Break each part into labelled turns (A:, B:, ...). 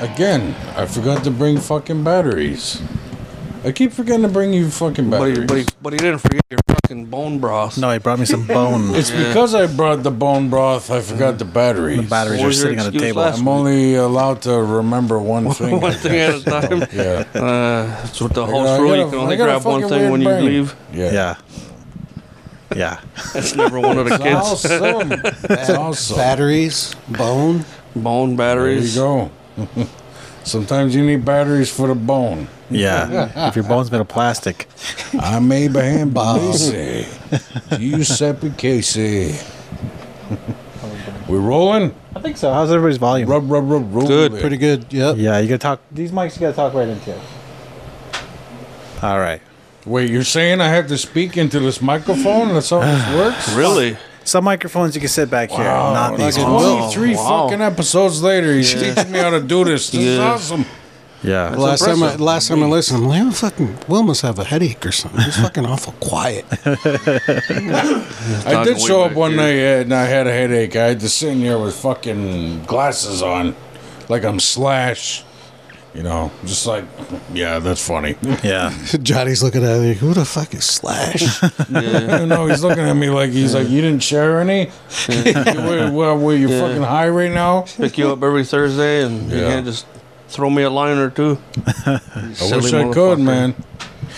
A: Again, I forgot to bring fucking batteries. I keep forgetting to bring you fucking
B: But
A: batteries.
B: he, but, he, but he didn't forget your fucking bone broth.
C: No, he brought me some bone.
A: It's because I brought the bone broth, I
B: Mm.
A: forgot the batteries.
C: the batteries
B: What
C: are
B: was your
C: sitting on the
B: excuse
C: table.
B: last
A: I'm only allowed to remember one thing.
B: one thing at a time.
A: yeah.
B: Uh, it's with the
A: I
B: host
A: got
B: rule.
A: a-
B: You can
A: I
B: only
A: got a
B: grab one
A: fucking
B: thing
A: weird
B: when you
A: brain.
B: leave.
A: Yeah.
C: Yeah. Yeah.
B: That's never one of the kids.
A: Awesome. awesome.
D: Batteries, bone.
B: Bone
A: There you
B: batteries.
A: go. Sometimes you need batteries for the bone.
C: Yeah. if your bone's made of plastic.
A: I'm Abraham Casey. Giuseppe E Casey. we rolling?
C: I think so. How's everybody's volume?
A: Rub, rub, rub, roll.
B: Good.
A: it.
D: Pretty good. Yep.
C: Yeah, you gotta talk. These mics you gotta talk right into. All right.
A: Wait, you're saying I have to speak into this microphone? That's how this works?
B: Really?
C: Some microphones you can sit back here, not these
A: like
C: ones.
B: whoa.
A: 23
B: Wow.
A: fucking episodes later, he's teaching me how to do this. This is
B: Yeah.
A: awesome.
C: Yeah.
D: last time, I,
B: impressive.
D: last time I listened, I'm like, oh, fucking, Will must have a headache or something. He's fucking awful quiet.
A: I did
B: Talking
A: show
B: way
A: up
B: back
A: one
B: here.
A: night uh, and I had a headache. I had to sit in here with fucking glasses on, like I'm Slash. You know, just like, yeah, that's funny.
C: yeah.
D: Johnny's looking at me. Who the fuck is Slash?
A: you know, he's looking at me like he's like, you didn't share any. were, were, were you fucking high right now?
B: Pick you up every Thursday and you
A: Yeah.
B: can't just throw me a line or two.
A: I wish I could, man.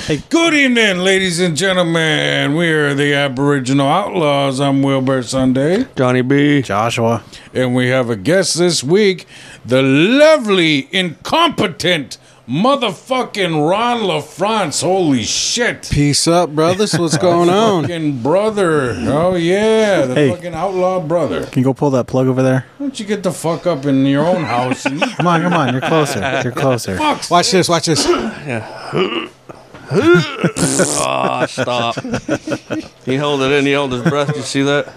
A: Hey, good evening, ladies and gentlemen. We are the Aboriginal Outlaws. I'm Wilbert Sunday,
B: Johnny B.
C: Joshua.
A: and we have a guest this week, the lovely, incompetent motherfucking Ron LaFrance. Holy shit.
D: Peace up, brothers. What's going on?
A: Fucking brother. Oh, yeah. The
C: Hey.
A: fucking outlaw brother.
C: Can you go pull that plug over there?
A: Why don't you get the fuck up in your own house and
C: Come on, come on. You're closer. You're closer.
A: fuck
D: Watch this. Watch this.
B: Ah, stop. he held it in. He held his breath. You see that?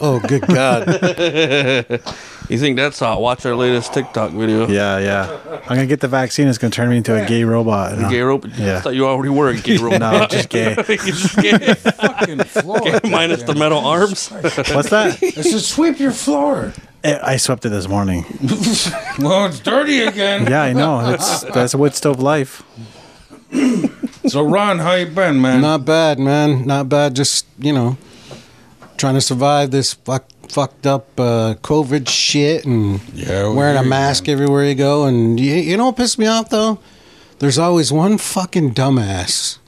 D: Oh, good God.
B: You think that's hot? Watch our latest TikTok video.
C: Yeah, yeah. I'm gonna get the vaccine. It's gonna turn me into a gay robot. No,
B: Gay rope. I
C: Yeah.
B: thought you already were a gay rope.
C: no I'm just gay.
B: You're just gay.
A: fucking floor.
B: Minus the metal arms.
C: What's that?
A: I said, sweep your floor.
C: Eh, I swept it this morning.
A: Well, it's dirty again.
C: Yeah, I know. That's that's a wood stove life.
A: So, Ron, how you been, man?
D: Not bad, man. Not bad. Just, you know, trying to survive this fuck, fucked up uh, COVID shit and
A: Yeah, we
D: wearing
A: hear
D: a
A: you,
D: mask everywhere you go. And you, you know what pissed me off, though? There's always one fucking dumbass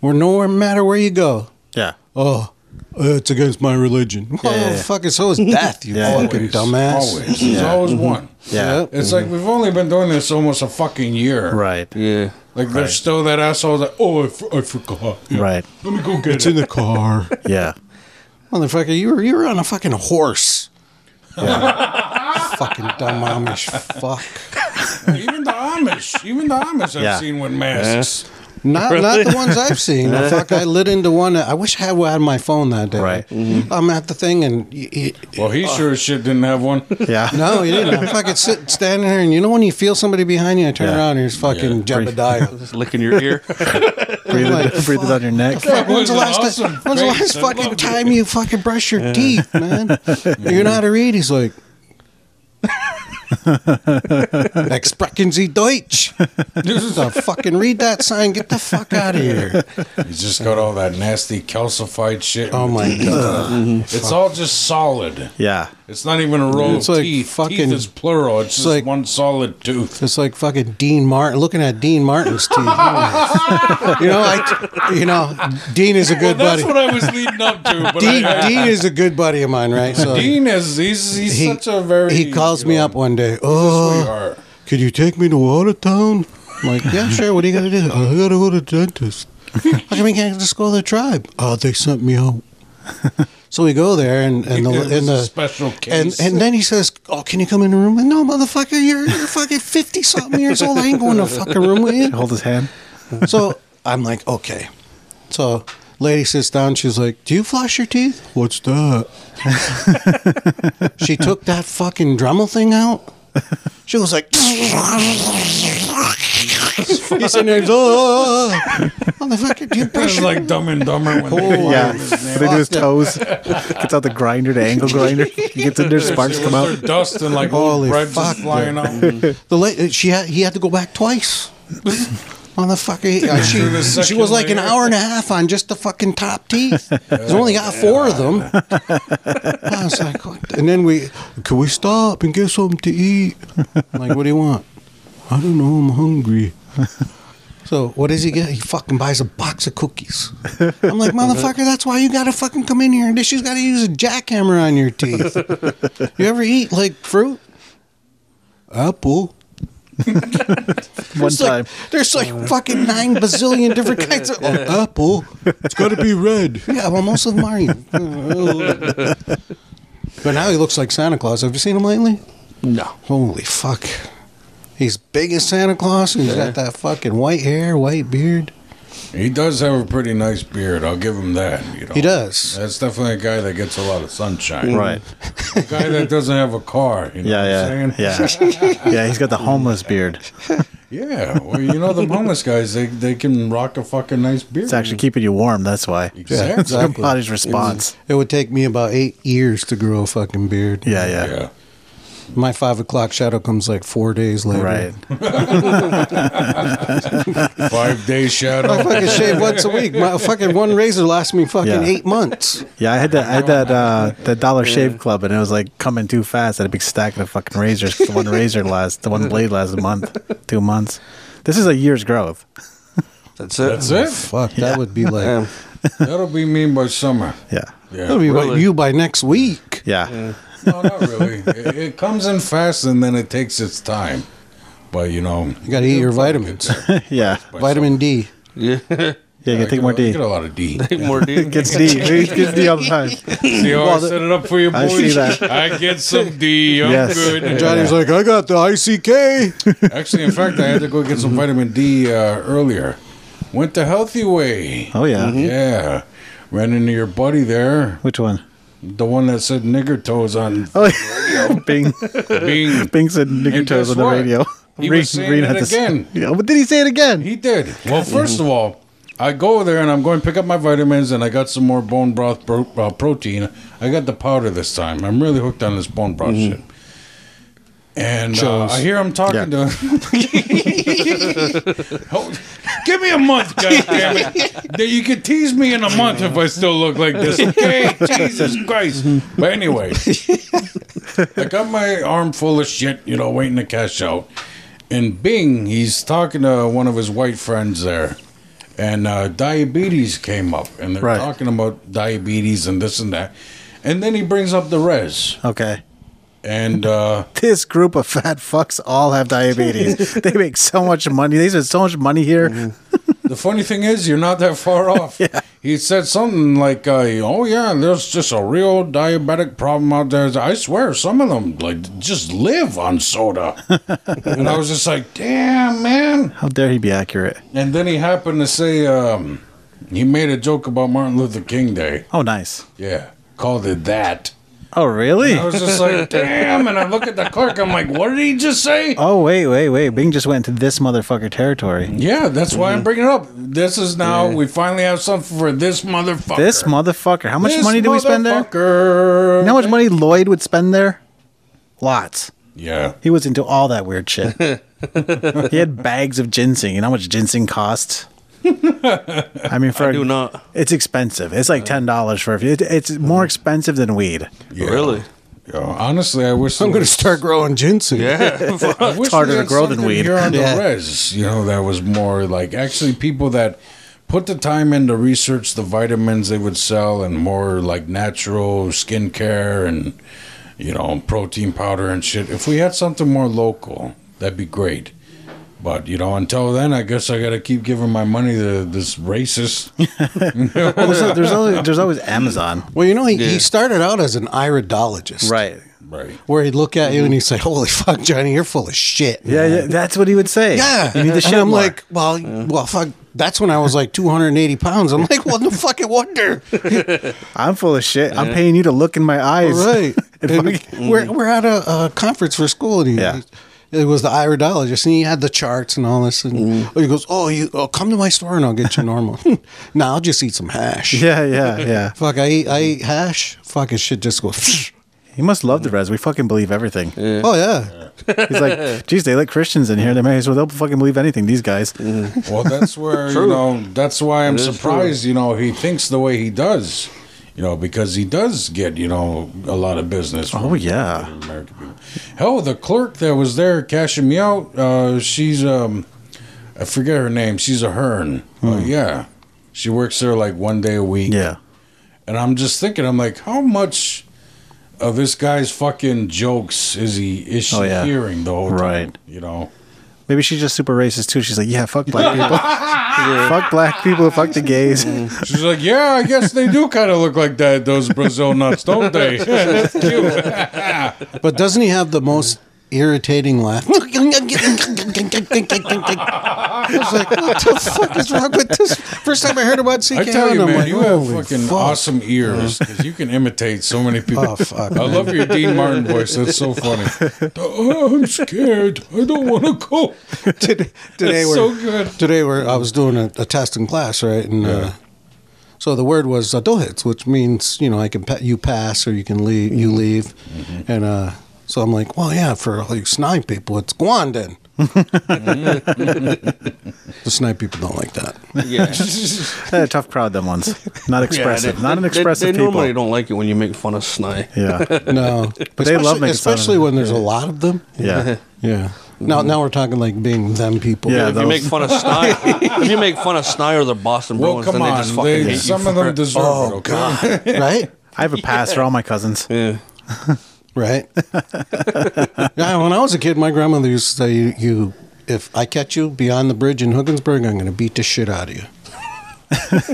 D: where no matter where you go,
C: Yeah.
D: oh, uh, it's against my religion.
C: Yeah, yeah,
D: Well,
C: yeah.
D: fucking so is death, you
C: Yeah, yeah.
D: fucking dumbass. Mm-hmm.
A: Always. There's always one.
C: Yeah.
D: Yep.
A: It's like we've only been doing this almost a fucking year.
C: Right.
B: Yeah.
A: Like, there's still that asshole that, oh, I, f- I forgot. Yeah.
C: Right.
A: Let me go get
D: It's
A: it.
D: in the car.
C: Yeah.
D: Motherfucker, you were you were on a fucking horse. fucking dumb Amish fuck.
A: even the Amish. Even the Amish I've
C: Yeah.
A: seen with masks.
D: Not not the ones I've seen. fuck, I lit into one. I wish I had had my phone that day.
C: Right.
A: Mm-hmm.
D: I'm at the thing and y y-
A: Well, he sure as shit didn't have one.
C: Yeah.
D: no, you didn't. I'm fucking sitting standing there, and you know when you feel somebody behind you, I turn
C: Yeah.
D: around and here's fucking
C: Yeah.
D: Jebediah.
B: Just licking your ear.
C: Breathe
D: Like,
C: it, breathe it on your neck.
D: Fuck, when's the
A: That
D: last,
A: was
D: ti-
A: awesome.
D: when's the
A: Thanks,
D: last
A: I
D: fucking
A: loved it.
D: time you fucking brush your teeth, man? You know how to read? He's like, "Next sprechen Sie Deutsch." So fucking read that sign. Get the fuck out of here.
A: He's just got all that nasty calcified shit.
D: Oh my god.
A: It's all just solid.
C: Yeah.
A: It's not even a row
D: It's
A: of
D: like
A: teeth. teeth
D: fucking-
A: is plural. It's, just
D: like-
A: one solid tooth.
D: It's like fucking Dean Martin. Looking at Dean Martin's teeth. you know, I, you know, Dean is a good
A: That's
D: buddy.
A: what I was leading up to. But
D: Dean,
A: I,
D: Dean is a good buddy of mine, right? So
A: Dean is he's, he's
D: he,
A: such a very
D: he calls
A: you
D: me
A: know,
D: up one day.
A: sweetheart.
D: Oh, Could you take me to Watertown? I'm like, yeah, sure. What are you gonna do? "Uh, I gotta go to the dentist. How come you can't just go to the tribe? Oh, they sent me out. So we go there, and and the
A: It was
D: and
A: a
D: the
A: special
D: and
A: case.
D: and then he says, "Oh, can you come in the room?" And no, motherfucker, you're you're fucking fifty something years old. I ain't going to fucking room with you.
C: Hold his hand.
D: So I'm like, okay. So lady sits down. She's like, "Do you floss your teeth?" What's that? she took that fucking Dremel thing out. She was like, he said names. Oh, oh, oh, oh. motherfucker, you
A: It's
D: brush your
A: like Dumb and Dumber when they
D: Oh,
E: Yeah,
A: yeah.
E: what they do is toes. Gets out the grinder, the angle grinder. He gets in there, sparks come out.
A: dust and like old
D: Holy
A: bread just
D: fuck,
A: flying out.
E: Mm-hmm.
A: Through
D: The late, she had, he had to go back twice. Motherfucker, he- uh,
A: the
D: she, she was
A: second
D: like an
A: layer.
D: hour and a half on just the fucking top teeth. He's only got four of them. I was like, what? the- and then we, can we stop and get something to eat? I'm like, what do you want? I don't know. I'm hungry. So what does he get? He fucking buys a box of cookies. I'm like, motherfucker, that's why you gotta fucking come in here and she's gotta use a jackhammer on your teeth. You ever eat like fruit? Apple.
E: One
D: It's like-
E: time,
D: there's like fucking nine bazillion different kinds of oh, apple. It's got to be red. Yeah, well, most of them aren't. but now he looks like Santa Claus. Have you seen him lately?
B: No.
D: Holy fuck. He's big as Santa Claus. and He's got that fucking white hair, white beard.
A: He does have a pretty nice beard. I'll give him that. You know.
D: He does.
A: That's definitely a guy that gets a lot of sunshine.
E: right?
A: A guy that doesn't have a car. Mm. You know what
E: Mm. Yeah,
A: I'm saying?
E: yeah, yeah, yeah. He's got the homeless beard.
A: Yeah, well, you know the homeless guys, they they can rock a fucking nice beard.
E: It's actually keeping you warm. That's why.
A: Exactly.
E: It's your body's response.
D: It would take me about eight years to grow a fucking beard.
E: Yeah, yeah,
A: yeah.
D: My five o'clock shadow comes like four days later.
E: Right.
A: Five day
D: I
A: shadow.
D: fucking shave once a week. My fucking one razor lasts me fucking
E: Yeah.
D: eight months.
E: Yeah, I had that. I had that. Uh, that Dollar Shave Club, and it was like coming too fast. I had a big stack of fucking razors. 'cause The one razor lasts. The one blade lasts a month, two months. This is a year's growth.
B: That's it.
A: That's it.
D: Oh, Fuck, that would be like.
B: Damn.
A: That'll be me by summer.
E: Yeah,
D: That'll
A: Yeah.
D: be
B: Really?
D: about you by next week.
E: yeah.
A: No, not really. It, it comes in fast and then it takes its time. But you know,
D: You gotta eat your vitamins.
E: Yeah.
A: by
D: Vitamin D.
B: Yeah.
E: Yeah, you
A: summer.
E: can take more
A: You
E: D.
A: Get a lot of D.
B: Take more D.
E: Gets D. He Gets D all the time.
A: See how I
E: Well, the-
A: set it up for you, boys?
E: I see that.
A: I get some D. I'm
E: Yes.
A: good.
D: Johnny's like, I got the ICK.
A: Actually, in fact, I had to go get some vitamin D uh, earlier. Went the healthy way. Mm-hmm.
E: Oh yeah.
A: Yeah. Ran into your buddy there,
E: Which one?
A: the one that said nigger toes on
E: Oh, yeah. Bing.
A: being.
E: Bing said nigger
A: And
E: toes
A: guess
E: on the
A: what?
E: radio.
A: He was saying
E: Reen
A: it
E: had to s-
A: again.
E: Yeah, but did he say it again?
A: He did. Well, first of all, I go there and I'm going to pick up my vitamins and I got some more bone broth pro- uh, protein. I got the powder this time. I'm really hooked on this bone broth
E: Mm-hmm.
A: shit. And uh, I hear him talking
E: Yeah.
A: to. oh, give me a month, goddammit. That you can tease me in a month if I still look like this, okay? Jesus Christ.
E: Mm-hmm.
A: But anyway, I got my arm full of shit, you know, waiting to cash out. And Bing, he's talking to one of his white friends there, and uh, diabetes came up, and they're
E: Right.
A: talking about diabetes and this and that. And then he brings up the res,
E: okay.
A: and uh,
E: This group of fat fucks all have diabetes. they make so much money. They spend so much money here.
A: Mm-hmm. the funny thing is, you're not that far off. He said something like, uh, "Oh yeah, there's just a real diabetic problem out there. I swear, some of them like just live on soda." and I was just like, "Damn, man."
E: How dare he be accurate?
A: And then he happened to say, um, he made a joke about Martin Luther King Day.
E: Oh, nice.
A: Yeah, called it that.
E: Oh, really?
A: I was just like, damn. And I look at the clerk, I'm like, what did he just say?
E: Oh, wait, wait, wait. Bing just went into this motherfucker territory.
A: Yeah, that's why I'm
E: Mhm.
A: bringing it up. This is now, we finally have something for this motherfucker.
E: This motherfucker. How much money do we spend there?
A: there?
E: You know how much money Lloyd would spend there? Lots.
A: Yeah.
E: He was into all that weird shit. he had bags of ginseng. You know how much ginseng costs? I mean, for a-
B: Do not.
E: it's expensive. It's like ten dollars for a few. It, it's more expensive than weed.
A: yeah.
B: Really?
A: Yeah, honestly, I wish
D: I'm
A: there
D: gonna
A: was-
D: start growing ginseng.
B: Yeah.
A: I wish
E: harder
A: they
E: to
A: had
E: grow than
A: something
E: weed.
A: Here on
D: Yeah.
A: the res, you know, that was more like actually people that put the time in to research the vitamins they would sell and more like natural skincare and you know protein powder and shit. If we had something more local, that'd be great. But you know, until then, I guess I gotta keep giving my money to this racist.
E: Well, there's, al- there's always there's always Amazon.
D: Well, you know, he, he
B: Yeah.
D: started out as an iridologist.
E: Right.
A: right.
D: Where he'd look at you and he'd say, Holy fuck, Johnny, you're full of shit.
E: Yeah, yeah, that's what he would say.
D: Yeah.
E: You need to
D: And
E: shit
D: I'm
E: more.
D: like, Well, well, fuck. That's when I was like 280 pounds. I'm like, Well, no fucking wonder.
E: I'm full of shit. I'm paying you to look in my eyes.
D: Right.
E: And
D: And
E: fucking-
D: we're, we're at a, a conference for school, and he,
E: Yeah.
D: It was the iridologist, and he had the charts and all this. And he goes, "Oh, you oh, come to my store and I'll get you normal." no, I'll just eat some hash.
E: Yeah, yeah, yeah.
D: Fuck, I eat, I eat hash. Fucking shit just goes.
E: He must love the res. We fucking believe everything.
D: Oh yeah,
E: He's like, geez, they let Christians in here. They may as well they'll fucking believe anything. These guys.
B: Mm-hmm.
A: Well, that's where you know. That's why I'm
B: It is true.
A: surprised. You know, he thinks the way he does. You know, because he does get you know a lot of business. From
E: Oh, yeah.
A: American people. Hell, the clerk that was there cashing me out. Uh, she's um, I forget her name. She's a Hearn. Uh, yeah, she works there like one day a week.
E: Hmm. Yeah.
A: And I'm just thinking, I'm like, how much of this guy's fucking jokes is he is she
E: Oh, yeah.
A: hearing the whole time?
E: Right.
A: You know.
E: Maybe she's just super racist too. She's like, yeah, fuck black people, fuck black people, fuck the gays.
B: Mm-hmm.
A: She's like, yeah, I guess they do kind of look like that, those Brazil nuts, don't they? That's cute.
D: but doesn't he have the most irritating laugh? it's like, what the fuck is wrong with this? First time I heard about CK,
A: I tell you,
D: I'm
A: man,
D: like,
A: you have
D: holy
A: fucking
D: fuck.
A: awesome ears because you can imitate so many people.
D: Oh, fuck,
A: I love your Dean Martin voice. That's so funny. Oh, I'm scared. I don't want to go.
D: today, today
A: That's
D: we're
A: so good.
D: today we're I was doing a, a test in class, right? And uh, so the word was uh, dohits, which means you know I can pa- you pass or you can leave you
E: Mm-hmm.
D: leave, and uh, so I'm like, well, yeah, for all you snipe people, it's guanden. the snipe people don't like that.
B: Yeah.
E: They're a Eh, tough crowd, them ones. Not expressive.
B: Yeah, they-
E: Not an
B: they-
E: expressive
B: They,
E: people.
B: normally don't like you when you make fun of Sny.
E: Yeah,
D: No, but
E: They love
D: especially,
E: making fun of
D: especially
E: them.
D: when there's a lot of them.
E: yeah. Mm-hmm.
D: Yeah. Now, now we're talking like being them people.
E: Yeah,
B: If you make fun of Sny, if you make fun of Sny or the Boston
A: Well,
B: Bruins,
A: come
B: then they
A: on.
B: just fucking
A: They,
B: hate
A: some
B: you.
A: of
B: for
A: them
B: it.
A: deserve it,
D: Oh,
A: okay?
D: right.
E: I have a pass for all my cousins.
B: Yeah.
D: Right. yeah, when I was a kid, my grandmother used to say, you, you, if I catch you beyond the bridge in Hookinsburg, I'm going to beat the shit out of you.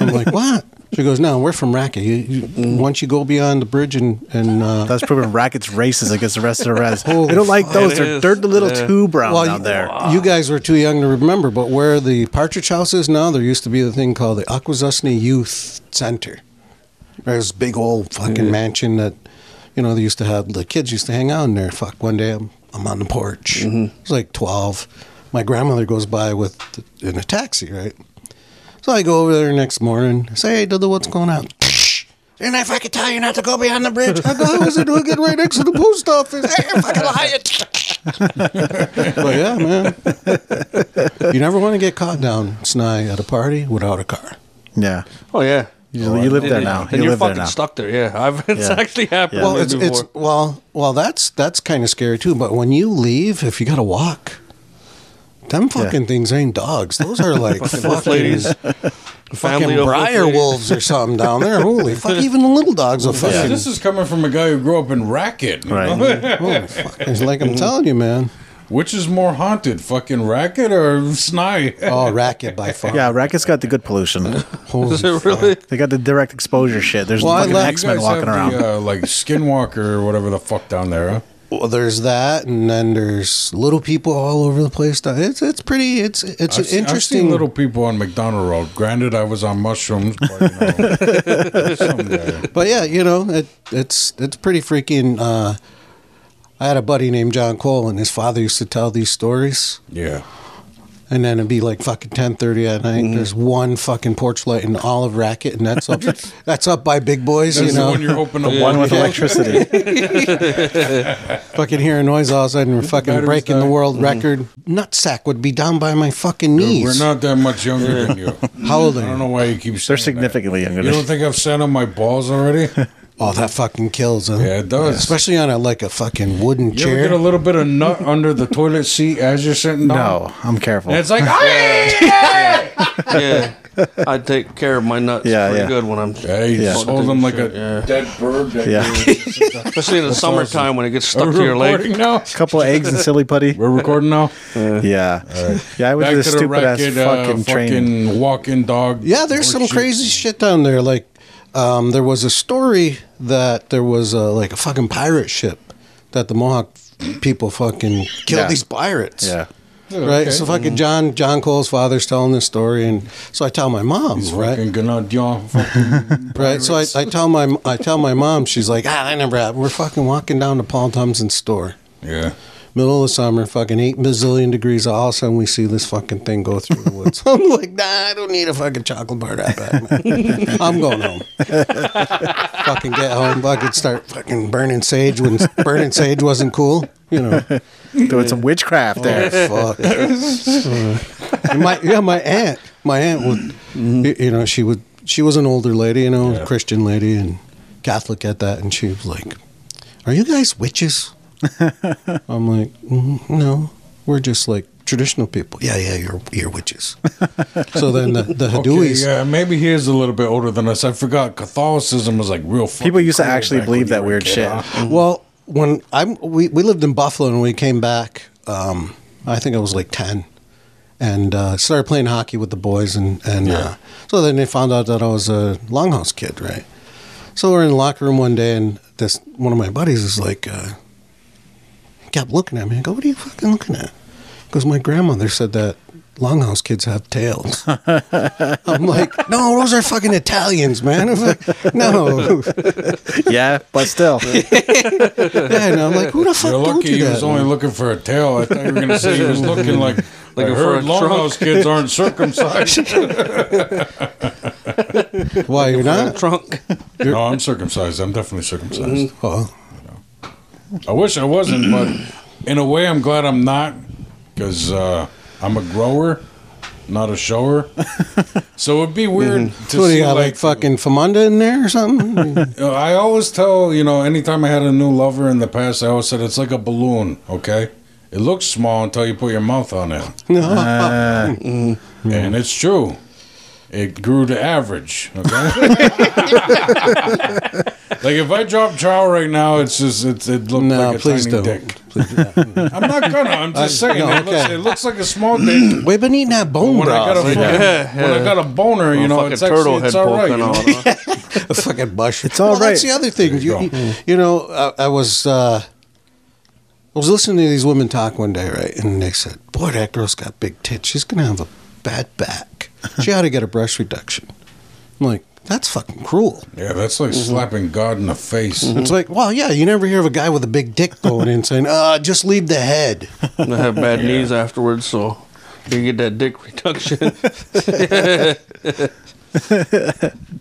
D: I'm like, what? She goes, no, we're from Racket. You, you, once you go beyond the bridge and, and uh,
E: That's proving rackets racist against the rest of the res. they
D: Holy
E: don't like those.
B: It
E: They're,
B: is.
E: they're a little
B: Yeah.
E: too brown
D: well,
E: out there.
D: you, you guys were too young to remember, but where the Partridge House is now, there used to be a thing called the Akwesasne Youth Center. There's a big old fucking mansion that, you know, they used to have, the kids used to hang out in there. Fuck, one day I'm, I'm on the porch.
E: Mm-hmm.
D: It's like 12. My grandmother goes by with in a taxi, right? So I go over there next morning, say, hey, Dildo, what's going on? Didn't I fucking tell you not to go beyond the bridge? I go, I was doing it right next to the post office. Hey, you're fucking lying. but yeah, man. You never want to get caught down snide at a party without a car.
E: yeah.
B: Oh yeah.
E: You, you live there
B: And-
E: now.
B: And
E: you
B: you're
E: live there
B: fucking
E: now.
B: stuck there. Yeah. I've, it's
E: Yeah.
B: actually happened.
E: Yeah.
B: to
D: Well,
B: me
D: it's, it's
B: before.
D: well, well. That's that's kind of scary too. But when you leave, if you got to walk, them fucking things ain't dogs. Those are like
B: wolf
D: fucking,
B: ladies,
D: fucking
B: of wolf
D: briar
B: ladies.
D: wolves or something down there. Holy fuck! Even the little dogs will
A: Yeah,
D: fucking.
A: This is coming from a guy who grew up in Racket. you
E: Right.
A: know?
D: Holy fuck! It's like I'm telling you, man.
A: Which is more haunted, fucking Racket or Sny?
D: Oh, racket by far.
E: Yeah, rackets got the good pollution.
D: Holy
B: Is it really?
E: They got the direct exposure shit. There's
D: Well, I
E: fucking
D: love-
E: X Men walking around.
A: The, uh, like Skinwalker or whatever the fuck down there. Huh?
D: Well, there's that, and then there's little people all over the place. It's it's pretty. It's it's
A: I've
D: an
A: seen- I've
D: interesting
A: seen little people on McDonald Road. Granted, I was on mushrooms. But, you know, someday.
D: But yeah, you know, it, it's it's pretty freaking. Uh, I had a buddy named John Cole, and his father used to tell these stories.
A: yeah.
D: And then it'd be like fucking ten thirty at night.
A: Mm-hmm.
D: There's one fucking porch light in all of Racket, and that's up. that's up by Big Boys,
A: That's
D: you
A: the
D: know.
A: one you're hoping to
E: One
A: walk
E: with
A: in.
E: electricity.
D: fucking hearing noise all of a sudden, we're fucking
A: Batteries
D: breaking the
A: die.
D: world record. Nutsack would be down by my fucking
A: Dude,
D: knees.
A: Mm-hmm. We're not that much younger than you.
D: How old
A: I
D: are
A: don't
D: you?
A: know why you keep saying
E: They're
A: that.
E: significantly younger.
A: You
E: than
A: don't think I've sat on my balls already?
D: Oh, that fucking kills, huh?
A: Yeah, it does.
D: Especially on a like a fucking
A: You
D: wooden
A: ever
D: chair.
A: get a little bit of nut under the toilet seat as you're sitting down?
E: No, I'm careful.
A: And it's like, "Aye!"
B: yeah. I take care of my nuts
E: Yeah,
B: pretty
E: yeah.
B: good when I'm.
A: Yeah, you just
B: Fucking
A: hold them like
B: shit,
A: a
B: yeah.
A: dead bird. That
E: Yeah.
A: yeah.
B: Especially in the summertime when it gets
A: Are
B: stuck
A: we
B: to your leg.
A: recording now?
E: couple eggs and silly putty.
A: We're recording now.
E: Yeah. Yeah, I went
A: Back
E: to
A: to
E: this
A: the
E: stupid ass
A: racket, uh,
E: fucking
A: fucking,
E: training.
A: walking dog.
D: Yeah, there's some
A: horseshit.
D: crazy shit down there. Like, um, there was a story that there was a, like a fucking pirate ship that the Mohawk people fucking killed
E: Yeah.
D: these pirates.
E: Yeah.
D: Right,
A: Okay. Mm-hmm.
D: so fucking John John Cole's father's telling this story, and so I tell my mom,
A: Fucking
D: right,
A: gonna yawn, fucking
D: right. So I, I tell my I tell my mom, she's like, ah, I never happened. We're fucking walking down to Paul Thompson's store,
A: yeah.
D: middle of the summer, fucking eight bazillion degrees. All of a sudden, we see this fucking thing go through the woods. I'm like, nah, I don't need a fucking chocolate bar that bad, man. I'm going home. fucking get home, fucking start fucking burning sage when burning sage wasn't cool, you know.
E: Doing some witchcraft there.
D: Oh, fuck. And my yeah, my aunt, my aunt would,
A: Mm-hmm.
D: y- you know, she would. She was an older lady, you know, Christian lady and Catholic at that, and she was like, "Are you guys witches?" I'm like, "Mm, "No, we're just like traditional people." Yeah, yeah, you're you're witches. so then the, the
A: Okay,
D: Haduis,
A: yeah, maybe he is a little bit older than us. I forgot Catholicism was like real. fucking
E: People used to
A: cool
E: actually
A: back
E: believe
A: when you
E: that
A: were a
E: weird
A: kid, Uh,
E: shit.
A: huh?
D: Well, when I'm we, we lived in Buffalo and we came back, um, I think I was like ten, and uh, started playing hockey with the boys and and uh, so then they found out that I was a Longhouse kid, right? So we're in the locker room one day and this one of my buddies is like, uh, kept looking at me. I go, "What are you fucking looking at?" Because my grandmother said that Longhouse kids have tails. I'm like, no, those are fucking Italians, man. I'm like, no,
E: yeah, but still.
D: yeah, and I'm like, who the fuck
A: You're
D: told
A: lucky
D: you
A: he
D: that?
A: was only looking for a tail. I thought you were going to say he was looking like like
B: Looking
A: I
B: for
A: heard
B: a trunk.
A: Longhouse kids aren't circumcised.
D: Why you're not?
B: Trunk.
A: no, I'm circumcised. I'm definitely circumcised.
D: Oh,
A: I wish I wasn't, but in a way, I'm glad I'm not because uh, I'm a grower, not a shower. So it'd be weird to
D: so what Mm-hmm. do
A: see
D: you got like, fucking Famunda in there or something?
A: You know, I always tell, you know, anytime I had a new lover in the past, I always said it's like a balloon, okay? It looks small until you put your mouth on it.
D: no, Hmm.
A: And it's true. It grew to average, okay? like if I drop chow right now, it's just it's, it looked
D: no,
A: like a
D: please
A: tiny
D: don't.
A: dick.
D: Please, yeah.
A: I'm not gonna. I'm just saying.
D: no,
A: it, looks,
D: okay.
A: it looks like a small dick.
D: We've been eating that bone
A: When I got a
D: broth.
A: fucking, when I got a boner, you know,
B: fucking
A: it's actually,
B: turtle head
A: it's all right. You
B: poking
A: know?
B: on. huh?
D: a fucking bush. It's
E: all
D: well, That's
E: right.
D: the other thing.
A: There
D: You,
A: you
D: you, know, I, I was uh, I was listening to these women talk one day, right? And they said, "Boy, that girl's got big tits. She's gonna have a bad back. She ought to get a breast reduction." I'm like, that's fucking cruel.
A: Yeah, that's like slapping God in the face.
D: It's like, well, yeah, you never hear of a guy with a big dick going in saying, "Uh, just leave the head."
B: And I have bad knees afterwards, so you get that dick reduction.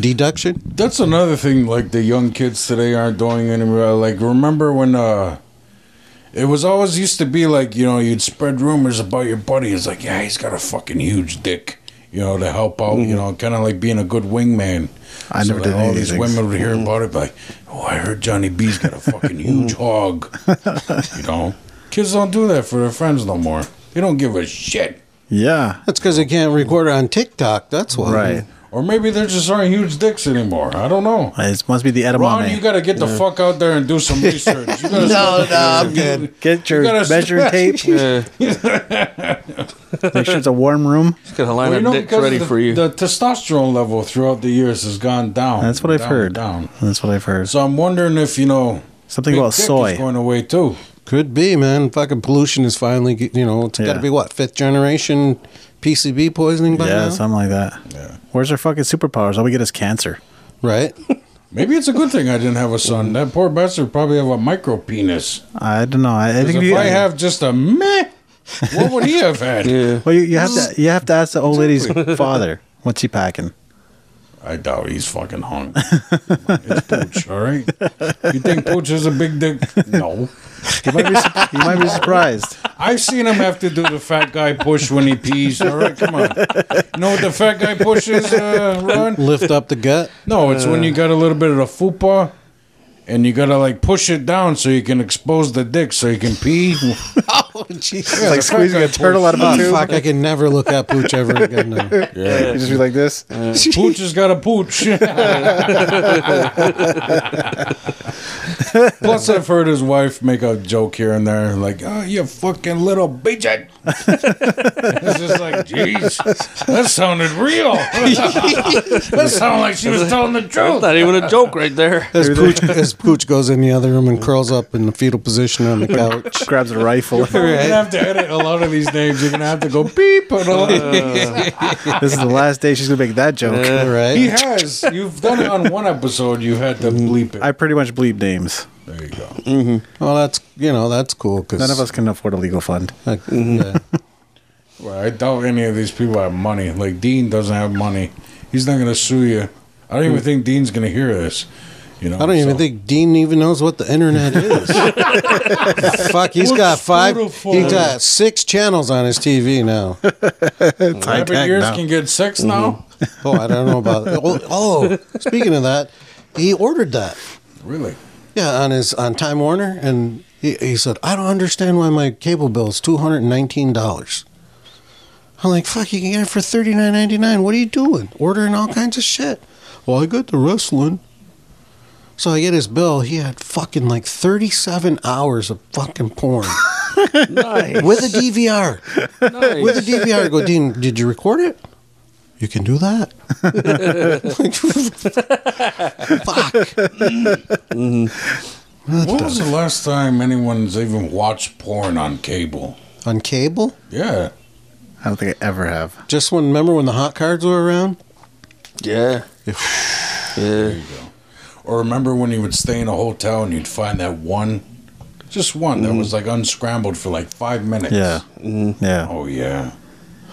D: Deduction.
A: That's another thing. Like the young kids today aren't doing anymore. Like remember when uh, it was always used to be like you know you'd spread rumors about your buddy. It's like yeah, he's got a fucking huge dick. You know to help out. You know, kind of like being a good wingman.
E: Mm-hmm. I never
A: that
E: did any
A: All
E: of these
A: these
E: things. Mm-hmm.
A: women would hear about it, be like, oh, I heard Johnny B's got a fucking huge hog. You know, kids don't do that for their friends no more. They don't give a shit.
E: yeah.
D: That's because they can't record it on TikTok. That's why.
E: Right.
A: Or maybe there just aren't huge dicks anymore. I don't know.
E: It must be the
A: Ron,
E: edamame.
A: you gotta get the fuck out there and do some research. You gotta
D: No,
A: start-
D: no, I'm good.
E: get your
A: you gotta-
E: measuring tape.
B: yeah.
E: Make sure it's a warm room.
B: Just got a line
A: Well, you
B: of
A: know,
B: dicks
A: because
B: ready
A: the,
B: for you.
A: the testosterone level throughout the years has gone down.
E: That's what I've
A: down,
E: heard.
A: Down.
E: That's what I've heard.
A: So I'm wondering if you know
E: Something
A: big
E: about
A: dick is
E: soy.
A: going away too.
D: Could be, man. Fucking pollution is finally, get- you know, it's got
E: Yeah.
D: to be what fifth generation PCB poisoning by
E: Yeah,
D: now,
E: something like that.
A: Yeah.
E: Where's our fucking superpowers? All we get is cancer.
D: right?
A: Maybe it's a good thing I didn't have a
E: Mm.
A: son. That poor bastard probably have a micro penis.
E: I don't know. I, I think
A: If
E: you,
A: I have just a meh, what would he have had?
B: yeah.
E: Well, you, you have to you have to ask the old lady's father what's he packing.
A: I doubt he's fucking hung. it's Pooch, all right. You think Pooch is a big dick? No.
E: You might be, su- you might be surprised.
A: I've seen him have to do the fat guy push when he pees. All right, come on. You know what the fat guy push is, uh, Ron?
D: Lift up the gut.
A: No, it's when you got a little bit of the fupa and you gotta like push it down so you can expose the dick so you can pee.
D: Oh, Jesus!
E: It's like squeezing a turtle out of a tube.
D: Oh, fuck, I can never look at pooch ever again. Now.
E: You just be like this.
A: Pooch has got a pooch. Plus, I've heard his wife make a joke here and there, like, oh, you fucking little bitch. it's just like, jeez, that sounded real. that sounded like she was telling the truth.
B: Not even a joke right there.
D: As pooch, as pooch goes in the other room and curls up in the fetal position on the couch.
E: Grabs a rifle.
A: You're gonna have to edit a lot of these names. You're gonna have to go beep and all.
E: this is the last day she's gonna make that joke.
D: All
A: he
D: right.
A: has. You've done it on one episode. You had to bleep it.
E: I pretty much bleep names.
A: There you go.
D: Well, that's you know that's cool because
E: None of us Mm-hmm. can afford a legal fund.
A: Well, I doubt any of these people have money. Like Dean doesn't have money. He's not gonna sue you. I don't even think Dean's gonna hear this. You know.
D: I don't even
A: so-
D: think Dean even knows what the internet is. Fuck, he's got five.
A: beautiful?
D: He's got six channels on his TV now.
E: It's high
A: Rabbit
E: tech
A: ears
E: now.
A: can get six now.
D: Oh, I don't know about. Oh, oh, speaking of that, he ordered that.
A: Really?
D: Yeah, on his on Time Warner, and he, he said, "I don't understand why my cable bill is two hundred and nineteen dollars." I'm like, "Fuck, you can get it for thirty nine ninety nine. What are you doing? Ordering all kinds of shit." Well, I got the wrestling. So I get his bill. He had fucking like thirty seven hours of fucking porn
B: Nice.
D: with a DVR.
B: nice.
D: With a DVR, I go, Dean, did you record it? You can do that. Fuck.
A: When was the last time anyone's even watched porn on cable?
D: On cable?
A: Yeah.
E: I don't think I ever have.
D: Just when, remember when the hot cards were around?
B: yeah. yeah.
A: Or remember when you would stay in a hotel and you'd find that one, just one that was like unscrambled for like five minutes.
E: Yeah. Yeah.
A: Oh yeah.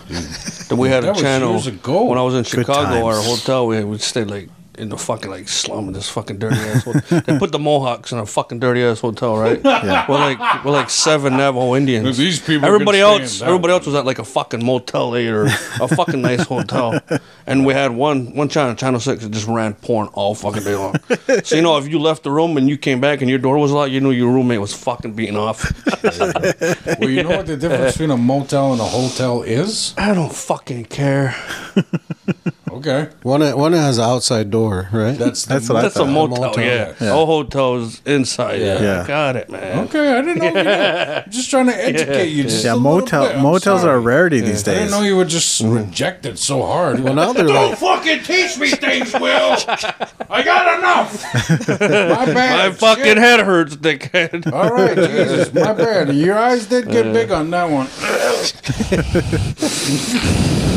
B: Then we had
A: That
B: a
A: was
B: channel
A: years ago.
B: when I was in
E: times.
B: Chicago. Our hotel, we would stay like in the fucking like slum in this fucking dirty ass. hotel. they put the Mohawks in a fucking dirty ass hotel, right?
E: Yeah.
B: We're like we're like seven Navajo Indians.
A: These people can
B: Everybody
A: stay in
B: else,
A: that
B: everybody
A: one.
B: else was at like a fucking motel eight or a fucking nice hotel, and we had one one channel, channel six, that just ran porn all fucking day long. So you know, if you left the room and you came back and your door was locked, you knew your roommate was fucking beating off.
A: Well, you know what the difference between a motel and a hotel is?
B: I don't fucking care.
A: Okay.
D: One one has an outside door, right?
A: That's
E: That's what I
B: That's a
E: thought.
B: motel,
D: motel.
B: yeah. All hotels inside. Yeah.
E: Yeah.
B: Got it, man.
A: Okay, I didn't know. You knew. I'm just trying to educate you. Just
E: yeah,
A: a little bit.
E: motel
A: I'm
E: motels
A: sorry.
E: are Mm. a rarity these
A: I didn't
E: days.
A: know you would just reject it so hard.
D: well, now they're like,
A: fucking teach me things, Will. I got enough. My bad.
B: My fucking
A: Shit.
B: head hurts, dickhead.
A: All right, Jesus, my bad. Your eyes did get big on that one.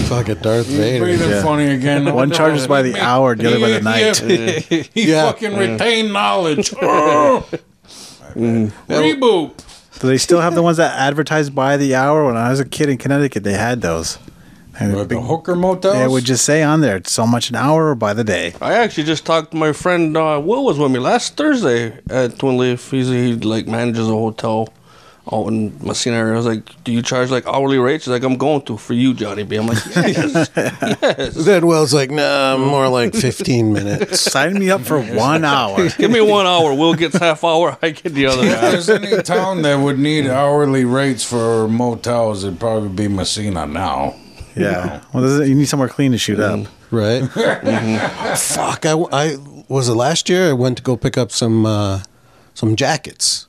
D: fuck it, Darth Vader.
A: Breathing
E: Yeah.
A: funny again. Oh,
E: One charges by the hour, the other by the night. Mm.
A: Yeah. He
D: Yeah.
A: fucking retained knowledge. Oh.
E: Mm.
A: Reboot.
E: Do they still have the ones that advertise by the hour? When I was a kid in Connecticut, they had those. And
A: What, the
E: big-
A: hooker motels?
E: It would just say on there so much an hour or by the day.
B: I actually just talked to my friend uh, Will was with me last Thursday at Twin Leaf. He's, he like manages a hotel out in Messina area. I was like, "Do you charge like hourly rates?" He's like, "I'm going to for you, Johnny B." I'm like, "Yes, yes.
D: Then Wells like, nah, more like fifteen minutes.
E: Sign me up for one hour.
B: Give me one hour. Will gets half hour. I get the other."
A: if there's any town that would need
E: Mm.
A: hourly rates for motels, it'd probably be Messina now.
E: Yeah. Well, this is, you need somewhere clean to shoot up.
D: Right? Fuck! I, I was it last year. I went to go pick up some uh, some jackets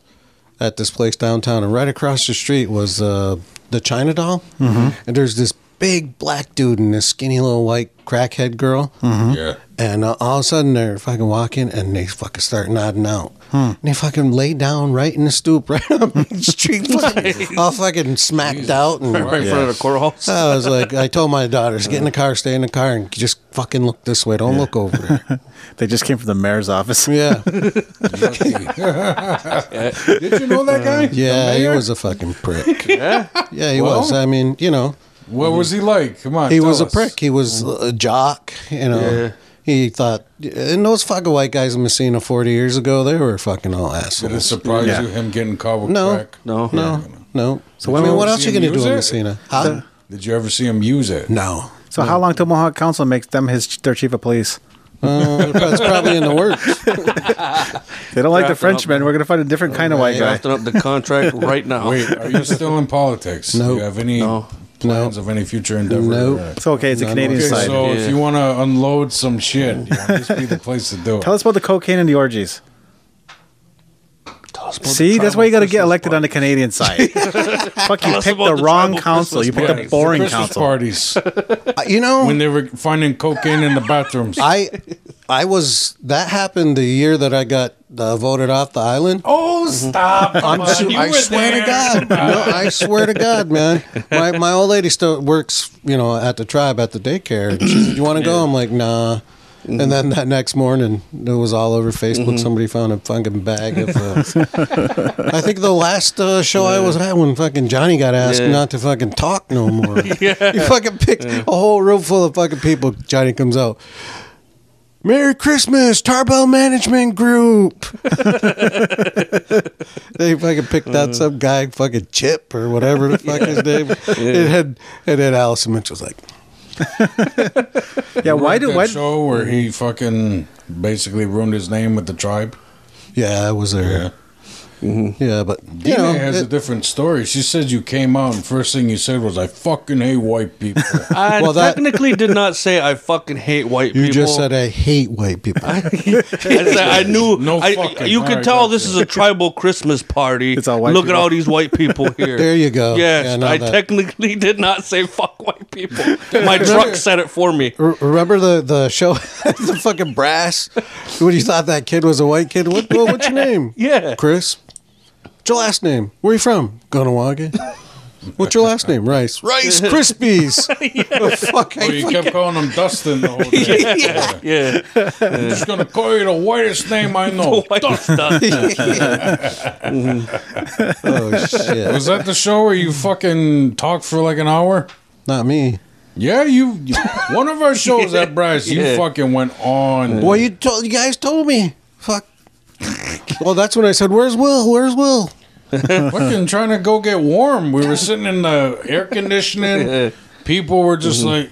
D: at this place downtown, and right across the street was uh, the China Doll. Mm-hmm. And there's this big black dude and this skinny little white crackhead girl.
E: Hmm?
A: Yeah.
D: And uh, all of a sudden, they're fucking walking, and they fucking start nodding out. And they fucking lay down right in the stoop, right on the street, fucking, all fucking smacked out. And
B: Right in front of the courthouse.
D: I was like, I told my daughters, get in the car, stay in the car, and just fucking look this way. Don't look over. there."
E: They just came from the mayor's office.
D: Yeah,
A: Did you know that guy?
D: yeah, he was a fucking prick. Yeah, yeah, he was. I mean, you know,
A: What was he like? Come on.
D: he
A: tell
D: was a
A: us.
D: prick. He was a jock. You know,
B: Yeah.
D: he thought, and those fucking white guys in Messina forty years ago, they were fucking all
A: Did it
D: assholes.
A: surprise
E: Yeah.
A: you him getting caught with
D: No.
A: crack?
B: No,
D: No, no. So
A: when
D: I mean,
A: we
D: what
A: see
D: else you
A: him
D: gonna do
A: use
D: in
A: it?
D: Messina? Huh?
A: Did you ever see him use it?
D: No.
E: So how long till Mohawk Council makes them his their chief of police?
D: Uh, that's probably in the works.
E: They don't like the
B: Wrapping
E: Frenchmen. We're gonna find a different kind of white
B: Hey,
E: guy.
B: drafting up the contract right now.
A: Wait, are you still in politics? Do
D: Nope.
A: you have any
B: No.
A: plans of any future endeavor?
D: Nope.
A: Okay,
E: It's okay. It's a
D: No,
E: Canadian
D: no.
E: side.
A: so
B: Yeah.
A: if you want to unload some shit, you know, this be the place to do it.
E: Tell us about the cocaine and the orgies.
B: Tell us about the
E: See, that's why you got to
B: tribal
E: get elected
B: Christmas
E: on the Canadian side. Fuck, you
B: Tell us
E: picked
B: about
E: the
B: the
E: wrong
B: tribal
E: council.
B: Christmas
E: You picked
B: parties.
E: a
B: The
E: boring
A: Christmas
E: council.
A: parties
D: Uh, you know,
A: when they were finding cocaine in the bathrooms.
D: I I was that happened the year that I got uh, voted off the island.
A: oh, stop!
D: I'm su- I swear to God, no, I swear to God, man. My my old lady still works, you know, at the tribe at the daycare. And she said, "You want to go?" I'm like, "Nah." And then that next morning, it was all over Facebook.
A: Mm-hmm.
D: Somebody found a fucking bag of. Uh, I think the last uh, show I was at when fucking Johnny got asked
B: Yeah.
D: not to fucking talk no more. He fucking picked a whole room full of fucking people. Johnny comes out. Merry Christmas, Tarbell Management Group. they fucking picked out
B: Uh.
D: some guy, fucking Chip or whatever the fuck his name. It had and then Allison Mitchell's like,
E: Yeah, why do
A: that
E: why
A: show where he fucking basically ruined his name with the tribe?
D: "Yeah, I was there. Yeah,
B: Mm-hmm.
D: but you
A: Dina
D: know,
A: has
D: it-
A: a different story. She said you came out and first thing you said was, "I fucking hate white people."
B: I
D: Well, that-
B: technically did not say I fucking hate white
D: you
B: people.
D: just said I hate white people.
B: I, said I knew.
A: No
B: I-
A: fucking-
B: you
A: all
B: could
A: right,
B: tell
A: gotcha.
B: this is a tribal Christmas party.
E: It's all white
B: Look at
E: people.
B: all these white people here.
D: There you go.
B: Yes,
D: Yeah, no,
B: I
D: that-
B: technically did not say fuck white people. My truck said it for me.
D: R- Remember the the show, the fucking brass. When you thought that kid was a white kid, what? Well, what's your name?
B: Yeah.
D: Chris. What's your last name? Where you from? Gunawaga. What's your last name? Rice. Rice Krispies. The fuck,
A: Oh,
D: I
A: you
D: forget-
A: kept calling him Dustin the whole day.
B: Yeah, yeah.
A: I'm just gonna call you the whitest name I know.
B: White stuff.
D: oh shit!
A: Was that the show where you fucking talked for like an hour?
D: Not me.
A: Yeah, you. you- One of our shows at Bryce, you
B: Yeah.
A: fucking went on.
D: Well, you told you guys told me. Fuck. Well, that's when I said, "Where's Will? Where's Will?"
A: fucking trying to go get warm. We were sitting in the air conditioning. People were just like,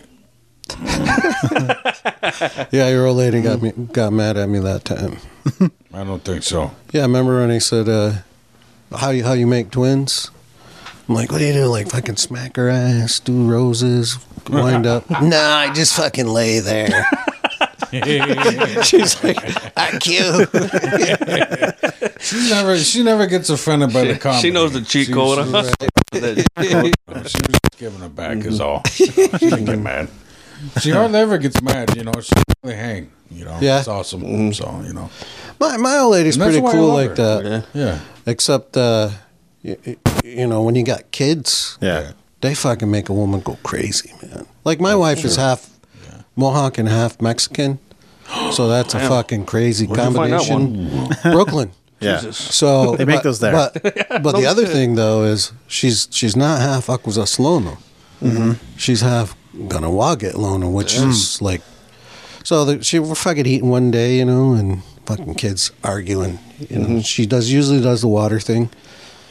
D: Yeah, your old lady got me got mad at me that time.
A: I don't think so.
D: Yeah, I remember when he said, uh, "How you how you make twins?" I'm like, "What do you do? Like fucking smack her ass, do roses, wind up?" nah, I just fucking lay there. She's like, "I cute."
A: She never, she never gets offended by the comedy.
B: She knows the cheat
A: She-
B: code.
A: She, she was just giving it back, is all. She didn't get mad. She hardly ever gets mad, you know. She really hang, you know.
D: Yeah.
A: it's awesome.
B: Mm-hmm.
A: So you know,
D: My my old lady's
A: And that's
D: pretty
A: why I
D: cool
A: love
D: like
A: her.
D: that.
A: yeah,
D: Except, uh, y- y- you know, when you got kids,
E: Yeah.
D: they fucking make a woman go crazy, man. Like my wife is half Mohawk and half Mexican, so that's a fucking crazy
B: you find that
D: combination. Brooklyn.
E: Yeah.
D: So
E: They make
D: but-
E: those there.
D: But, but the other thing though is she's she's not half Akwesaslono.
E: Mm-hmm.
D: She's half Gunawagatlono, which is like so the, she were fucking eating one day, you know, and fucking kids arguing. You know,
E: Mm-hmm.
D: she does usually does the water thing,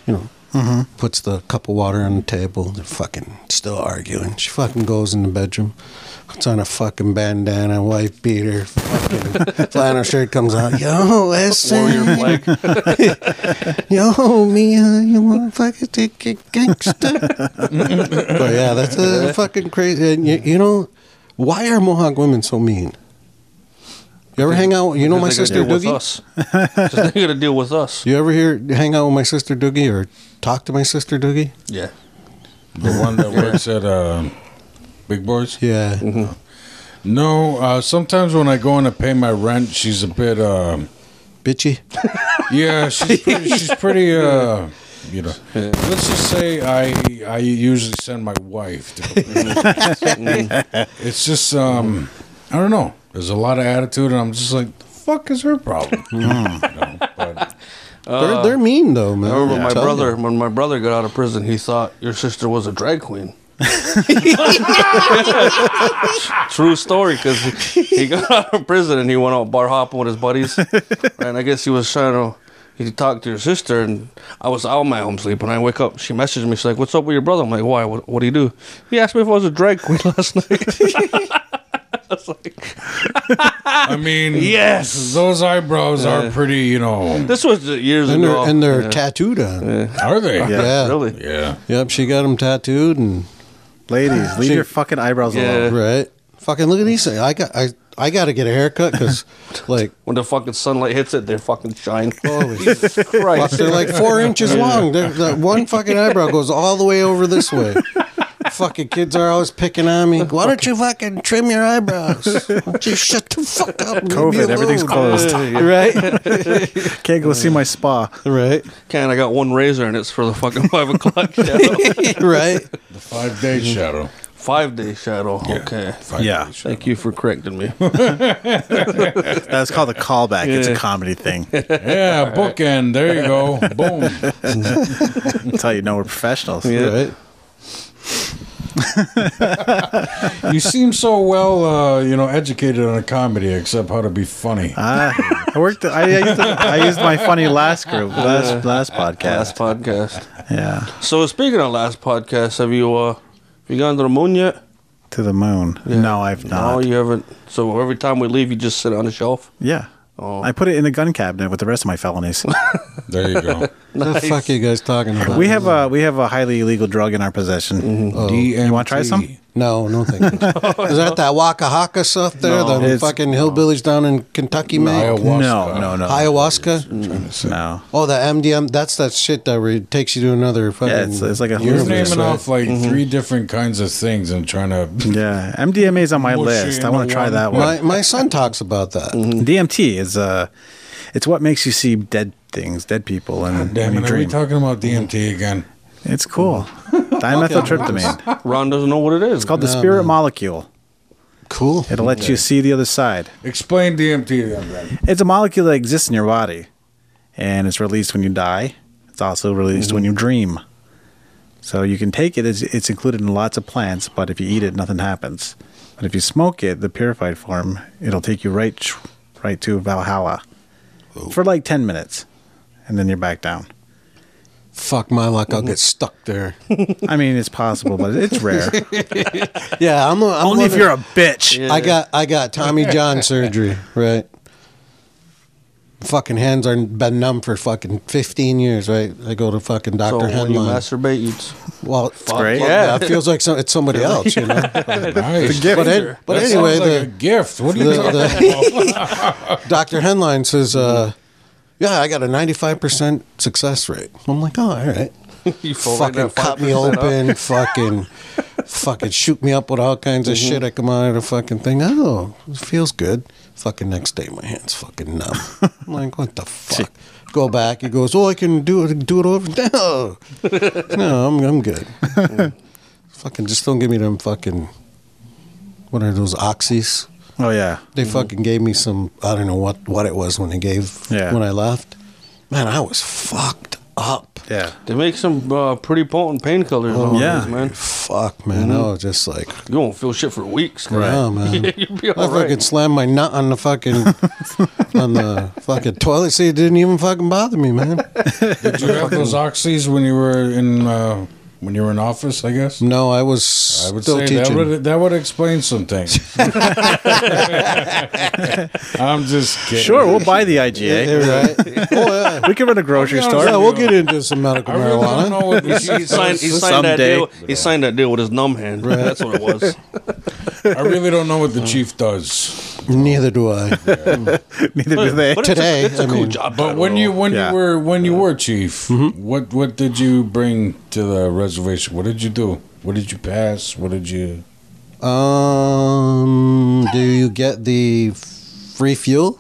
D: you know.
E: Mm-hmm.
D: Puts the cup of water on the table. They're fucking still arguing. She fucking goes in the bedroom, puts on a fucking bandana, white beater, fucking flannel shirt comes out. Yo,
B: Warrior
D: listen,
B: flag.
D: Yo, Mia, you want to fucking take a gangster? but yeah, that's a fucking crazy. And you, you know, why are Mohawk women so mean? You ever hang out? You know my
B: Because they
D: sister
B: gotta deal with
D: Doogie.
B: us. 'Cause they got to deal with us.
D: You ever hear hang out with my sister Doogie or talk to my sister Doogie?
B: Yeah.
A: the one that works at uh, Big Boys.
D: Yeah,
B: Mm-hmm.
A: No, uh, sometimes when I go in to pay my rent, she's a bit. Um,
D: bitchy.
A: Yeah, she's pretty, she's pretty uh, you know. Let's just say I I usually send my wife. To, it's just um, I don't know. There's a lot of attitude, and I'm just like, the fuck is her problem? You know, but
D: they're, they're mean though, man.
B: I remember
D: I'm
B: Uh, my
D: telling
B: brother when my brother got out of prison. He thought your sister was a drag queen. True story, because he, he got out of prison and he went out bar hopping with his buddies, and I guess he was trying to. He talked to your sister, and I was out my home sleep. When I wake up, she messaged me. She's like, "What's up with your brother?" I'm like, "Why? What, what do you do?" He asked me if I was a drag queen last night. I was like,
A: I mean,
B: Yes.
A: those eyebrows are pretty. You know,
B: "This was years
D: you. And
B: ago."
D: they're, and they're
B: Yeah.
D: tattooed on. Yeah.
A: are they?
D: Yeah.
B: really.
D: Yep, she got them tattooed and
E: Ladies, leave your fucking eyebrows
B: Yeah.
E: alone.
D: right. Fucking look at these. things. I got I I got to get a haircut because like
B: When the fucking sunlight hits it, they fucking shine.
D: Holy
B: Jesus
D: Fuck,
B: Christ.
D: They're like four inches long. They're, that one fucking eyebrow goes all the way over this way. fucking kids are always picking on me. Why don't you fucking trim your eyebrows? Why don't you shut the fuck up? and leave me
E: COVID, everything's
D: alone?
B: Oh,
E: closed.
D: Right,
E: Can't go see my spa.
D: right,
B: Can I got one razor and it's for the fucking five o'clock shadow.
D: right.
A: The five day shadow.
B: Five day shadow. Okay.
A: Five
E: Yeah.
A: days.
B: Thank you for correcting me.
E: That's called a callback. It's a
B: Yeah.
E: comedy thing.
A: Yeah, bookend. There you go. Boom.
E: That's how you know we're professionals.
B: Yeah.
A: You seem so well, uh, you know, educated on comedy, except how to be funny.
E: Ah, I worked. I, I, used I used my funny last group last last podcast.
B: Last podcast.
E: Yeah,
B: So speaking of last podcast, have you uh you gone to the moon yet?
E: to the moon. No, I've
B: No,
E: not.
B: Oh, you haven't. So every time we leave, you just sit on the shelf.
E: yeah,
B: Oh.
E: I put it in the gun cabinet with the rest of my felonies.
A: There you go.
D: What the fuck are you guys talking about?
E: we have a we have a highly illegal drug in our possession.
B: Mm-hmm.
D: Oh.
A: DMT.
E: You want to try some?
D: no, no thank you. Is that that Waka Haka stuff there?
B: No.
D: the
E: It's-
D: fucking hillbillies down in Kentucky, man.
A: Ayahuasca.
E: No, no, no,
D: Ayahuasca.
E: no.
D: Oh, the MDM. That's that shit that re- takes you to another fucking.
E: Yeah, it's, it's like a
A: You're
E: whole-
A: naming
D: right?
A: off like
D: Mm-hmm.
A: three different kinds of things and trying to.
E: Yeah, MDMA is on my
A: Mushy
E: list. I
A: in
E: want
A: the
E: to try
A: one.
E: that one.
D: my my son talks about that.
E: Mm. DMT is uh, it's what makes you see dead things, dead people, and when
A: Damn
E: you
A: it, are we
E: dream.
A: talking about DMT
D: Mm-hmm.
A: again?
E: it's cool. Dimethyltryptamine.
B: Ron doesn't know what it is.
E: It's called the spirit molecule.
D: Cool.
E: It'll let you see the other side.
A: Explain DMT then, then.
E: It's a molecule that exists in your body, and it's released when you die. It's also released when you dream. So you can take it. It's, it's included in lots of plants, but if you eat it, nothing happens. But if you smoke it, the purified form, it'll take you right tr- right to Valhalla for like ten minutes, and then you're back down.
D: Fuck my luck. I'll get stuck there.
E: I mean, it's possible, but it's rare.
D: Yeah, I'm. A, I'm
E: Only if
D: living-
E: you're a bitch.
D: I got I got Tommy John surgery, right? Fucking hands are been numb for fucking fifteen years, right? I go to fucking
B: So
D: Doctor
B: when you
D: Henline.
B: masturbate, you t-
D: Well,
E: great.
D: well, yeah, it feels like some, it's somebody else, you know.
A: Nice.
D: But, an- but
A: That sounds
D: anyway,
A: like
D: the,
A: a gift. What are you
D: the,
A: talking
D: the Dr. Henline says, uh, yeah, I got a 95% success rate. I'm like, oh, all right.
B: you fall right
D: fucking
B: down
D: cut me
B: 5%, huh?
D: open, fucking, fucking shoot me up with all kinds of shit. I come out of the fucking thing. Oh, it feels good. Fucking next day, my hand's fucking numb. I'm like, what the fuck? Go back. He goes, oh, I can do it, do it over. No, no, I'm, I'm good. fucking, just don't give me them fucking. What are those oxys?
E: Oh yeah.
D: They fucking gave me some. I don't know what what it was when they gave
E: Yeah.
D: when I left. Man, I was fucked up.
E: Yeah.
B: They make some uh, pretty potent painkillers. Oh,
E: yeah.
B: man.
D: Fuck, man.
A: Mm-hmm.
D: I was just like,
B: You won't feel shit for weeks.
E: Right.
D: oh man.
B: You'll be
D: I
B: all right.
D: fucking slammed my nut on the fucking on the fucking toilet seat. It didn't even fucking bother me, man.
A: Did you have those oxys when you were in uh, when you were in office? I guess.
D: No, I was
A: I would
D: Mm, still
A: say
D: teaching.
A: that would that would explain some things. I'm just kidding.
E: Sure, we'll buy the IGA.
D: Yeah, right. oh yeah.
E: We can run a grocery
A: Yeah,
E: store.
D: Yeah, we'll get into some medical
A: I really don't
D: marijuana.
A: know what this
B: He signed, he
A: is.
B: signed that
E: Someday.
B: deal. He signed that deal with his numb hand. That's what it was.
A: I really don't know what the chief does.
D: Neither do I.
E: Neither do they.
B: But
D: Today,
B: it's a, it's a
D: I
B: cool
D: mean-
B: job.
A: But
B: title,
A: when you when
E: Yeah.
A: you were when you were chief, what what did you bring to the reservation? What did you do? What did you pass? What did you?
D: Um, do you get the free fuel?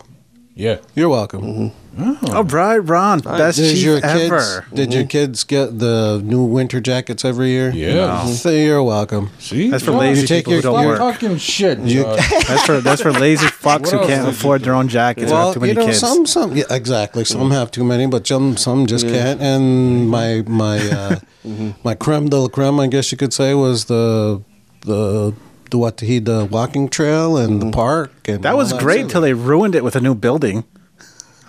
A: Yeah,
D: You're welcome.
E: Oh, right, Ron, best
D: Did
E: chief
D: your kids?
E: ever. Mm-hmm.
D: Did your kids get the new winter jackets every year? Mm-hmm.
A: Yeah. No.
D: So you're welcome.
A: see,
E: That's for
A: Look,
E: lazy
D: you take
E: people
D: your-
E: who don't
A: you're
E: work.
A: Talking shit. Josh.
E: That's for that's for lazy fucks who
A: else
E: can't
A: did you
E: afford their own jackets or have too many
D: you know,
E: kids. Mm.
D: some some yeah, exactly. Some have too many, but some some just can't.
E: Mm-hmm.
D: And my my uh, my creme de la creme, I guess you could say, was the the the what he the walking trail and the park and
E: Mm-hmm. that
D: all
E: was great until they ruined it with a new building.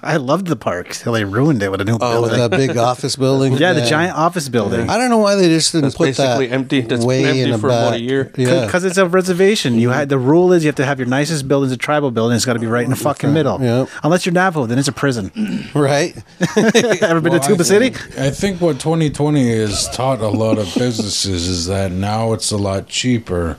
E: I loved the park till they ruined it with a new
D: Oh, with
E: building.
D: that big office building.
E: yeah, the giant office building.
D: I don't know why they just didn't
B: That's
D: put that
B: basically empty. That's
D: way
B: been
D: in
B: empty
D: the
B: for
D: back.
B: about a year.
D: Yeah,
E: Because it's a reservation. You had the rule is you have to have your nicest building is a tribal building. It's got to be right in the fucking middle.
D: Yep.
E: Unless you're Navajo, then it's a prison.
D: right.
E: Ever been
A: Well,
E: to Tuba
A: I
E: City?
A: think- I think what 2020 has taught a lot of businesses is that now it's a lot cheaper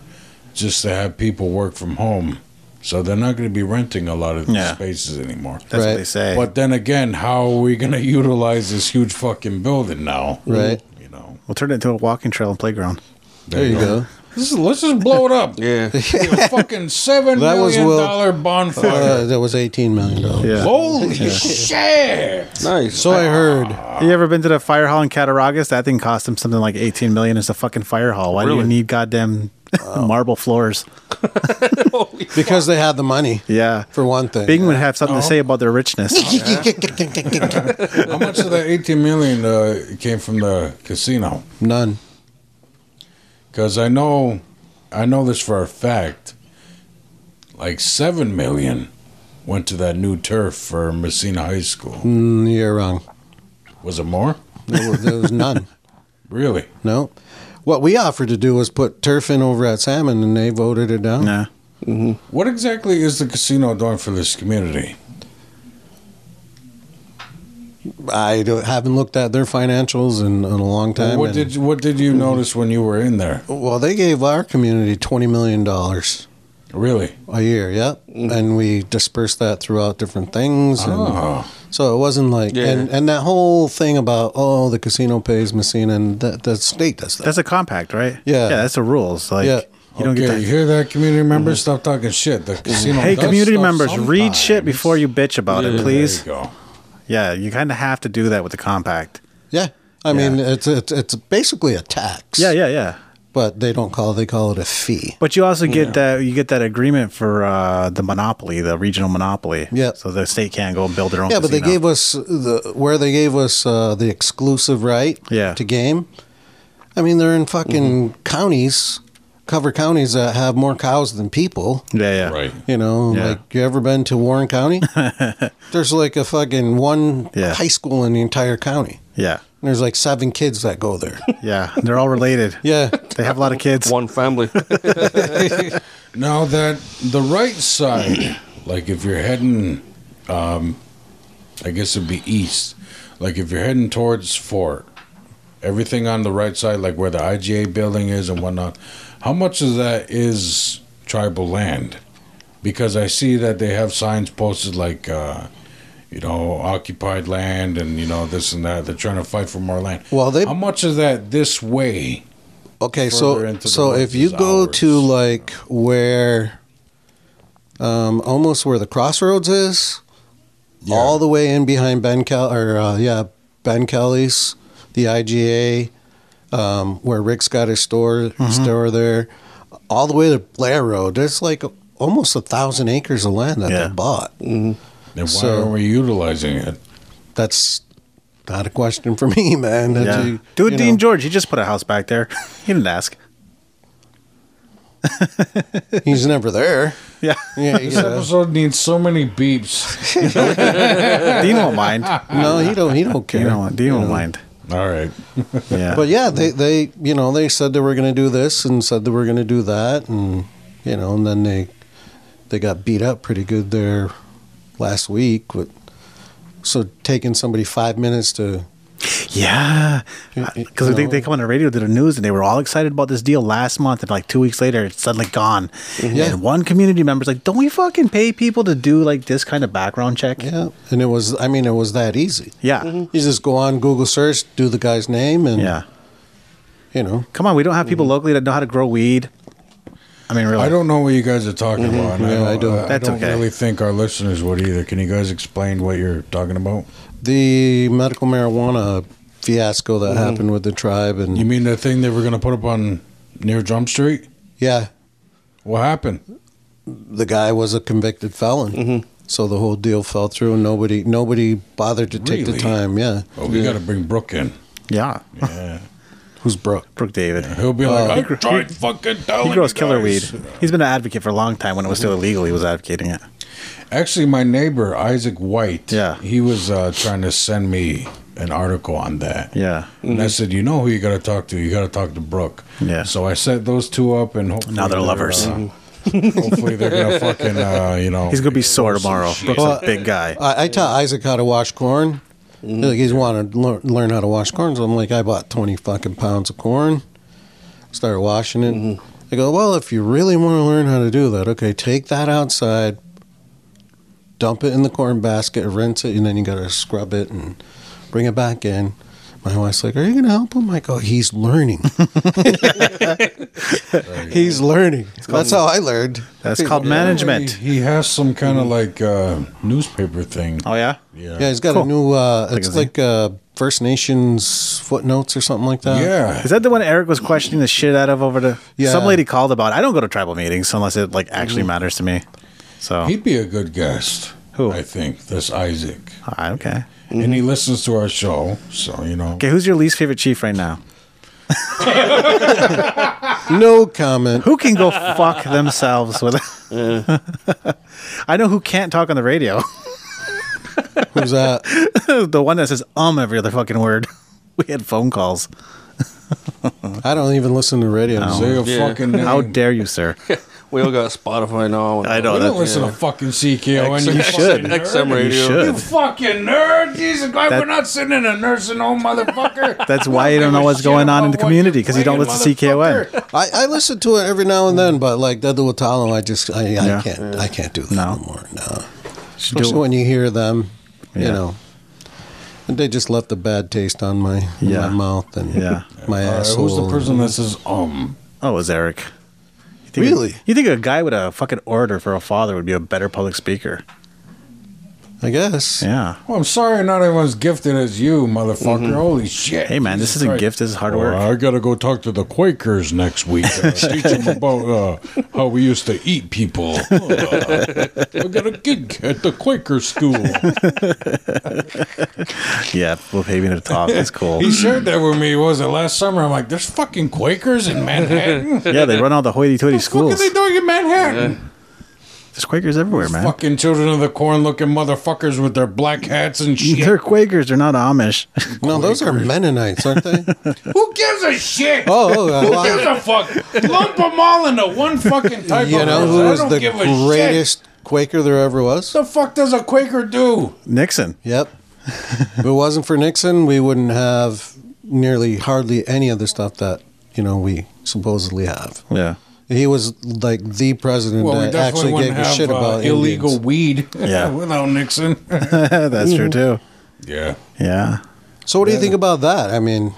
A: just to have people work from home. So they're not going to be renting a lot of these
E: Yeah.
A: spaces anymore.
E: That's
D: Right.
E: what they say.
A: But then again, how are we going to utilize this huge fucking building now?
D: Right.
A: You know.
E: We'll turn it into a walking trail and playground.
D: There you go.
A: This is, let's just blow it up.
B: Yeah.
A: A fucking seven
D: That was
A: million
D: Will-
A: dollar bonfire.
D: Uh, that was eighteen million dollars.
E: Yeah.
A: Holy shit!
B: Nice.
D: So I heard.
E: You ever been to the fire hall in Cattaraugus? That thing cost them something like eighteen million. It's a fucking fire hall. Why do
B: Really?
E: you need goddamn marble floors.
D: because they had the money.
E: Yeah.
D: For one thing.
E: Bing would have something to say about their richness.
A: How much of that 18 million uh, came from the casino?
D: None.
A: Because I know, I know this for a fact. Like seven million went to that new turf for Messina High School.
D: Mm, you're wrong.
A: Was it more?
D: There was, there was none.
A: Really?
D: No. What we offered to do was put turf in over at Salmon, and they voted it down.
E: nah.
A: What exactly is the casino doing for this community?
D: I don't, haven't looked at their financials in, in a long time.
A: what
D: and-
A: did you, what did you notice when you were in there?
D: well, they gave our community $20 million.
A: Really?
D: A year, yep. And we dispersed that throughout different things. And
A: Oh,
D: So it wasn't like,
B: Yeah.
D: and, and that whole thing about, oh, the casino pays Messina and the, the state does that.
E: That's a compact, right?
D: Yeah.
E: Yeah, that's the rules. Like
D: Yeah.
E: you don't
A: okay.
E: get that. Mm-hmm.
A: You hear that, community members? Stop talking shit. The casino.
E: Hey,
A: does
E: community
A: stuff
E: members, read shit
A: sometimes.
E: before you bitch about it,
B: Yeah.
E: please.
A: There you go.
E: Yeah, you kind of have to do that with the compact.
D: Yeah. I
E: Yeah.
D: mean, it's, it's it's basically a tax.
E: Yeah, yeah, yeah.
D: But they don't call they call it a fee.
E: But you also get that you get that agreement for uh, the monopoly, the regional monopoly.
D: Yeah.
E: So the state can't go and build their own.
D: Yeah, but they
E: casino.
D: gave us the where they gave us uh, the exclusive right.
E: Yeah. Mm-hmm.
D: To game. I mean, they're in fucking counties, cover counties that have more cows than people.
E: Yeah, yeah.
A: Right.
D: You know,
E: Yeah.
D: like you ever been to Warren County? There's like a fucking one
E: Yeah.
D: high school in the entire county.
E: Yeah,
D: And there's like seven kids that go there.
E: yeah. They're all related.
D: Yeah.
E: They have a lot of kids.
B: One family.
A: Now that the right side, like if you're heading, um, I guess it'd be east. Like if you're heading towards Fort, everything on the right side, like where the IGA building is and whatnot, how much of that is tribal land? Because I see that they have signs posted like, uh, you know, occupied land and you know this and that. They're trying to fight for more land.
D: Well, they-
A: how much of that this way?
D: Okay,
A: further
D: so
A: into the
D: so
A: woods
D: if you
A: is
D: go to
A: ours.
D: like where, um, almost where the crossroads is, all the way in behind Ben Kel or uh, yeah Ben Kelly's, the IGA, um, where Rick's got his store
E: Mm-hmm.
D: store there, all the way to Blair Road. There's like almost a thousand acres of land that
E: Yeah.
D: they bought.
A: And why
D: So-
A: aren't we utilizing it?
D: That's not a question for me, man. That's
E: Yeah.
D: you-
E: Dude,
D: you
E: Dean
D: know,
E: George, he just put a house back there. he didn't ask.
D: he's never there.
E: Yeah,
D: Yeah, he's,
A: This
D: uh,
A: episode needs so many beeps.
E: Dean won't mind.
D: no, he don't. He don't care.
E: Dean won't, Dean won't mind.
A: All right.
E: Yeah.
D: But yeah, they, they you know they said they were going to do this and said they were going to do that and you know and then they they got beat up pretty good there last week. With, so taking somebody five minutes to
E: Yeah, because they, they come on the radio to the news and they were all excited about this deal last month, and like two weeks later, it's suddenly gone.
D: Mm-hmm. Yeah.
E: And one community member's like, "Don't we fucking pay people to do like this kind of background check?"
D: yeah, Mm-hmm. and it was I mean it was that easy.
E: yeah,
D: You just go on Google search, do the guy's name, and
E: Yeah.
D: you know
E: Come on, we don't have people
D: Mm-hmm.
E: locally that know how to grow weed. I mean, really,
A: I don't know what you guys are talking
E: Mm-hmm.
A: about. and
D: Yeah, I don't.
A: I
E: That's
A: don't
E: okay.
A: really think our listeners would either. Can you guys explain what you're talking about?
D: the medical marijuana fiasco that happened with the tribe and
A: You mean the thing they were going to put up on near Drum Street?
D: yeah,
A: What happened?
D: the guy was a convicted felon. So the whole deal fell through, and nobody nobody bothered to take the
A: Really?
D: time. Yeah,
A: Oh, we got to bring Brooke in.
E: Yeah,
D: who's Brooke?
E: Brooke David.
A: He'll be like, I tried fucking telling
E: Oh. He grows
A: you
E: killer weed.
A: guys."
E: He's been an advocate for a long time. When it was still illegal, he was advocating it.
A: Actually, my neighbor Isaac White.
E: Yeah.
A: He was uh, trying to send me an article on that.
E: Yeah.
A: And I said, you know who you got to talk to? You got to talk to Brooke.
E: Mm-hmm. Yeah.
A: So I set those two up, and hopefully
E: Now they're lovers. Mm-hmm.
A: uh, hopefully they're gonna fucking uh, you know.
E: He's gonna be sore tomorrow.
A: shit.
E: Brooke's a big guy.
D: I, I taught Isaac how to wash corn. He's Like he's wanted to learn, learn how to wash corn, so I'm like, I bought twenty fucking pounds of corn. Started washing it. I go, well, if you really want to learn how to do that, okay, take that outside, dump it in the corn basket, rinse it, and then you gotta scrub it and bring it back in. My wife's like, "Are you gonna help him?" I go, "He's learning. He's learning. That's how I learned."
E: That's called
A: He,
E: management. Mm-hmm.
A: he has some kind of like uh, newspaper thing.
E: Oh yeah.
D: Yeah, he's got
E: Cool.
D: a new. Uh, it's
E: Magazine.
D: like uh, First Nations footnotes or something like that.
A: yeah.
E: Is that the one Eric was questioning the shit out of over the?
D: Yeah.
E: Some lady called about. it. I don't go to tribal meetings unless it like actually matters to me. So
A: He'd be a good guest.
E: Who?
A: I think. This Isaac.
E: Ah, okay.
A: And he listens to our show, so, you know.
E: Okay, who's your least favorite chief right now?
D: No comment.
E: Who can go fuck themselves with? I know who can't talk on the radio.
D: Who's that?
E: the one that says um every other fucking word. We had phone calls.
D: I don't even listen to radio.
A: Say a
B: Yeah.
A: fucking name.
E: How dare you, sir?
B: We all got Spotify now.
E: I
A: you
E: know
A: don't
E: that.
A: listen to fucking CKO.
E: You
A: you
E: should.
A: fucking nerd.
B: XM
E: You
B: radio.
E: should.
A: You fucking nerd! Jesus Christ,
E: That-
A: we're not sitting in a nursing home, motherfucker.
E: That's why you don't know what's going on in the community because you don't listen to CKON.
D: I, I listen to it every now and then, but like Dead Watalo, I just I, I
E: Yeah.
D: can't I can't do that
E: No.
D: no. anymore. No.
E: Should
D: Especially
E: do it.
D: when you hear them,
E: Yeah.
D: you know. And they just left a bad taste on my in
E: Yeah.
D: my mouth and
E: Yeah.
D: my asshole.
A: who's the person that says um?
E: Oh, it was Eric. You think
D: Really?
E: you think a guy with a fucking orator for a father would be a better public speaker?
D: I guess.
E: Yeah.
A: Well, oh, I'm sorry, not everyone's gifted as you, motherfucker. Holy shit!
E: Mm-hmm. Hey, man, this
A: Jesus
E: isn't
A: Christ.
E: gift. This is hard
A: Well,
E: work.
A: I gotta go talk to the Quakers next week. Uh, teach them about uh, how we used to eat people. Uh, I got a gig at the Quaker school.
E: Yeah, we'll pay me to talk. That's cool.
A: He shared that with me. What was it last summer? I'm like, there's fucking Quakers in Manhattan.
E: yeah, they run all the hoity-toity
A: What are
E: schools.
A: they doing in Manhattan?
E: There's Quakers everywhere, man.
A: Fucking children of the corn looking motherfuckers with their black hats and shit.
E: They're Quakers. They're not Amish.
D: No, those are Mennonites, aren't they?
A: Who gives a shit?
D: Oh, oh,
A: Who
D: I-
A: gives a fuck? Lump them all into one fucking type
D: you
A: of
D: know
A: person.
D: who
A: I
D: was
A: don't
D: the
A: give a shit.
D: greatest Quaker there ever was?
A: What the fuck does a Quaker do?
E: Nixon.
D: Yep. if it wasn't for Nixon, we wouldn't have nearly hardly any of the stuff that you know we supposedly have.
E: Yeah.
D: He was like the president
A: Well, we
D: that
A: definitely
D: actually gave
A: wouldn't
D: a
A: have
D: shit
A: uh,
D: about
A: illegal
D: Indians.
A: weed
E: Yeah.
A: without Nixon.
E: That's true too.
A: yeah.
E: Yeah.
D: So, what do you think about that? I mean,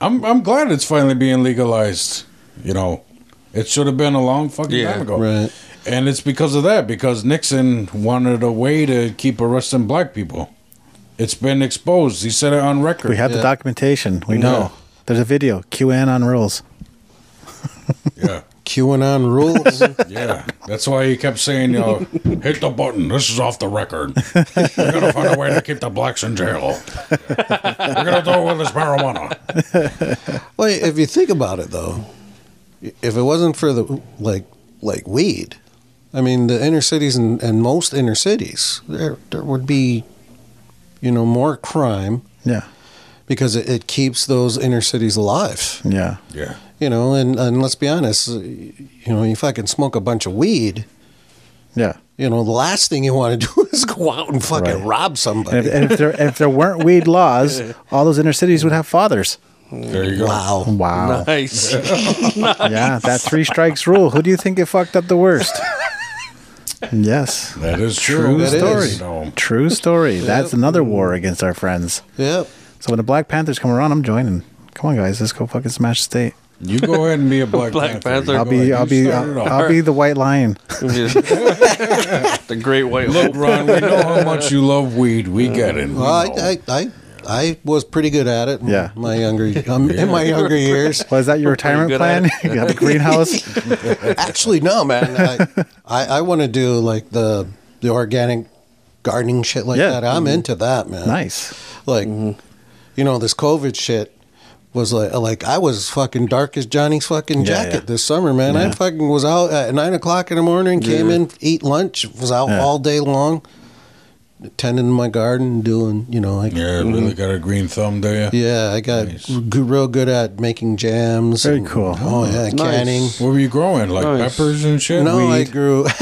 A: I'm, I'm glad it's finally being legalized. You know, it should have been a long fucking
B: Yeah.
A: time ago.
D: right?
A: And it's because of that, because Nixon wanted a way to keep arresting black people. It's been exposed. He said it on record.
E: We have the
D: Yeah.
E: documentation. We know.
A: Yeah.
E: There's a video. QAnon rules.
A: yeah.
D: QAnon rules.
A: Yeah, that's why he kept saying, you know, hit the button. This is off the record. We're going to find a way to keep the blacks in jail. We're going to do it with this marijuana.
D: well, if you think about it, though, if it wasn't for the like like weed, I mean, the inner cities and, and most inner cities, there there would be, you know, more crime
E: Yeah.
D: because it, it keeps those inner cities alive.
E: Yeah.
A: Yeah.
D: You know, and, and let's be honest, uh, you know, if I can smoke a bunch of weed,
E: Yeah.
D: you know, the last thing you want to do is go out and fucking
E: Right.
D: rob
E: And
D: somebody.
E: if, and if there if there weren't weed laws, all those inner cities would have fathers.
A: There you go.
D: Wow.
E: Wow.
B: Nice.
E: Yeah, that three strikes rule. Who do you think it fucked up the worst? yes.
A: That is true.
D: True That story.
E: is. True story. That's another war against our friends.
D: Yep.
E: So when the Black Panthers come around, I'm joining. Come on, guys, let's go fucking smash the state.
A: You go ahead and be a Black,
B: Black
A: Panther.
B: Panther.
E: I'll
A: Go
E: be,
A: ahead.
E: I'll
A: You
E: be,
A: start it
E: I'll,
A: off.
E: I'll be the White Lion.
B: the great white
A: Look, Ron, we know how much you love weed. We get it. We
D: Well,
A: know.
D: I, I, I, I was pretty good at it. in
E: Yeah.
D: My younger, um, in my younger years.
E: Was that your
B: pretty
E: retirement
B: good
E: plan?
B: at
E: you got the greenhouse.
D: Actually, no, man. I, I, I want to do like the the organic gardening shit like
E: Yeah. Mm-hmm.
D: that. I'm into that, man.
E: nice.
D: Like,
E: Mm-hmm.
D: you know, this COVID shit was like, like I was fucking dark as Johnny's fucking
E: Yeah,
D: jacket
E: yeah.
D: this summer, man. I
E: Yeah.
D: fucking was out at nine o'clock in the morning, came in, eat lunch, was out
E: Yeah.
D: all day long, tending my garden, doing, you know, like, yeah.
A: yeah, really got a green thumb, do you?
D: I got g- real good at making jams.
E: Very
D: and-
E: cool.
D: Oh yeah, canning.
A: What were you growing? Like
B: Nice.
A: peppers and shit?
D: No, I
A: Weed?
D: grew.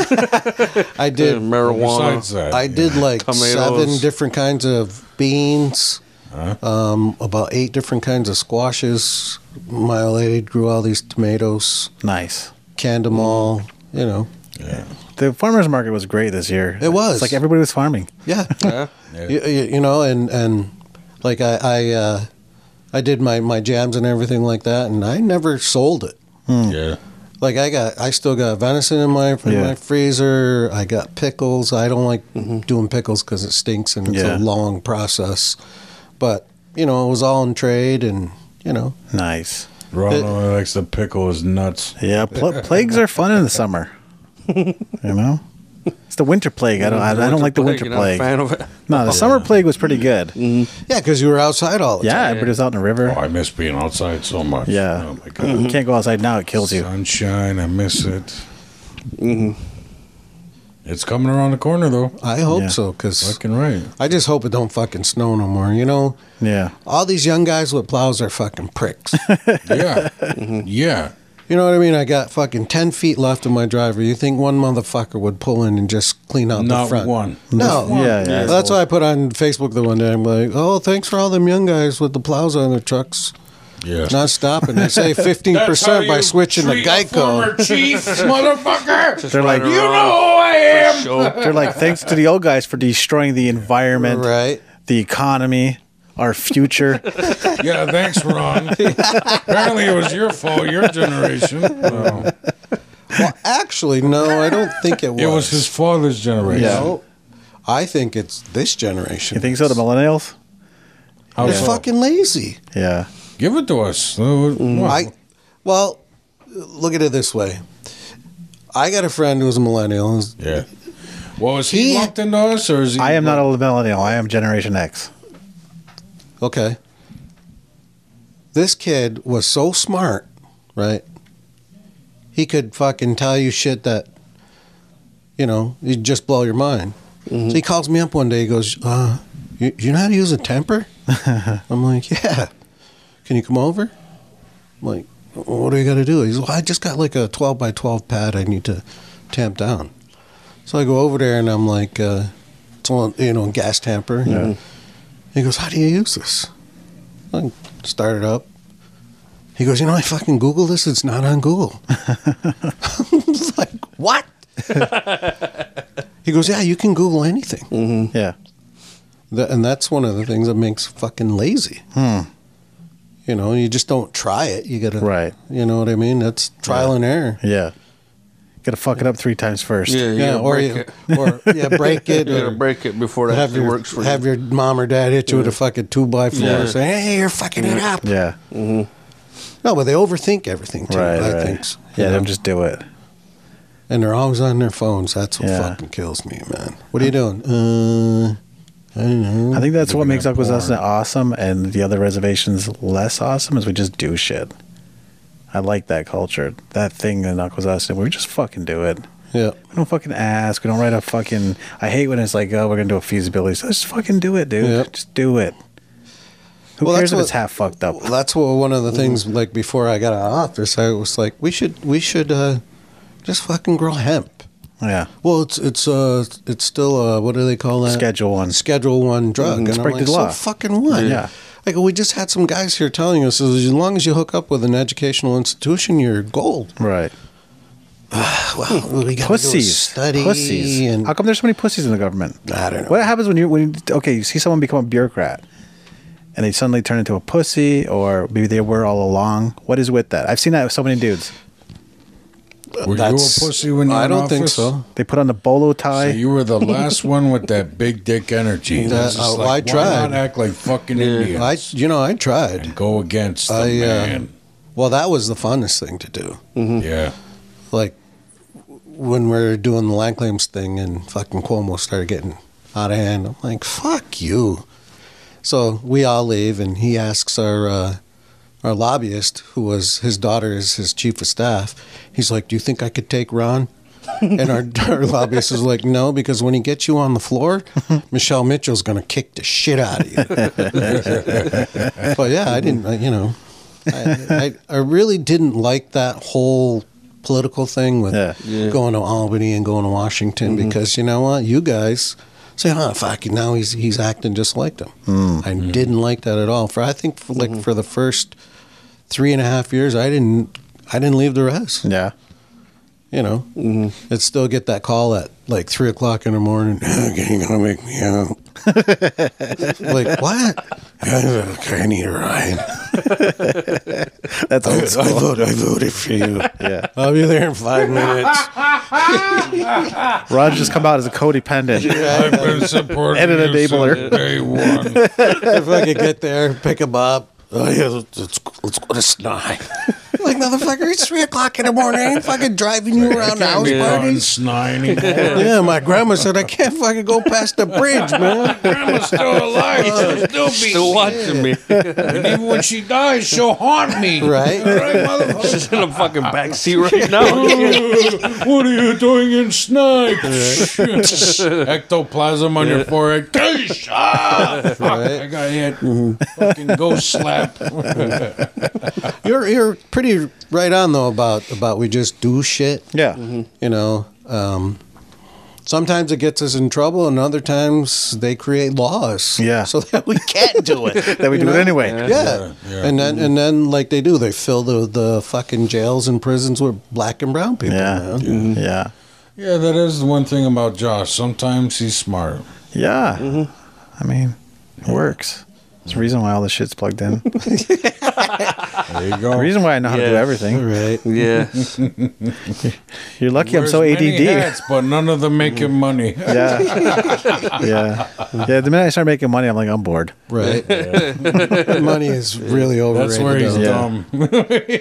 D: I did.
A: Besides
B: marijuana.
A: that.
D: I did like
B: Tomatoes.
D: seven different kinds of beans, um, about eight different kinds of squashes. My lady grew all these tomatoes,
E: Nice.
D: canned them all. You know,
A: Yeah.
E: The farmers market was great this year.
D: It was.
E: It's like everybody was farming.
D: yeah,
B: Yeah.
A: Yeah.
D: you, you, you know, and and like I I, uh, I did my my jams and everything like that, and I never sold it.
A: yeah.
D: Like I got, I still got venison in my in
E: Yeah. Mm-hmm.
D: my freezer. I got pickles. I don't like doing pickles because it stinks and it's
E: Yeah.
D: a long process. But you know, it was all in trade, and you know,
E: Nice.
A: Ronald likes to pickle his nuts.
E: Yeah, pl- plagues are fun in the summer. You know, it's the winter plague. I don't. I, I don't like the winter
B: You're not a
E: plague.
B: fan of it.
E: No, the summer plague was pretty good.
D: yeah, because you were outside all the
E: Yeah, but it was out in the river.
A: Oh, I miss being outside so much.
E: Yeah.
A: Oh my god.
E: You can't go outside now; it kills you.
A: Sunshine, I miss it. Mm-hmm. It's coming around the corner though.
D: I hope
E: Yeah.
D: so, because
A: Fucking right.
D: I just hope it don't fucking snow no more. You know,
E: Yeah,
D: all these young guys with plows are fucking pricks.
A: Yeah. Yeah.
D: you know what I mean? I got fucking ten feet left of my driver. You think one motherfucker would pull in and just clean out
A: Not
D: the front?
A: one.
D: No.
E: Not one. Yeah, yeah.
D: That's why I put on Facebook the one day. I'm like, oh, thanks for all them young guys with the plows on their trucks.
A: Yeah.
D: Not stopping. They say 15% by switching to Geico.
A: chief, motherfucker.
E: they're like
A: You know who I am.
B: Show.
E: they're like thanks to the old guys for destroying the environment,
D: Right.
E: the economy, our future.
A: Yeah, thanks, Ron. Apparently, it was your fault, your generation. Well,
D: Actually, no, I don't think it was.
A: it was his father's generation.
D: No. I think it's this generation.
E: You think so? The millennials?
A: How
D: They're
A: so?
D: fucking lazy.
E: Yeah,
A: Give it to us. Uh, well,
D: I, well, look at it this way. I got a friend who's a millennial.
A: yeah. Well, is he,
D: He-
A: lumped into us, or is he?
E: I am not a millennial. I am Generation X.
D: Okay. This kid was so smart, right? He could fucking tell you shit that, you know, he'd just blow your mind. So he calls me up one day. He goes, uh, you, you know how to use a temper? I'm like, yeah. Can you come over? I'm like, what do you got to do? He's like, well, I just got like a 12 by 12 pad I need to tamp down. So I go over there and I'm like, uh, it's on, you know, gas tamper. He goes, How do you use this? I start it up. He goes, You know, I fucking Google this. It's not on Google. I'm like, What? he goes, Yeah, you can Google anything.
E: Yeah,
D: Th- and that's one of the things that makes fucking lazy.
B: Hmm.
D: You know, you just don't try it. You gotta,
E: Right.
D: You know what I mean? That's trial and error.
E: yeah. Got to fuck it up three times first.
B: Yeah, you
D: Yeah,
B: gotta
D: or
B: break
D: you,
B: it.
D: or yeah, break it,
B: You gotta
D: or
B: break it before that
D: have
B: actually
D: your
B: works for
D: have
B: you.
D: your mom or dad hit you with a fucking two by four
B: Yeah.
D: and say, "Hey, you're fucking it up."
E: Yeah,
D: No, but they overthink everything too.
E: right,
D: I
E: right.
D: think. so, you
E: yeah,
D: know?
E: them just do it.
D: and they're always on their phones. That's what
E: Yeah.
D: fucking kills me, man. What are you doing? Uh, I don't know.
E: I think that's
A: Looking
E: what makes
A: at
E: Aquasasana awesome and the other reservations less awesome is we just do shit. I like that culture. That thing in Aquasasana, we just fucking do it.
D: Yeah,
E: We don't fucking ask. We don't write a fucking. I hate when it's like, oh, we're going to do a feasibility. So just fucking do it, dude.
D: Yeah.
E: Just do it. Who
D: Well,
E: cares
D: that's
E: if
D: what-
E: it's half fucked up?
D: Well, that's what one of the things. Like before I got out of office, I was like, we should we should uh, just fucking grow hemp.
E: Yeah.
D: Well, it's it's uh it's still uh what do they call that?
E: Schedule one.
D: Schedule one drug.
E: Mhm.
D: And
E: It's
D: I'm
E: break
D: like,
E: the law.
D: so fucking what?
E: Yeah.
D: Like we just had some guys here telling us as long as you hook up with an educational institution, you're gold.
E: Right.
D: Well, we got to do a
E: Pussies.
D: study
E: pussies.
D: and
E: How come there's so many pussies in the government?
D: I don't know.
E: What happens when you when you, okay, you see someone become a bureaucrat and they suddenly turn into a pussy or maybe they were all along? What is with that? I've seen that with so many dudes.
A: were you a
D: That's-
A: pussy when you were
D: I
A: in
D: don't think
A: office?
D: so.
E: They put on the bolo
A: So
E: tie.
A: you were the last one with that big dick energy. It's
D: That-
A: just
D: oh,
A: like,
D: I
A: Why
D: tried.
A: not act like fucking Indians
D: I, you know, I tried.
A: and go against the
D: I, uh, mm-hmm.
A: man?
D: Well, that was the funnest thing to do.
A: Yeah.
D: Like when we are doing the land claims thing and fucking Cuomo started getting out of hand. I'm like, fuck you. So we all leave, and he asks our uh, our lobbyist, who was his daughter is his chief of staff. He's like, "Do you think I could take Ron?" And our, our lobbyist is like, "No, because when he gets you on the floor, Michelle Mitchell's gonna kick the shit out of you." but yeah, I didn't. I, you know, I, I I really didn't like that whole political thing with
E: Yeah.
B: Yeah.
D: going to Albany and going to Washington because you know what, you guys say, "Oh fuck, now he's he's acting just like them." I didn't like that at all. For I think for, like for the first three and a half years, I didn't I didn't leave the rest.
E: yeah.
D: You know, mm-hmm. I'd still get that call at like three o'clock in the morning. Okay, you're gonna make me out. like what? okay, I need a ride.
E: That's old
D: I
E: school.
D: vote. I voted for you.
E: Yeah.
D: I'll be there in five minutes.
E: Raj just come out as a codependent.
A: I've been supporting
E: And an
A: you
E: enabler.
A: since day one.
D: if I could get there, pick him up. Oh yeah, let's, let's, let's go to Snai. like motherfucker, it's three o'clock in the morning. I ain't fucking driving you around the house
A: Can't be on
D: parties.
A: snide anymore.
D: Yeah, my grandma said I can't fucking go past the bridge, man. Uh,
A: Grandma's still alive. She'll still
B: Still
A: be.
B: watching me.
A: And even when she dies, she'll haunt me. All
D: Right.
A: right, motherfucker.
B: Just in a fucking backseat right now.
A: what are you doing in snipe? Ectoplasm on your forehead. Kish! Ah, fuck, I got hit.
B: Mm-hmm.
A: Fucking ghost slap.
D: You're you're pretty right on though about about we just do shit.
E: Yeah.
D: You know, um, sometimes it gets us in trouble, and other times they create laws.
E: Yeah.
D: So that we can't do it.
E: That we do it anyway.
D: Yeah.
A: yeah.
D: And then and then like they do, they fill the the fucking jails and prisons with black and brown people.
E: Yeah.
D: man.
E: Yeah. Yeah.
A: Yeah, that is the one thing about Josh. Sometimes he's smart.
D: Mm-hmm.
E: I mean, it works. It's the reason why all this shit's plugged in. the
A: There you go.
E: reason why I know how to do
B: Yeah.
E: everything.
D: Right.
B: yeah.
E: You're lucky
A: Wears
E: I'm so
A: many
E: ADD.
A: hats, but none of them make him money.
E: Mm-hmm. Yeah. yeah. Yeah. The minute I start making money, I'm like, I'm bored.
D: Right. Money is really overrated.
A: That's where he's
D: though.
E: Yeah.
A: dumb.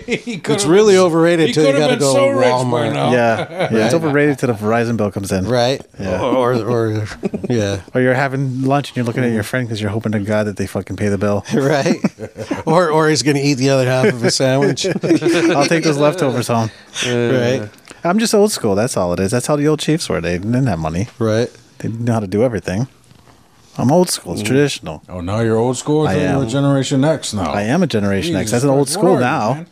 A: he could've-
D: It's really overrated
A: he
D: till you
A: could've
D: got to
A: been
D: go
A: so
D: to
A: rich by
D: Walmart.
A: now.
E: Yeah. Yeah. It's overrated till the Verizon bill comes in.
D: Right.
E: Yeah.
D: Or or yeah.
E: Or you're having lunch and you're looking at your friend because you're hoping to God that they fucking pay the bill.
D: Right. or or he's gonna eat the other half of a sandwich.
E: I'll take those leftovers home.
D: right.
E: I'm just old school. That's all it is. That's how the old chiefs were. They didn't have money.
D: Right.
E: They didn't know how to do everything. I'm old school. It's traditional.
A: Oh, now you're old school. I,
E: I
A: thought you
E: am.
A: were Generation X now.
E: I am a Generation X.
A: Jesus
E: That's an old
A: Christ, what
E: school
A: are you,
E: now.
A: man?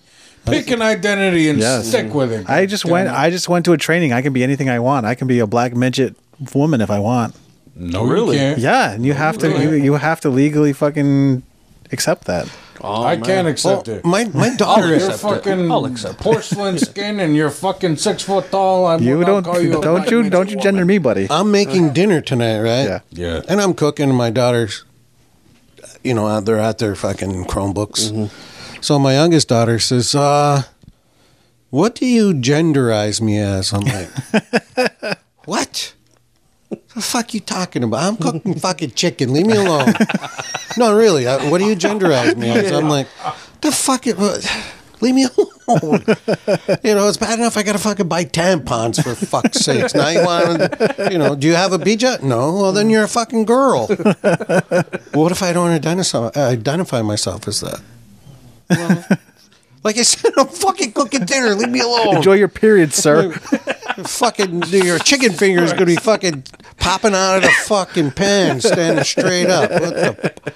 A: Pick an identity and
E: Yes.
A: stick with it.
E: I just went. I just went to a training. I can be anything I want. I can be a black midget woman if I want.
A: no,
B: Really?
A: You can't.
E: Yeah, and you have to. You,
A: Really?
E: you have to legally fucking accept that.
B: Oh,
A: I
B: man.
A: can't accept
D: Well,
A: it.
D: my my daughter
A: You're
D: is
B: accept it.
A: fucking
B: I'll accept it.
A: porcelain skin, and you're fucking six foot tall. I will
E: You
A: not
E: don't.
A: call you Oh. a
E: don't
A: black
E: you?
A: man's
E: Don't you
A: woman.
E: gender me, buddy?
D: I'm making dinner tonight, right?
E: Yeah.
A: Yeah.
D: And I'm cooking and my daughter's you know, out- they're out there fucking Chromebooks.
A: Mm-hmm.
D: So my youngest daughter says, uh, what do you genderize me as? I'm like, what? The fuck you talking about? I'm cooking fucking chicken. Leave me alone. no, really. I, what do you genderize me as? I'm like, the fuck it. what- Leave me alone. you know, it's bad enough I got to fucking buy tampons for fuck's sakes. Now you want to, you know, do you have a bija? No. Well, then you're a fucking girl. what if I don't identify, identify myself as that? like I said, I'm fucking cooking dinner. Leave me alone
E: Enjoy your period, sir.
D: fucking your chicken finger is going to be fucking popping out of the fucking pan, standing straight up. What the?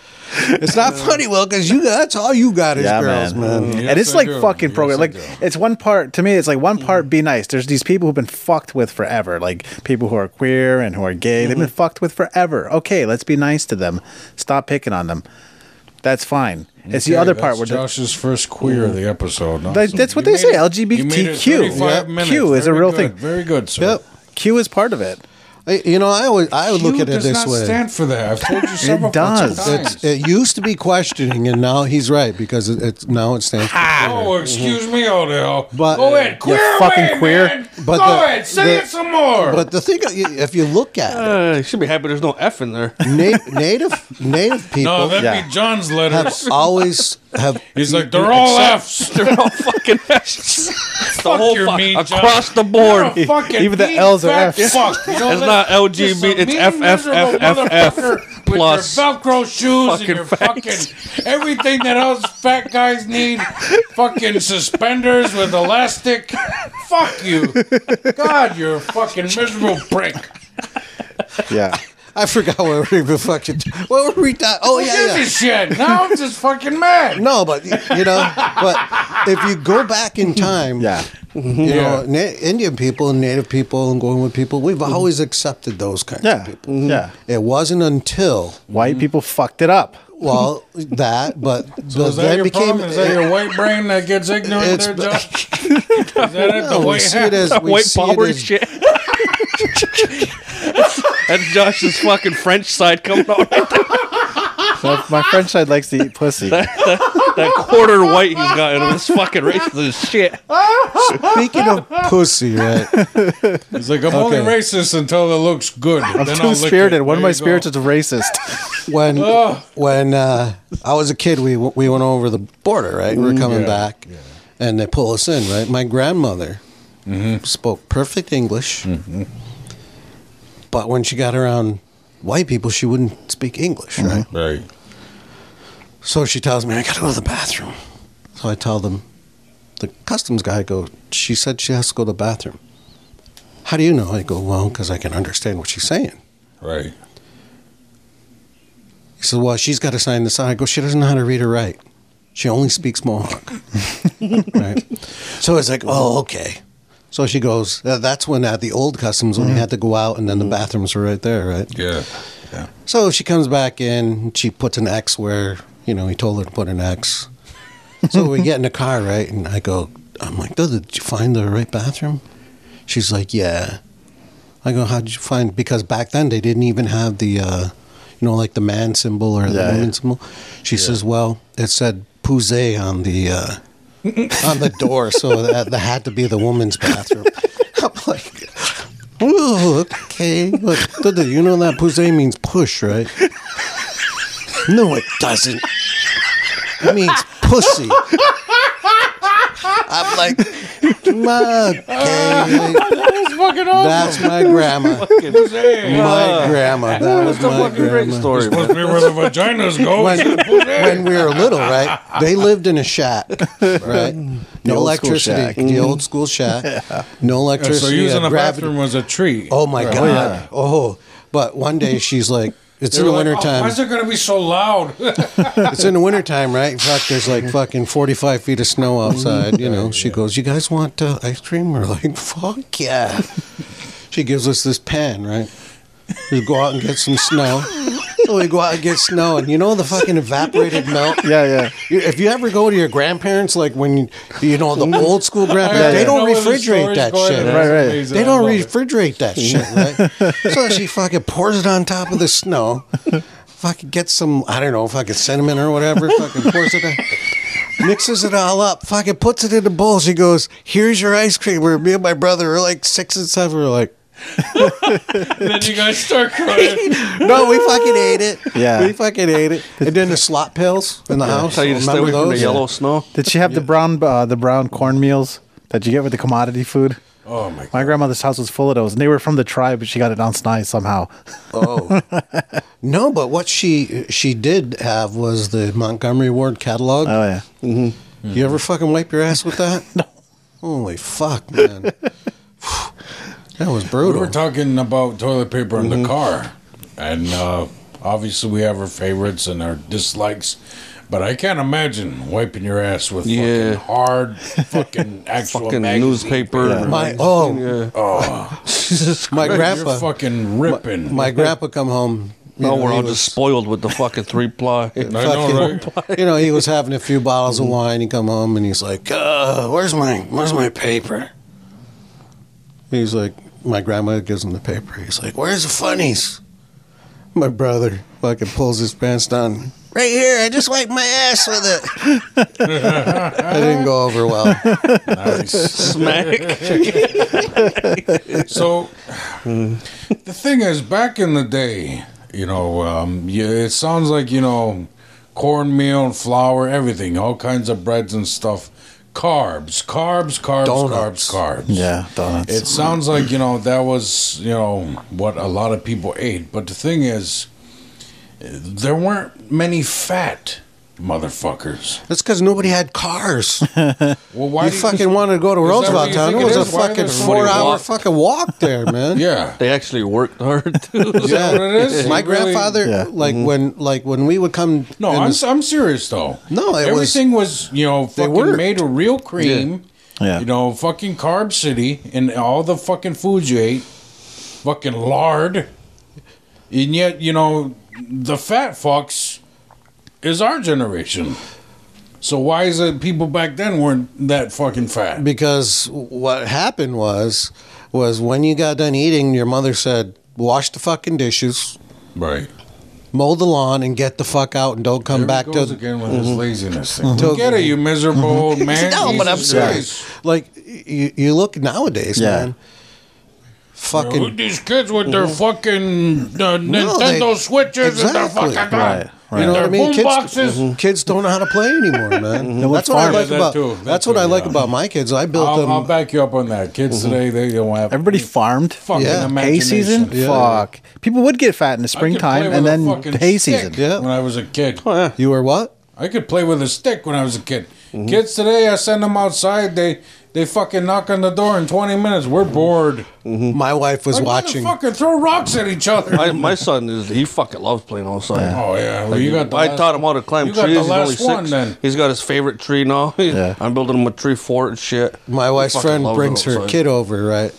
D: It's not funny, Will, because you that's all you got is
E: yeah,
D: girls, man.
E: man.
A: Yes,
E: and it's
A: I
E: like
A: do.
E: fucking
A: Yes,
E: program.
A: I
E: Like
A: do.
E: it's one part to me. It's like one part be nice. There's these people who've been fucked with forever. Like people who are queer and who are gay. They've
A: Mm-hmm.
E: been fucked with forever. Okay, let's be nice to them. Stop picking on them. That's fine. It's the
A: Okay,
E: other part
A: Mm-hmm. that's
E: where the-
A: Josh's first queer of the episode. huh?
E: That- that's what
A: You
E: they say,
A: made it-
E: LGBTQ.
A: you made it 35
E: Yep.
A: minutes.
E: Q is a
A: Very
E: real
A: good,
E: thing.
A: Very good, sir.
D: Yep.
E: Q is part of it.
D: I, you know, I always I would look
A: Q
D: at it
A: does
D: this
A: not
D: way.
A: stand for that. I've told you several
E: does.
A: fucking times.
D: It's, it used to be questioning, and now he's right because it, it's now it stands. For
A: Oh, excuse me, Odell.
D: But-
A: go ahead, queer
E: You're fucking
A: away,
E: queer.
A: Man. go
D: But the-
A: ahead, say
D: the-
A: it some more.
D: but the thing, uh, if you look at it,
B: Uh, you should be happy there's no F in there.
D: na- native native
A: no,
D: people
A: that'd
E: yeah.
A: be John's
D: have
A: letters.
D: always have
A: He's like, they're all F's. They're
B: They're all fucking F's. the
A: Fuck
B: whole
A: your
B: fu-
A: mean John.
B: across the board.
A: a fucking
E: Even the
A: mean
E: L's are
A: fat
E: F's.
A: Fuck. You know,
B: It's
A: that-
B: not LGB,
A: just a
B: it's
A: mean, miserable
B: FFFFF
A: motherfucker
B: plus
A: With your Velcro shoes and
B: fucking
A: your
B: facts.
A: fucking everything that us fat guys need. Fucking suspenders with elastic. Fuck you. God, you're a fucking miserable prick.
E: Yeah.
D: I forgot what we were fucking. What were we talking? Oh
A: Who
D: yeah,
A: gives
D: yeah.
A: a shit? Now I'm just fucking mad.
D: No, but you know, but if you go back in time,
E: Yeah.
D: you know,
A: Yeah. Mm-hmm.
D: Na- Indian people and Native people and going with people, we've always accepted those kinds
E: Yeah.
D: of people.
E: Yeah.
D: It wasn't until
A: Mm-hmm.
E: White people fucked it up.
D: well that, but but
A: Is that your
D: became
A: problem? Is that your white brain that gets ignorant
D: It's-
A: there, Josh? Is that it? The
D: no, we
A: white
D: see
A: hat?
D: it as we
B: White
D: see it
B: power
D: as,
B: shit. That's Josh's fucking French side coming out right there.
E: So my French side likes to eat pussy.
B: That quarter white he's got in him is fucking racist as shit.
D: Speaking of pussy, right?
A: He's like, I'm only
D: Okay.
A: racist until it looks good.
E: I'm too spirited. One of my spirits is racist.
D: When
A: Oh.
D: when uh, I was a kid, we we went over the border, right? We were coming
A: yeah,
D: back, and they pull us in, right? My grandmother
A: Mm-hmm.
D: spoke perfect English, but when she got around white people, she wouldn't speak English, right?
A: Right. Mm-hmm.
D: So she tells me I gotta go to the bathroom. So I tell them, the customs guy, I go, she said she has to go to the bathroom. How do you know? I go, well, because I can understand what she's saying.
A: Right.
D: He says, well, she's got to sign this out. I go, she doesn't know how to read or write. She only speaks Mohawk. right? So it's like, oh, okay. So she goes, uh, that's when at the old customs, when you had to go out and then the bathrooms were right there, right?
A: Yeah. Yeah.
D: So she comes back in. She puts an X where you know he told her to put an X. So we get in the car, right? And I go, I'm like, "Dude, did you find the right bathroom? She's like, yeah. I go, how did you find? Because back then they didn't even have the, uh, you know, like the man symbol or the
E: Yeah,
D: woman
E: yeah.
D: symbol. She says, well, it said pouze on the uh, on the door, so that, that had to be the woman's bathroom. I'm like. Ooh, okay. Look, Dudu, you know that pousse means push, right? No, it doesn't. It means pussy. I'm like, okay.
A: That's fucking awesome.
D: That's my grandma. My grandma. That was
B: That's a
D: my
B: fucking great
D: grandma.
B: story, man.
A: Must be where the vaginas go.
D: When, when we were little, right? They lived in a shack, right? No
E: old school
D: electricity.
E: shack.
D: The old school shack. No
A: Mm-hmm. Yeah,
D: electricity.
A: so using
D: uh,
A: a
D: gravity.
A: bathroom was a treat.
D: Oh my god!
E: yeah.
D: Oh, but one day she's like, "It's
A: They
D: in the
A: were like,
D: winter
A: "Oh, why
D: time.
A: is it going to be so loud?
D: it's in the winter time, right? Fuck, there's like fucking forty-five feet of snow outside. You know." She goes, "You guys want uh, ice cream?" We're like, "Fuck yeah!" she gives us this pan, right? We go out and get some snow. So we go out and get snow, and you know the fucking evaporated melt.
E: Yeah, yeah.
D: You- If you ever go to your grandparents, like when you, you know the old school grandparents,
A: I
D: they
A: know
D: don't
A: where the
D: refrigerate
A: story's
D: that
A: going.
D: shit.
A: That's
E: Right, right.
A: amazing.
D: They
A: I
D: don't
A: love it.
D: refrigerate that shit, right? so she fucking pours it on top of the snow. Fucking gets some, I don't know, fucking cinnamon or whatever. Fucking pours it on. Mixes it all up. Fucking puts it in a bowl. She goes, here's your ice cream. Where me and my brother are like six and seven. We're like,
A: And then you guys start crying.
D: no, we fucking ate it.
E: Yeah.
D: We fucking ate it. And then the slot pills in the house.
B: Tell you to stay
D: Remember
B: away from the
D: those?
B: yellow snow.
E: Did she have the brown uh, the brown corn meals that you get with the commodity food?
A: Oh my god.
E: My grandmother's house was full of those, and they were from the tribe, but she got it on Snai somehow.
D: Oh. no, but what she she did have was the Montgomery Ward catalog.
E: Oh yeah,
D: You ever fucking wipe your ass with that? no. Holy fuck, man. that was
A: We
D: brutal.
A: were talking about toilet paper
D: Mm-hmm.
A: in the car, and uh, obviously we have our favorites and our dislikes. But I can't imagine wiping your ass with
B: Yeah.
A: fucking hard, fucking actual
B: Fucking
A: magazine
B: newspaper.
A: paper.
D: my oh,
B: Yeah.
A: Oh,
D: my
A: you're
D: grandpa,
A: fucking ripping.
D: my grandpa come home. you
B: No,
D: know,
B: we're
D: he
B: all
D: was
B: just spoiled with the fucking three ply.
A: I know, right?
D: fucking- You know, he was having a few bottles of wine. He come home and he's like, uh, "Where's my Where's my paper?" He's like, my grandma gives him the paper. He's like, "Where's the funnies?" My brother fucking pulls his pants down. Right here, I just wiped my ass with it. I didn't go over well.
A: Nice.
B: Smack.
A: So the thing is, back in the day, you know, um, yeah, it sounds like you know, cornmeal and flour, everything, all kinds of breads and stuff, carbs, carbs, carbs, carbs,
D: Donuts.
A: carbs.
E: yeah, donuts.
A: It sounds like you know that was you know what a lot of people ate, but the thing is, there weren't many fat motherfuckers.
D: That's because nobody had cars.
A: Well, why
D: you
A: do you-
D: fucking wanted to go to
A: Is that what
D: Roosevelt
A: you
D: Town.
A: think
D: It
A: it
D: was a
A: is? Why
D: fucking
A: does
B: somebody
D: four-hour
B: walk?
D: fucking walk there, man.
A: yeah.
B: They actually worked hard too.
D: Yeah.
A: what it is?
D: My
A: You really-
D: grandfather,
E: Yeah. Mm-hmm.
D: like when, like when we would come.
A: No,
D: in
A: I'm,
D: the
A: I'm serious though.
D: No, it was-
A: everything was, you know fucking
D: worked.
A: made of real cream.
E: Yeah.
A: You know, fucking carb city and all the fucking foods you ate, fucking lard, and yet you know the fat fucks is our generation. So why is it people back then weren't that fucking fat?
D: because what happened was was when you got done eating your mother said wash the fucking dishes
A: Right.
D: mow the lawn and get the fuck out and don't come
A: There
D: back
A: he
D: till
A: goes again with his laziness thing.
D: Till-
A: Get it, you miserable old man.
D: Mm-hmm. no, but I'm
A: Jesus
D: serious.
A: Christ.
D: Like you, you look nowadays,
E: Yeah.
D: man. Fucking
A: Who- These kids with their fucking uh, Nintendo
D: they-
A: Switches
D: Exactly.
A: and their fucking uh,
E: Right,
A: You know
E: right.
D: You know
A: their
D: what I mean?
A: boom
D: Kids,
A: boxes.
E: Mm-hmm.
D: kids don't know how to play anymore, man.
E: It looks
D: That's what I
E: fun.
D: like
A: Yeah, that
D: about.
A: too. That
D: That's what
A: too,
D: I like
A: yeah.
D: about my kids. I built
A: I'll,
D: them.
A: I'll back you up on that. Kids today, they don't have
E: Everybody farmed.
A: fucking
D: Yeah.
E: Hay
A: imagination.
E: season?
D: Yeah.
E: Fuck. People would get fat in the
A: I could play
E: springtime
A: with
E: and
A: a
E: then
A: fucking
E: hay
A: stick
E: season.
D: Yeah.
A: When I was a kid,
B: Oh, yeah.
D: you were what?
A: I could play with a stick when I was a kid. Kids today, I send them outside. They they fucking knock on the door in 20 minutes. We're bored.
E: Mm-hmm.
D: My wife was
A: Like,
D: watching.
A: Fucking throw rocks at each other.
B: My, my son is he fucking loves playing outside.
A: oh yeah, well, you got. The
B: I
A: last-
B: taught him how to climb
A: you got
B: trees.
A: the
B: He's only
A: last one,
B: six.
A: then.
B: He's got his favorite tree now.
E: Yeah.
B: I'm building him a tree fort and shit.
D: My
B: He
D: wife's
B: fucking
D: friend
B: loves it
D: brings her
B: outside.
D: kid over, right?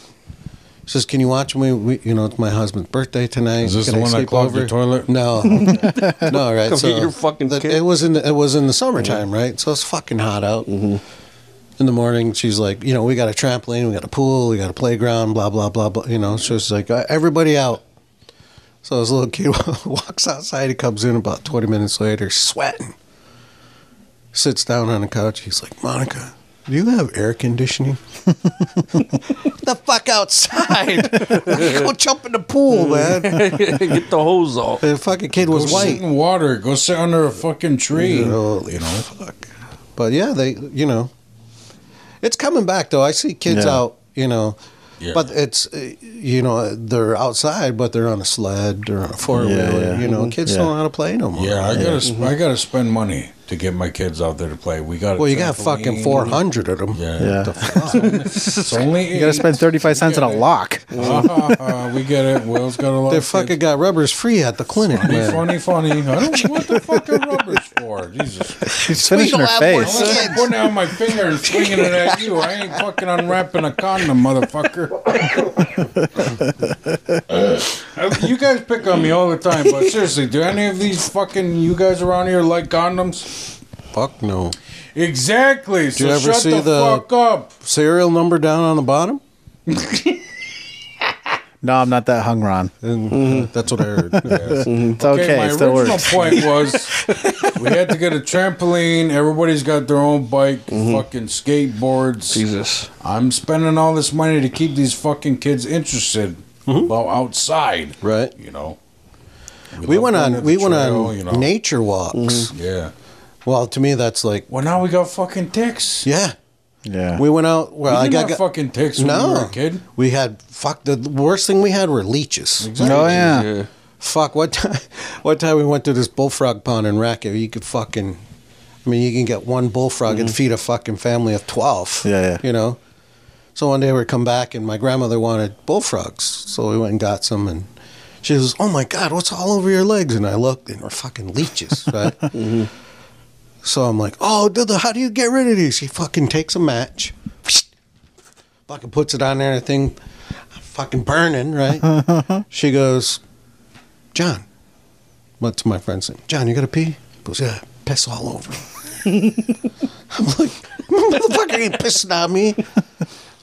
D: Says, "Can you watch me? We, you know, it's my husband's birthday tonight.
A: Is this
D: Can
A: the
D: I
A: one that
D: sleep
A: clogged
D: over?"
A: your toilet?
D: No, no, right?
B: Come get your fucking
D: the-
B: kid.
D: It was in the, it was in the summertime, right? So it's fucking hot out.
B: Mm-hmm.
D: In the morning, she's like, you know, we got a trampoline, we got a pool, we got a playground, blah blah blah blah. You know, she was like, "Uh, everybody out. So this little kid walks outside. He comes in about twenty minutes later, sweating. Sits down on the couch. He's like, Monica, do you have air conditioning? the fuck outside. Go jump in the pool, man.
B: Get the hose off.
D: The fucking kid
A: Go
D: was
A: sit
D: white.
A: in water. Go sit under a fucking tree.
D: Holy
A: You know.
D: fuck. But yeah, they, you know, it's coming back though. I see kids
E: Yeah.
D: out, you know,
A: Yeah.
D: but it's, uh, you know, they're outside, but they're on a sled, they're on a four wheeler,
E: yeah.
D: you know, kids
E: Yeah.
D: don't know how to play no more.
A: Yeah, I gotta sp I gotta spend money to get my kids out there to play. We got
D: Mm-hmm. Well, you got fucking 400 of them.
A: Yeah,
E: Yeah.
A: it's only
E: You gotta spend 35 cents on a lock.
A: we get it. Will's got a lot.
D: They
A: of kids.
D: fucking got rubbers free at the clinic,
A: Funny,
D: man.
A: funny, funny. I don't know what the fuck are rubbers for. Jesus.
E: She's finishing her
F: don't have one.
E: face.
A: Unless I'm putting out my finger and swinging it at you. I ain't fucking unwrapping a condom, motherfucker. Uh, you guys pick on me all the time, but seriously, do any of these fucking you guys around here like condoms?
D: Fuck no.
A: Exactly. So
D: you ever
A: shut
D: see
A: the,
D: the-
A: fuck up.
D: Serial number down on the bottom?
E: No, I'm not that hung, Ron.
A: Mm-hmm.
D: And That's what I heard. Yeah.
E: It's okay.
A: my
E: it still
A: original
E: works.
A: point was we had to get a trampoline. Everybody's got their own bike,
D: Mm-hmm.
A: fucking skateboards.
B: Jesus.
A: I'm spending all this money to keep these fucking kids interested while outside.
D: Right.
A: You know.
D: We
A: love going
D: went
A: to
D: on
A: the
D: we went
A: trail,
D: on
A: you know. Mm-hmm.
D: nature walks.
A: Yeah.
D: Well, to me that's like
A: Well, now we got fucking ticks.
D: yeah.
E: Yeah.
D: We went out
A: We
D: well I
A: didn't
D: got,
A: have
D: got
A: fucking ticks when we were a kid.
D: We had fuck the worst thing we had were leeches.
E: oh, yeah.
B: Yeah.
D: Fuck what time what time we went to this bullfrog pond in Racket, you could fucking I mean you can get one bullfrog and feed a fucking family of twelve.
E: Mm-hmm. Yeah, yeah.
D: You know? So one day we come back and my grandmother wanted bullfrogs. So we went and got some and she was, Oh my god, what's all over your legs? And I looked and they're fucking leeches, right?
E: Mm-hmm.
D: So I'm like, Oh, dude, how do you get rid of these? She fucking takes a match, fucking puts it on there, and the thing fucking burning, right? she goes, John, went to my friend's saying, John, you gotta pee? He goes, Yeah, piss all over. I'm like, motherfucker ain't pissing on me.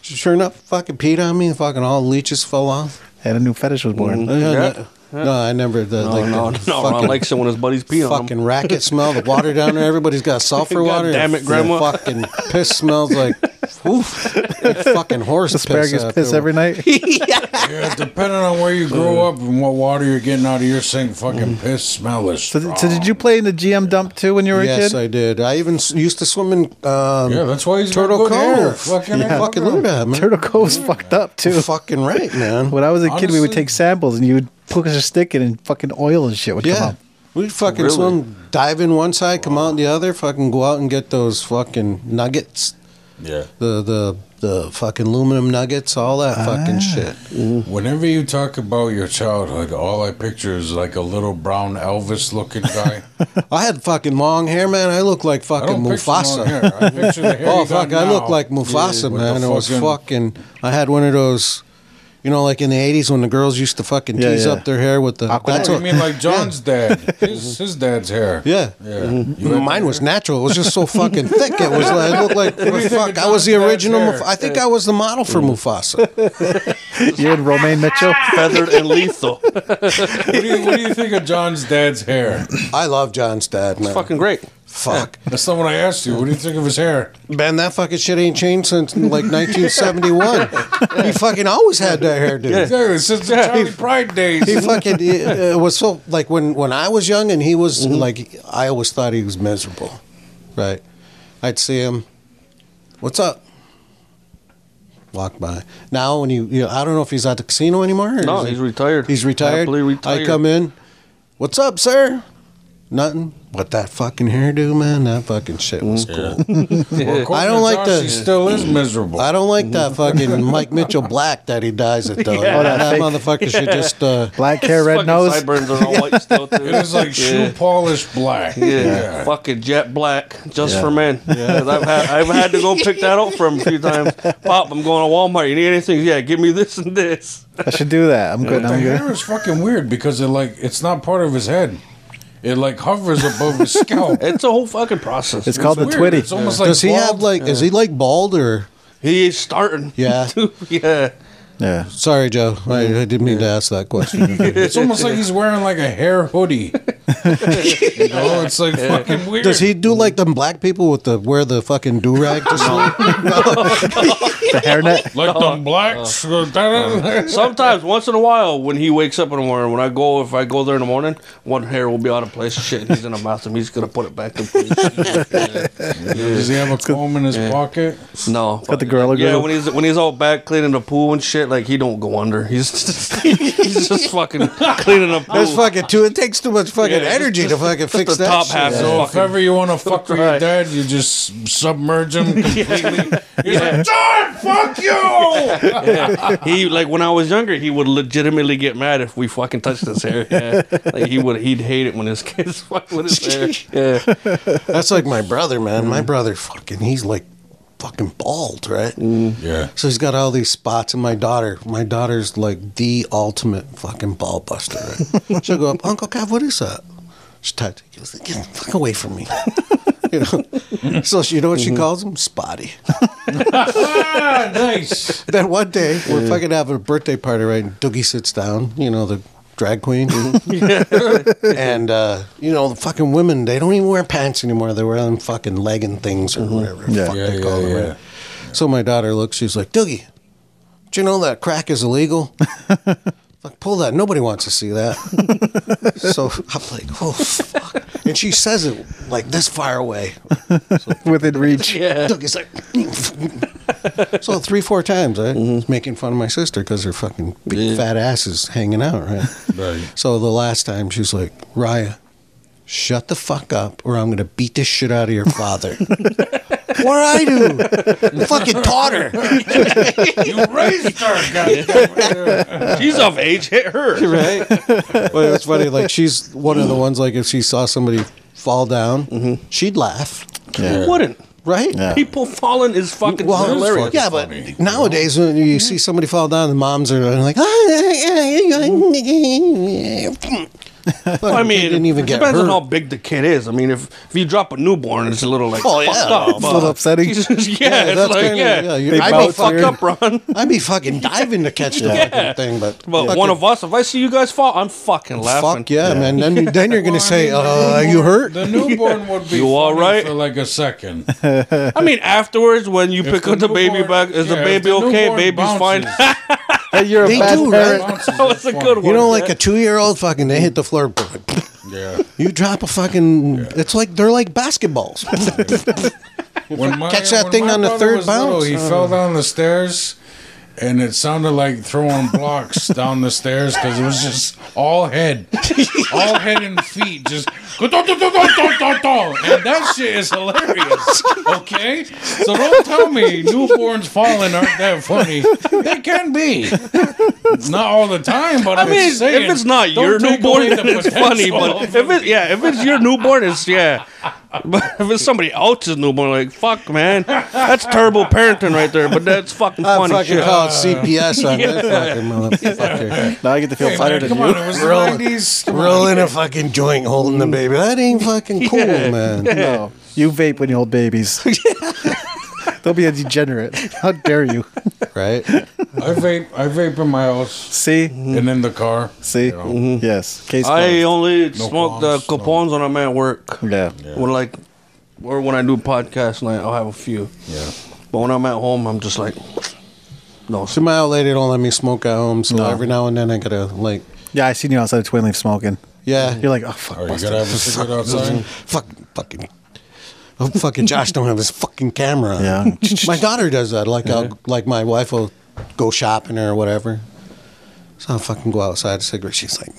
D: Sure enough, fucking peed on me, and fucking all leeches fell off.
E: And a new fetish was born.
D: No,
B: Yeah.
D: no, no, I never the
B: No,
D: like
B: no, no.
D: the
B: Ron likes it when his buddies pee on him.
D: fucking racket smell. The water down there, everybody's got sulfur
B: God
D: water.
B: damn it,
D: The
B: Grandma.
D: Fucking piss smells like oof, like fucking horse
E: Asparagus
D: piss.
E: piss, uh, every night.
A: Yeah, depending on where you
D: Uh.
A: grow up and what water you're getting out of your sink,
D: Mm-hmm.
A: fucking piss smell is.
E: So, th- so
A: strong.
E: did you play in the GM dump too when you were a
D: Yes,
E: kid?
D: I did. I even s- used to swim in um,
A: Yeah, that's why he's got
D: Turtle
A: good hair.
D: Cove.
A: Fucking,
D: Yeah.
A: hell,
D: Fucking
A: bro.
D: look at that, man.
E: Turtle Cove's fucked up too.
D: You're fucking right, man.
E: When I was a kid, we would
A: Honestly-
E: take samples and you would put a stick in and fucking oil and shit would come
D: Yeah.
E: up.
D: We'd fucking
B: Really?
D: swim, dive in one side, come out the other, fucking go out and get those fucking nuggets,
A: Yeah.
D: the the the fucking aluminum nuggets, all that fucking shit.
A: Whenever you talk about your childhood, all I picture is like a little brown Elvis looking guy.
D: I had fucking long hair, man. I look like
A: I
D: fucking
A: don't picture long hair.
D: Mufasa.
A: I picture the hair
D: Oh
A: you got
D: fuck, I look
A: now
D: like Mufasa,
A: with the
D: man. It was
A: fucking-
D: fucking. I had one of those. You know, like in the '80s when the girls used to fucking
E: Yeah,
D: tease
E: yeah.
D: up their hair with the.
E: Aquanet.
A: I mean, like John's dad, his, his dad's hair.
D: Mm-hmm. Yeah. Mm-hmm.
A: yeah. You had
D: Mine
A: that
D: was
A: hair?
D: natural. It was just so fucking thick. It was like it looked like
A: do you think
D: fuck.
A: of
D: I was the
A: John's
D: original.
A: hair?
D: Muf- I think I was the model for Mufasa.
E: You and Romaine Mitchell?
B: Feathered and lethal.
A: What do, you, what do you think of John's dad's hair?
D: I love John's dad, man.
B: Fucking great.
D: fuck.
A: That's not what I asked you. What do you think of his hair?
D: Man, that fucking shit ain't changed since like 1971. he fucking always had that hairdo.
A: Exactly. Since the Charlie Pride
D: He
A: days.
D: fucking it was so like when when I was young and he was like I always thought he was miserable, right? I'd see him, what's up? Walk by. Now when you, you know, I don't know if he's at the casino anymore. or
B: No,
D: is he-
B: he's retired.
D: He's retired.
B: Happily retired.
D: I come in, what's up, sir? Nothing. But that fucking hairdo, man, that fucking shit was cool. I don't like the-
A: He still is miserable.
D: I don't like that fucking Mike Mitchell black that he dies at though.
E: Yeah. Oh, that
D: that
E: fake-
D: motherfucker should just uh,
E: Black hair, red
B: Fucking
E: nose.
B: Sideburns are all white still, too.
A: It is like shoe
B: yeah.
A: polish black.
B: Yeah. fucking jet black, just for men. Yeah, I've had I've had to go pick that up from a few times. Pop, I'm going to Walmart. You need anything? Yeah, give me this and this.
E: I should do that. I'm good.
A: The
E: I'm good.
A: hair is fucking weird because it like it's not part of his head. It like hovers above his scalp.
B: It's a whole fucking process.
E: It's called the
A: weird.
E: Twitty.
A: It's almost like
D: does he have
A: bald-
D: like is he like bald or
B: he is starting.
D: Yeah.
B: yeah.
E: Yeah.
D: Sorry, Joe. I, I didn't mean to ask that question.
A: It's almost like he's wearing like a hair hoodie. you know, it's like fucking weird.
D: Does he do like them black people with the wear the fucking do rag to sleep?
E: The hairnet.
A: like them blacks?
B: Sometimes, once in a while, when he wakes up in the morning, when I go, if I go there in the morning, one hair will be out of place. and Shit, and he's in a bathroom. He's gonna put it back in place.
A: Does he have a comb in his pocket?
B: No, but
E: the gorilla
B: Yeah,
E: glue.
B: when he's when he's all back cleaning the pool and shit, like he don't go under. He's just, he's just fucking cleaning the pool.
D: That's fucking too. It takes too much
B: Oh.
D: fucking
B: Yeah, just-
D: energy to
B: just-
D: fucking
B: just
D: fix
B: the
D: that.
B: top
D: shit.
B: half. Yeah.
A: So if
B: Fucking-
A: ever you want to fuck with your
B: Right.
A: dad, you just submerge him completely. He's like, John, fuck you!
B: He like when I was younger, he would legitimately get mad if we fucking touched his hair. Yeah, like he would he'd hate it when his kids fuck with his hair. Yeah,
D: That's like my brother, man.
B: Mm.
D: My brother, fucking, he's like fucking bald, right?
B: Mm.
A: Yeah.
D: So he's got all these spots, and my daughter, my daughter's like the ultimate fucking ball buster. Right? She'll go up, Uncle Kev, what is that? She touched. He goes, get the fuck away from me. you know. So she, you know what
B: Mm-hmm.
D: she calls him? Spotty.
A: Ah, nice.
D: then one day we're fucking having a birthday party, right? And Doogie sits down, you know, the drag queen. and, uh, you know, the fucking women, they don't even wear pants anymore. They're wearing fucking legging things or whatever. the
E: Yeah.
D: fuck
A: Mm-hmm. Yeah,
D: they call
A: yeah,
D: them,
A: yeah.
D: right? So my daughter looks, she's like, Doogie, do you know that crack is illegal? Like, pull that. Nobody wants to see that. so I'm like, oh, fuck. And she says it like this far away.
E: Within reach.
B: yeah.
D: Doug is like, so three, four times, right? He's making fun of my sister because her fucking big fat ass is hanging out, right?
A: Right.
D: So the last time she's like, Raya, shut the fuck up or I'm going to beat this shit out of your father. what I do? fucking taught her,
A: You raised her, goddamn.
B: She's of age. Hit her.
D: right? well, it's funny. Like, she's one of the ones, like, if she saw somebody fall down, she'd laugh,
B: Who
E: Yeah.
B: Wouldn't
D: right?
E: Yeah.
B: people falling is fucking
D: Well,
B: hilarious.
D: yeah,
A: funny.
D: but nowadays when you see somebody fall down, the moms are like, "Ah,
B: Well, I
D: They
B: mean,
D: didn't even get
B: depends
D: hurt.
B: on how big the kid is. I mean, if if you drop a newborn, it's a little like
D: Oh, yeah.
B: fucked up.
E: It's a little
B: uh,
E: upsetting.
B: yeah, it's
D: that's
B: like
D: kinda- yeah,
B: yeah,
D: you-
E: They
B: I'd be
E: bounce
B: fucked
E: weird.
B: up, Ron.
D: I'd be fucking diving to catch the
B: Yeah.
D: fucking thing, but
B: But
D: fucking
B: one of us, if I see you guys fall, I'm fucking laughing.
D: fuck yeah, man. Then you- then you're
A: Oh,
D: gonna say, uh, you hurt?
A: The newborn would be
B: You
A: funny
B: all right?
A: for like a second.
B: I mean, afterwards when you
A: If
B: pick up the baby
A: newborn-
B: back, is
A: yeah,
B: the
A: if
B: baby okay?
A: newborn
B: Baby's fine.
A: bounces-
E: Hey, you're a
D: They
E: bad
D: do,
E: parent.
A: bounces,
B: That was
A: they're
B: a good
A: fine.
B: one.
D: You know, like a two-year-old fucking, they hit the floor.
A: Yeah.
D: You drop a fucking. It's like they're like basketballs.
A: When my-
D: Catch that
A: when
D: thing
A: my
D: on the
A: brother
D: third
A: was little,
D: bounce. Uh.
A: he fell down the stairs, and it sounded like throwing blocks down the stairs because it was just all head, all head and feet, just. And that shit is hilarious. Okay, so don't tell me newborns falling aren't that funny. They can be, not all the time, but I am
B: I mean,
A: just saying,
B: if it's not
A: don't
B: your
A: take
B: newborn,
A: away
B: then
A: the
B: it's funny.
A: potential
B: But
A: of
B: if it, yeah, if it's your newborn, it's yeah. But if it's somebody else's newborn, like fuck, man, that's terrible parenting right there. But that's fucking
D: I
B: funny
D: fucking
B: shit.
D: called CPS on that fucking motherfucker.
E: Now I get to feel
A: Hey,
E: fighter
A: man,
E: than
A: come
E: you.
A: on, it was the
D: Roll-
A: 90s. Come on.
D: Rolling a fucking joint, holding the baby. That ain't fucking cool, man.
E: No, you vape when you hold babies. Don't be a degenerate. How dare you?
D: Right?
A: I vape. I vape in my house
E: See,
A: and in the car.
E: see, yes. Case
B: I
E: closed.
B: only smoke the
A: qualms, no.
B: coupons when I'm at work.
E: Yeah.
B: When like, or when I do podcast night, I'll have a few.
A: Yeah.
B: But when I'm at home, I'm just like, no.
D: So my old lady don't let me smoke at home, so every now and then I gotta like,
E: yeah, I seen you outside of Twin Leaf smoking.
D: yeah,
E: You're like, oh fuck,
A: Are you
E: Buster.
A: gonna have a cigarette outside?
D: fuck, fucking, oh, fucking Josh don't have his fucking camera. on.
E: Yeah.
D: my daughter does that. Like, I'll, like my wife will go shopping or whatever. So I'll fucking go outside a cigarette. She's like,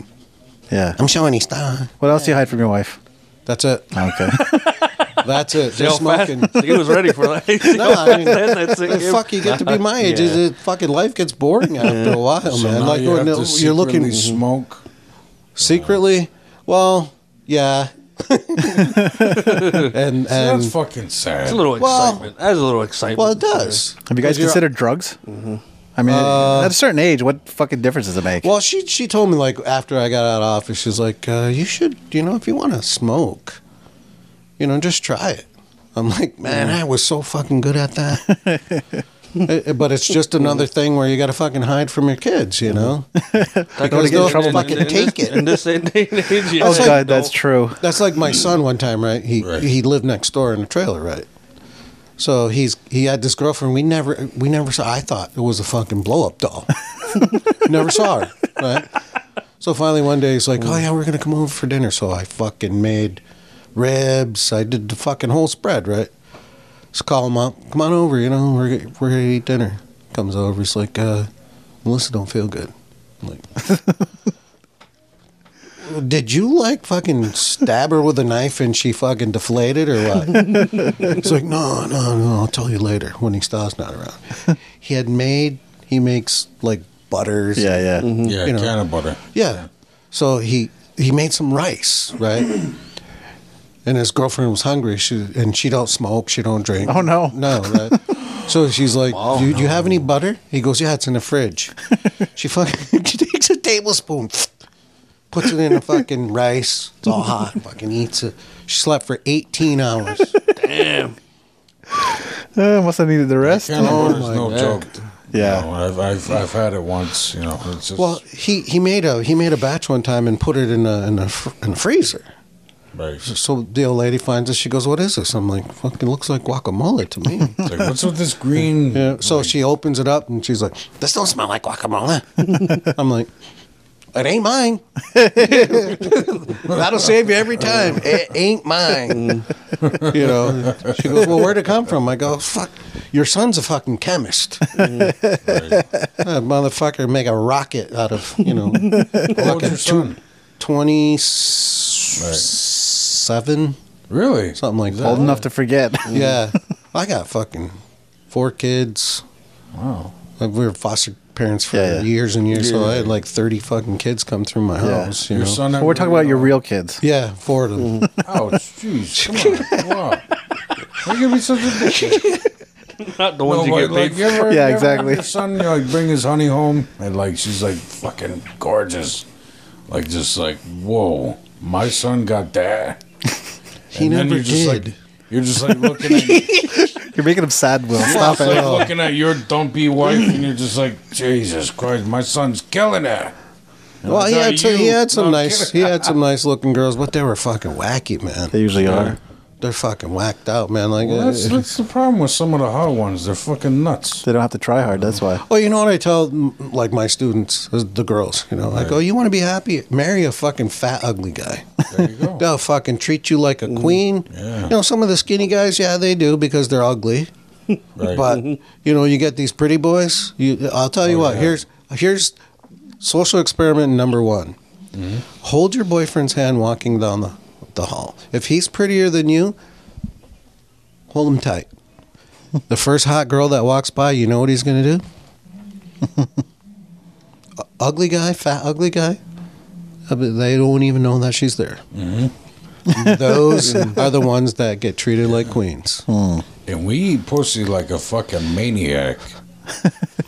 E: yeah.
D: I'm showing you stuff.
E: What else do you hide from your wife?
D: That's it.
E: Okay.
D: That's it.
B: See how
D: Just smoking.
B: fast- he was ready for that.
D: No, I mean,
B: That's it.
D: the fuck you get to be my age. is it fucking life gets boring after a while,
A: So
D: man.
A: now
D: Like
A: you
D: when
A: have
D: you're,
A: to
D: you're looking
A: secretly smoke.
D: secretly. Well, yeah, and
A: That's
D: and
A: fucking sad.
B: That's a little
D: Well-
B: excitement. That's a little excitement.
D: well, it does.
E: Have you guys
D: You're-
E: considered drugs?
A: Mm-hmm.
E: I mean,
A: Uh,
E: at a certain age, what fucking difference does it make?
D: Well, she she told me like after I got out of office, she's like, uh, you should, you know, if you want to smoke, you know, just try it. I'm like, man, I was so fucking good at that. Uh, but it's just another thing where you got to fucking hide from your kids, you know.
B: That
D: Because
B: goes
D: they'll
B: in- in-
D: fucking
B: in-
D: take it.
B: In this day and age, you
E: oh
B: don't
E: god,
B: know.
E: that's true.
D: That's like my son one time, right? He
A: Right.
D: he lived next door in a trailer, right? So he's he had this girlfriend we never we never saw. I thought it was a fucking blow up doll. never saw her, right? So finally one day he's like, "Oh yeah, we're gonna come over for dinner." So I fucking made ribs. I did the fucking whole spread, right? So call him up. Come on over. You know we're we're gonna eat dinner. Comes over. He's like, uh, "Melissa don't feel good." I'm like. Did you like fucking stab her with a knife and she fucking deflated or what? it's like, no, no, no, I'll tell you later when he Stahl's not around. He had made, he makes like butters.
E: Yeah, yeah.
A: Yeah,
D: You know.
A: can of butter.
D: Yeah. So he, he made some rice, right? And his girlfriend was hungry. She, and she don't smoke. She don't drink.
E: Oh, no.
D: No, right? So she's like,
B: Oh,
D: do, do you have any butter? He goes, yeah, it's in the fridge. she fucking she takes a tablespoon, puts it in the fucking rice. It's all hot. Fucking eats it. She slept for 18 hours.
E: Uh, must have needed the rest.
A: Can of
D: Oh
A: butter's
D: my
A: no
B: God.
A: joke.
E: Yeah.
A: No, I've, I've I've had it once. You know, it's just
D: Well, he, he made a he made a batch one time and put it in a in a, fr- in a freezer.
A: right. It's
D: So the old lady finds it. She goes, "What is this?" I'm like, "Fucking looks like guacamole to me."
A: like, what's with this green?
D: Yeah, so she opens it up and she's like, "This don't smell like guacamole." I'm like, "It ain't mine." That'll save you every time. It ain't mine. you know. She goes, "Well, where'd it come from?" I go, "Fuck, your son's a fucking chemist.
A: Right.
D: That motherfucker make a rocket out of you
A: How
D: know
A: old's your
D: fucking
A: son?
D: twenty seven
A: Really?
D: something like that."
E: Old enough to forget.
D: Yeah, I got fucking four kids.
A: Wow.
D: Like, we were foster parents for
E: Yeah, yeah.
D: years and years, so I had like thirty fucking kids come through my
E: Yeah.
D: house. You
A: Your
D: know?
A: son.
E: Well, we're talking about your
A: real.
E: real kids.
D: yeah, four of them.
E: Mm-hmm.
A: Ouch! Jeez, come on! Wow. Why you gonna be such a dick?
B: Not
A: No,
B: the ones you
A: but
B: get paid
A: like,
B: for.
A: you ever,
E: Yeah,
A: you ever
E: exactly.
A: have Your son, you know, like, bring his honey home, and like she's like fucking gorgeous, like just like whoa, my son got that.
D: He
A: And then
D: never
A: you're just,
D: did.
A: like- you're just like looking at
E: You're making them sad, Will.
A: you're
E: Stop
A: just,
E: it.
A: like, looking at your dumpy wife, and you're just like Jesus Christ, my son's killing her.
D: well, he
A: Now
D: had, some, he
A: you-
D: had some
A: no,
D: nice, he had some nice looking girls, but they were fucking wacky,
E: They
D: man.
E: usually are.
D: They're fucking whacked out, man. Like,
A: Well, that's
D: uh,
A: that's the problem with some of the hot ones. They're fucking nuts.
E: They don't have to try hard. That's why.
D: Well, you know what I tell mm, like my students, is the girls, you know, like, oh, you want to be happy? Marry a fucking fat, ugly guy.
A: There you go.
D: They'll fucking treat you like a queen.
A: Oh. Mm. Yeah.
D: You know, some of the skinny guys, yeah, they do because they're ugly.
A: Right. Mm-hmm.
D: But you know, you get these pretty boys. You, I'll tell you
A: Oh,
D: what.
A: yeah.
D: Here's here's social experiment number one.
A: Mm-hmm.
D: Hold your boyfriend's hand walking down the, the hall. If he's prettier than you, hold him tight. the first hot girl that walks by, you know what he's gonna do? U- ugly guy, fat ugly guy. Uh, but They don't even know that she's there.
A: Mm-hmm.
D: Those are the ones that get treated like queens.
A: And we eat pussy like a fucking maniac.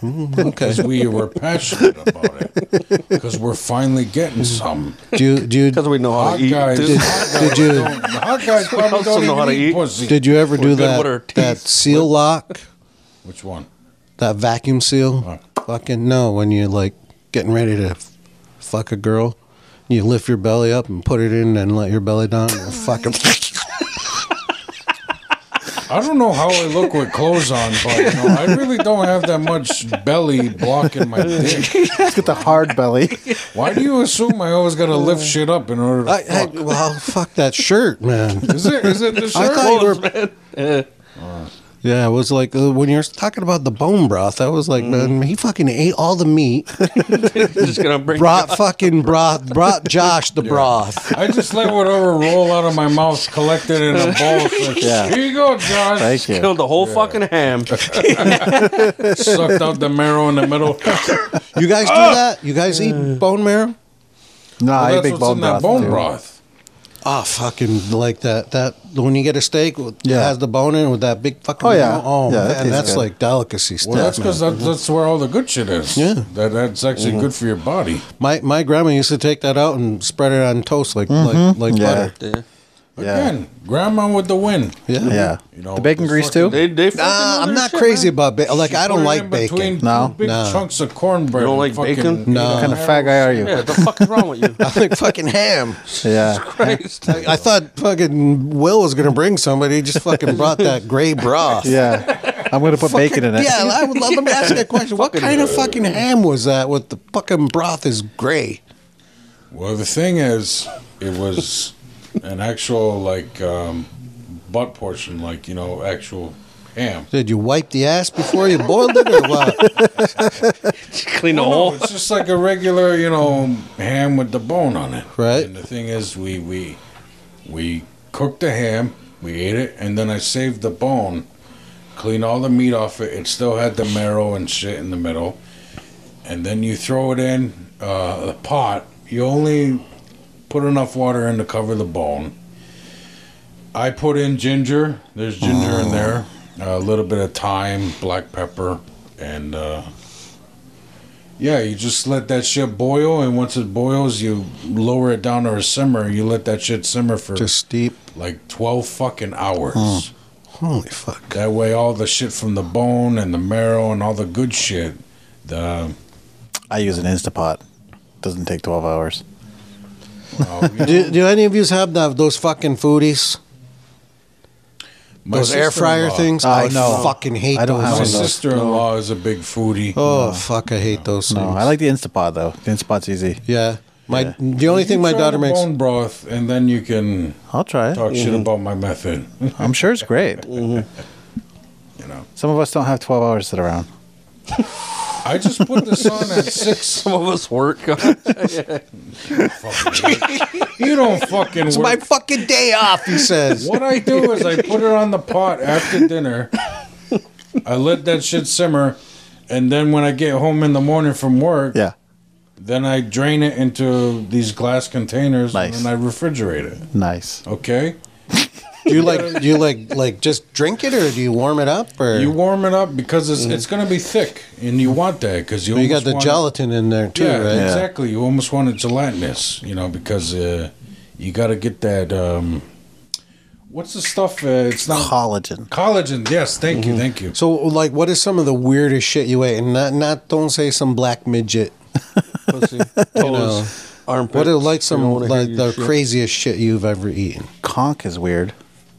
D: Okay.
A: Because we were passionate about it. Because we're finally getting some.
D: Do you, do you,
B: Because we know how
A: Hot
B: to eat.
A: guys,
B: dude.
A: hot
D: did
A: guys,
D: you-
A: don't- hot guys probably
B: also
A: don't
B: know how
A: even
B: to
A: eat
B: eat.
A: pussy.
D: did you ever do
B: good with our
D: that,
B: teeth.
D: that seal lock?
A: Which one?
D: That vacuum seal? Fucking no. When you're like getting ready to f- fuck a girl, you lift your belly up and put it in and let your belly down and fuck her.
A: I don't know how I look with clothes on, but you know, I really don't have that much belly blocking my dick.
E: Let's get the hard belly.
A: Why do you assume I always gotta lift shit up in order to
D: I, I,
A: fuck?
D: well, fuck that shirt, man.
A: Is it? Is it the
D: I
A: shirt?
D: thought you were. Yeah, it was like uh, when you were talking about the bone broth. I was like, man, he fucking ate all the meat.
B: just gonna bring
D: Brought fucking broth. Brought Josh the broth.
A: I just let whatever roll out of my mouth, collect it in a bowl. so-
E: Yeah.
A: Here you go, Josh.
E: Thank you.
B: killed the whole fucking ham.
A: Sucked out the marrow in the middle.
D: Ah, You guys do
A: Ah!
D: that? You guys eat bone marrow?
E: No,
A: Well,
E: I eat
A: that's
E: big
A: what's
E: bone
A: in that
E: broth.
A: bone
E: too.
A: broth.
D: Ah, fucking like that. That when you get a steak, yeah.
E: Yeah.
D: has the bone in it with that big fucking.
E: Oh, yeah.
D: Oh
E: Yeah, that
D: man,
E: tastes
D: that's
E: good.
D: like delicacy stuff.
A: Well, that's
D: man.
E: uh,
A: because that, that's where all the good shit is.
D: Yeah. Mm-hmm.
A: That, that's actually good for your body.
D: my my grandma used to take that out and spread it on toast like like, like
E: Mm-hmm. Yeah.
D: butter.
B: Yeah.
E: Yeah.
A: Again, grandma with the win.
D: Yeah.
E: Yeah.
A: You know,
E: the bacon
A: the
E: grease
A: fucking-
E: too?
B: They they. fucking
D: Nah,
B: know
D: I'm
B: their
D: not
B: shit,
D: crazy
B: man.
D: about bacon. Like
A: She
D: I don't
A: put it
D: like
A: in
D: bacon.
A: Between
E: No.
A: two big
D: No.
A: chunks of cornbread.
B: You don't like
A: and fucking-
B: bacon?
D: No.
E: What kind of fat guy are you?
B: Yeah, the fuck is wrong with you?
D: I like fucking ham.
E: Yeah.
B: Christ.
D: I thought fucking Will was gonna bring somebody. He just fucking brought that gray broth.
E: Yeah. I'm going to put bacon in it.
D: Yeah, I would love let me ask you a question. What kind of fucking ham was that with the fucking broth is gray?
A: Well, the thing is, it was an actual like um, butt portion, like you know, actual ham.
D: Did you wipe the ass before you boiled it or what?
B: Clean the
A: No,
B: hole.
A: it's just like a regular, you know, ham with the bone on it.
D: Right.
A: And the thing is, we we we cooked the ham, we ate it, and then I saved the bone, cleaned all the meat off it. It still had the marrow and shit in the middle, and then you throw it in uh, the pot. You only put enough water in to cover the bone. I put in ginger. There's ginger
D: Oh.
A: in there, a little bit of thyme, black pepper, and. Uh, yeah, you just let that shit boil, and once it boils, you lower it down to a simmer. You let that shit simmer for
D: Just steep.
A: like twelve fucking hours.
D: Holy fuck.
A: That way, all the shit from the bone and the marrow and all the good shit, the
E: I use an Instapot. Doesn't take 12 hours.
A: uh, you know,
D: Do, do any of you have that, those fucking foodies?
A: my
D: those air fryer
A: sister-in-law-
D: things?
E: Oh,
D: I
E: no.
D: fucking hate
E: I don't
D: those.
A: My
E: have those.
A: sister-in-law is a big foodie.
D: Oh, fuck, I hate those
E: No,
D: things.
E: I like the Instapot though. The Instapot's easy.
D: Yeah. My the only
A: You
D: thing my
A: try
D: daughter
A: the
D: makes Mm-hmm.
A: bone broth, and then you can
E: I'll try it.
A: talk shit about my method.
E: I'm sure it's great.
A: You know,
E: Some of us don't have 12 hours to sit around.
A: I just put this on at six.
B: Some of us work.
A: You don't fucking.
D: It's
A: work
D: my fucking day off, he says.
A: What I do is I put it on the pot after dinner. I let that shit simmer, and then when I get home in the morning from work,
E: Yeah.
A: then I drain it into these glass containers
E: Nice.
A: and then I refrigerate it.
E: Nice.
A: Okay,
D: Do you like do you like like just drink it or do you warm it up or
A: you warm it up because it's it's gonna be thick, and you want that because you
D: Well, Mm-hmm. you got
A: almost
D: the
A: want it-
D: gelatin in there too,
A: yeah,
D: right?
E: Yeah.
A: exactly. You almost want it gelatinous, you know, because uh, you got to get that. Um, what's the stuff? Uh, it's not
E: Collagen.
A: collagen. Yes, thank
D: Mm-hmm.
A: you, thank you.
D: So like what is some of the weirdest shit you ate? And not not don't say some black midget.
B: Pussy, toes, armpits.
D: What are like some
B: You don't wanna
D: like
B: hear
D: the
B: your shit.
D: craziest shit you've ever eaten?
E: Conk is weird.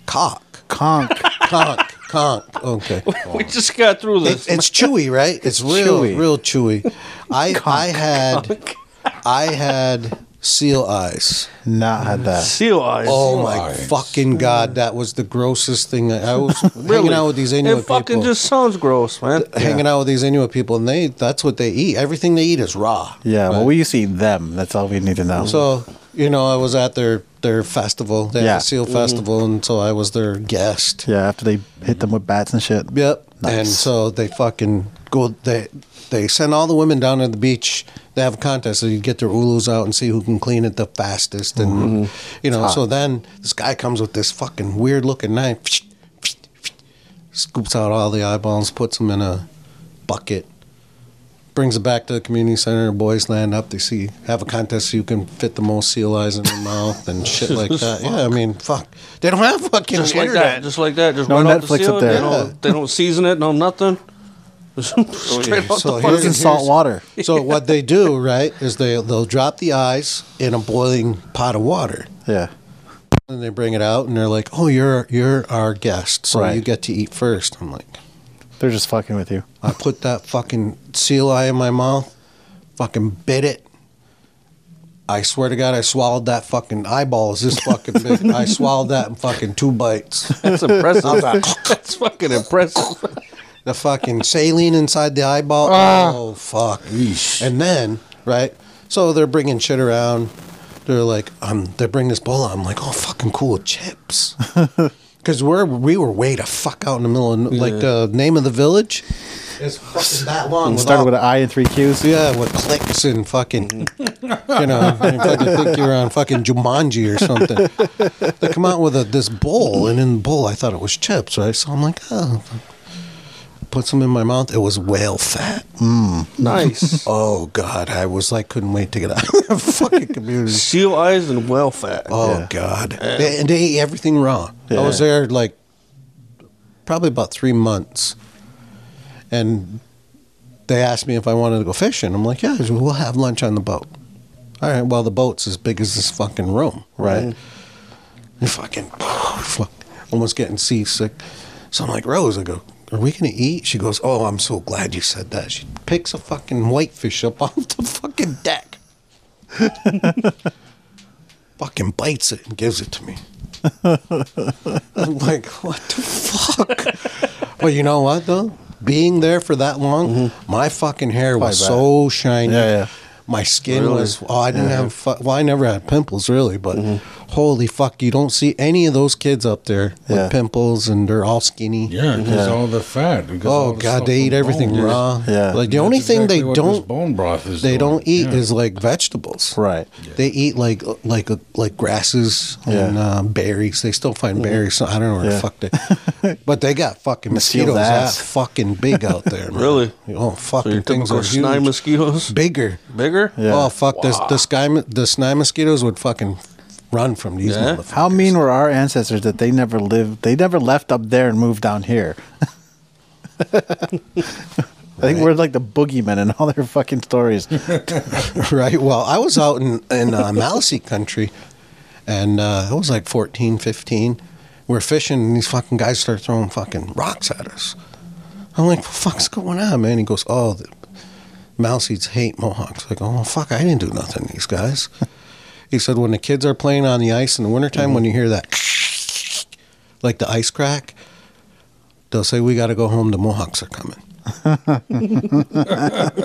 D: Cock.
E: Conk.
D: Conk. Conk. Okay.
B: We just got through
D: It,
B: this.
D: it's chewy, right? It's real
E: Chewy.
D: real chewy. I I had I had seal eyes.
E: Not had that.
B: Seal eyes.
D: Oh my
A: Eyes.
D: fucking god, that was the grossest thing. I I was hanging out with these
B: It
D: Inuit
B: fucking
D: people,
B: just sounds gross, man.
D: hanging out with these Inuit people, and they—that's what they eat. Everything they eat is raw.
E: Yeah. Well, we used to eat them. That's all we need to know.
D: So you know, I was at their their festival, their
E: Yeah.
D: seal
B: Mm-hmm.
D: festival, and so I was their guest.
E: yeah, after they hit them with bats and shit.
D: Yep.
E: Nice.
D: And so they fucking go. They they send all the women down to the beach. They have a contest, so you get their ulus out and see who can clean it the fastest,
B: Mm-hmm.
D: and you know. So then this guy comes with this fucking weird looking knife, scoops out all the eyeballs, puts them in a bucket, brings it back to the community center. Boys land up, they see have a contest, so you can fit the most seal eyes in your mouth and shit like that. Yeah, I mean, fuck, they don't have fucking
B: Just like
D: internet.
B: that. Just like that. Just
E: No
B: right off
E: Netflix
B: the seal.
E: up there.
B: They, don't, they don't season it. No nothing. Straight off
D: So
B: the
D: here's-
E: It's
B: fucking.
E: in salt water.
D: So what they do, right, is they they'll drop the eyes in a boiling pot of water,
E: Yeah.
D: and they bring it out, and they're like, "Oh, you're you're our guest, so
E: Right.
D: you get to eat first. I'm like,
E: They're just fucking with you.
D: I put that fucking seal eye in my mouth, fucking bit it. I swear to God, I swallowed that fucking eyeball. Is this fucking big? I swallowed that in fucking two bites.
B: That's impressive. That's fucking impressive.
D: the fucking saline inside the eyeball. Oh fuck! And then right, so they're bringing shit around. They're like, um, they bring this bowl. out. I'm like, oh fucking cool chips, because we're we were way to fuck out in the middle of like the name of the village. It's fucking that long.
E: It
D: with
E: started
D: all-
E: with an I and three Q's.
D: yeah, with clicks and fucking, you know, you fucking think you're on fucking Jumanji or something. They come out with a, this bowl, and in the bowl, I thought it was chips, right? So I'm like, oh, put some in my mouth. It was whale fat.
B: Nice.
D: Oh God, I was like, couldn't wait to get out of the fucking community.
B: Seal eyes and well fat.
D: Oh
E: Yeah.
D: God, they, and they ate everything raw. I was
E: Yeah.
D: there like probably about three months, and they asked me if I wanted to go fishing. I'm like, yeah, we'll have lunch on the boat. All right, well the boat's as big as this fucking room, right? You fucking fuck, almost getting seasick. So I'm like, Rose, I go. Are we gonna eat? She goes, Oh, I'm so glad you said that. She picks a fucking whitefish up off the fucking deck fucking bites it and gives it to me. I'm like, what the fuck? but you know what though? Being there for that long, my fucking hair was
E: Mm-hmm. Probably bad.
D: so shiny.
E: Yeah, yeah.
D: My skin was. Oh, I didn't have. Fu- well, I never had pimples really, but holy fuck, you don't see any of those kids up there
E: Mm-hmm. Yeah.
D: with pimples, and they're all skinny.
A: Yeah, because
E: Yeah.
A: all the fat. because all
D: Oh
A: the
D: god,
A: stuff
D: they
A: from
D: eat everything
A: bone.
D: raw.
E: Yeah.
D: Like the
A: That's
D: only thing
A: exactly
D: they
A: what this
D: don't
A: bone broth is
D: they
A: doing.
D: don't eat
A: Yeah.
D: is like vegetables.
E: Right.
D: They eat like like like grasses and
E: Yeah.
D: uh, berries. They still find berries. So I don't know where
E: Yeah.
D: the fuck they. but they got fucking
E: Mosquitoes
D: mosquitoes that
E: ass.
D: fucking big out there. man.
B: Really?
D: Oh
B: So
D: fucking
B: your
D: things
B: typical
D: are
B: snide
D: huge.
B: mosquitoes.
D: bigger.
B: Bigger?
E: Yeah.
D: Oh fuck this the sky the snide mosquitoes would fucking run from these
B: Yeah?
D: motherfuckers.
E: How mean were our ancestors that they never lived? They never left up there and moved down here. I think we're like the boogeymen in all their fucking stories.
D: right? Well, I was out in, in uh, Maliseet country and uh, I was like 14, 15. We're fishing and these fucking guys start throwing fucking rocks at us. I'm like, what the fuck's going on, man? He goes, oh, the Maliseets hate Mohawks. Like, oh, fuck, I didn't do nothing to these guys. he said, when the kids are playing on the ice in the wintertime, when you hear that, like the ice crack, they'll say, we got to go home. The Mohawks are coming.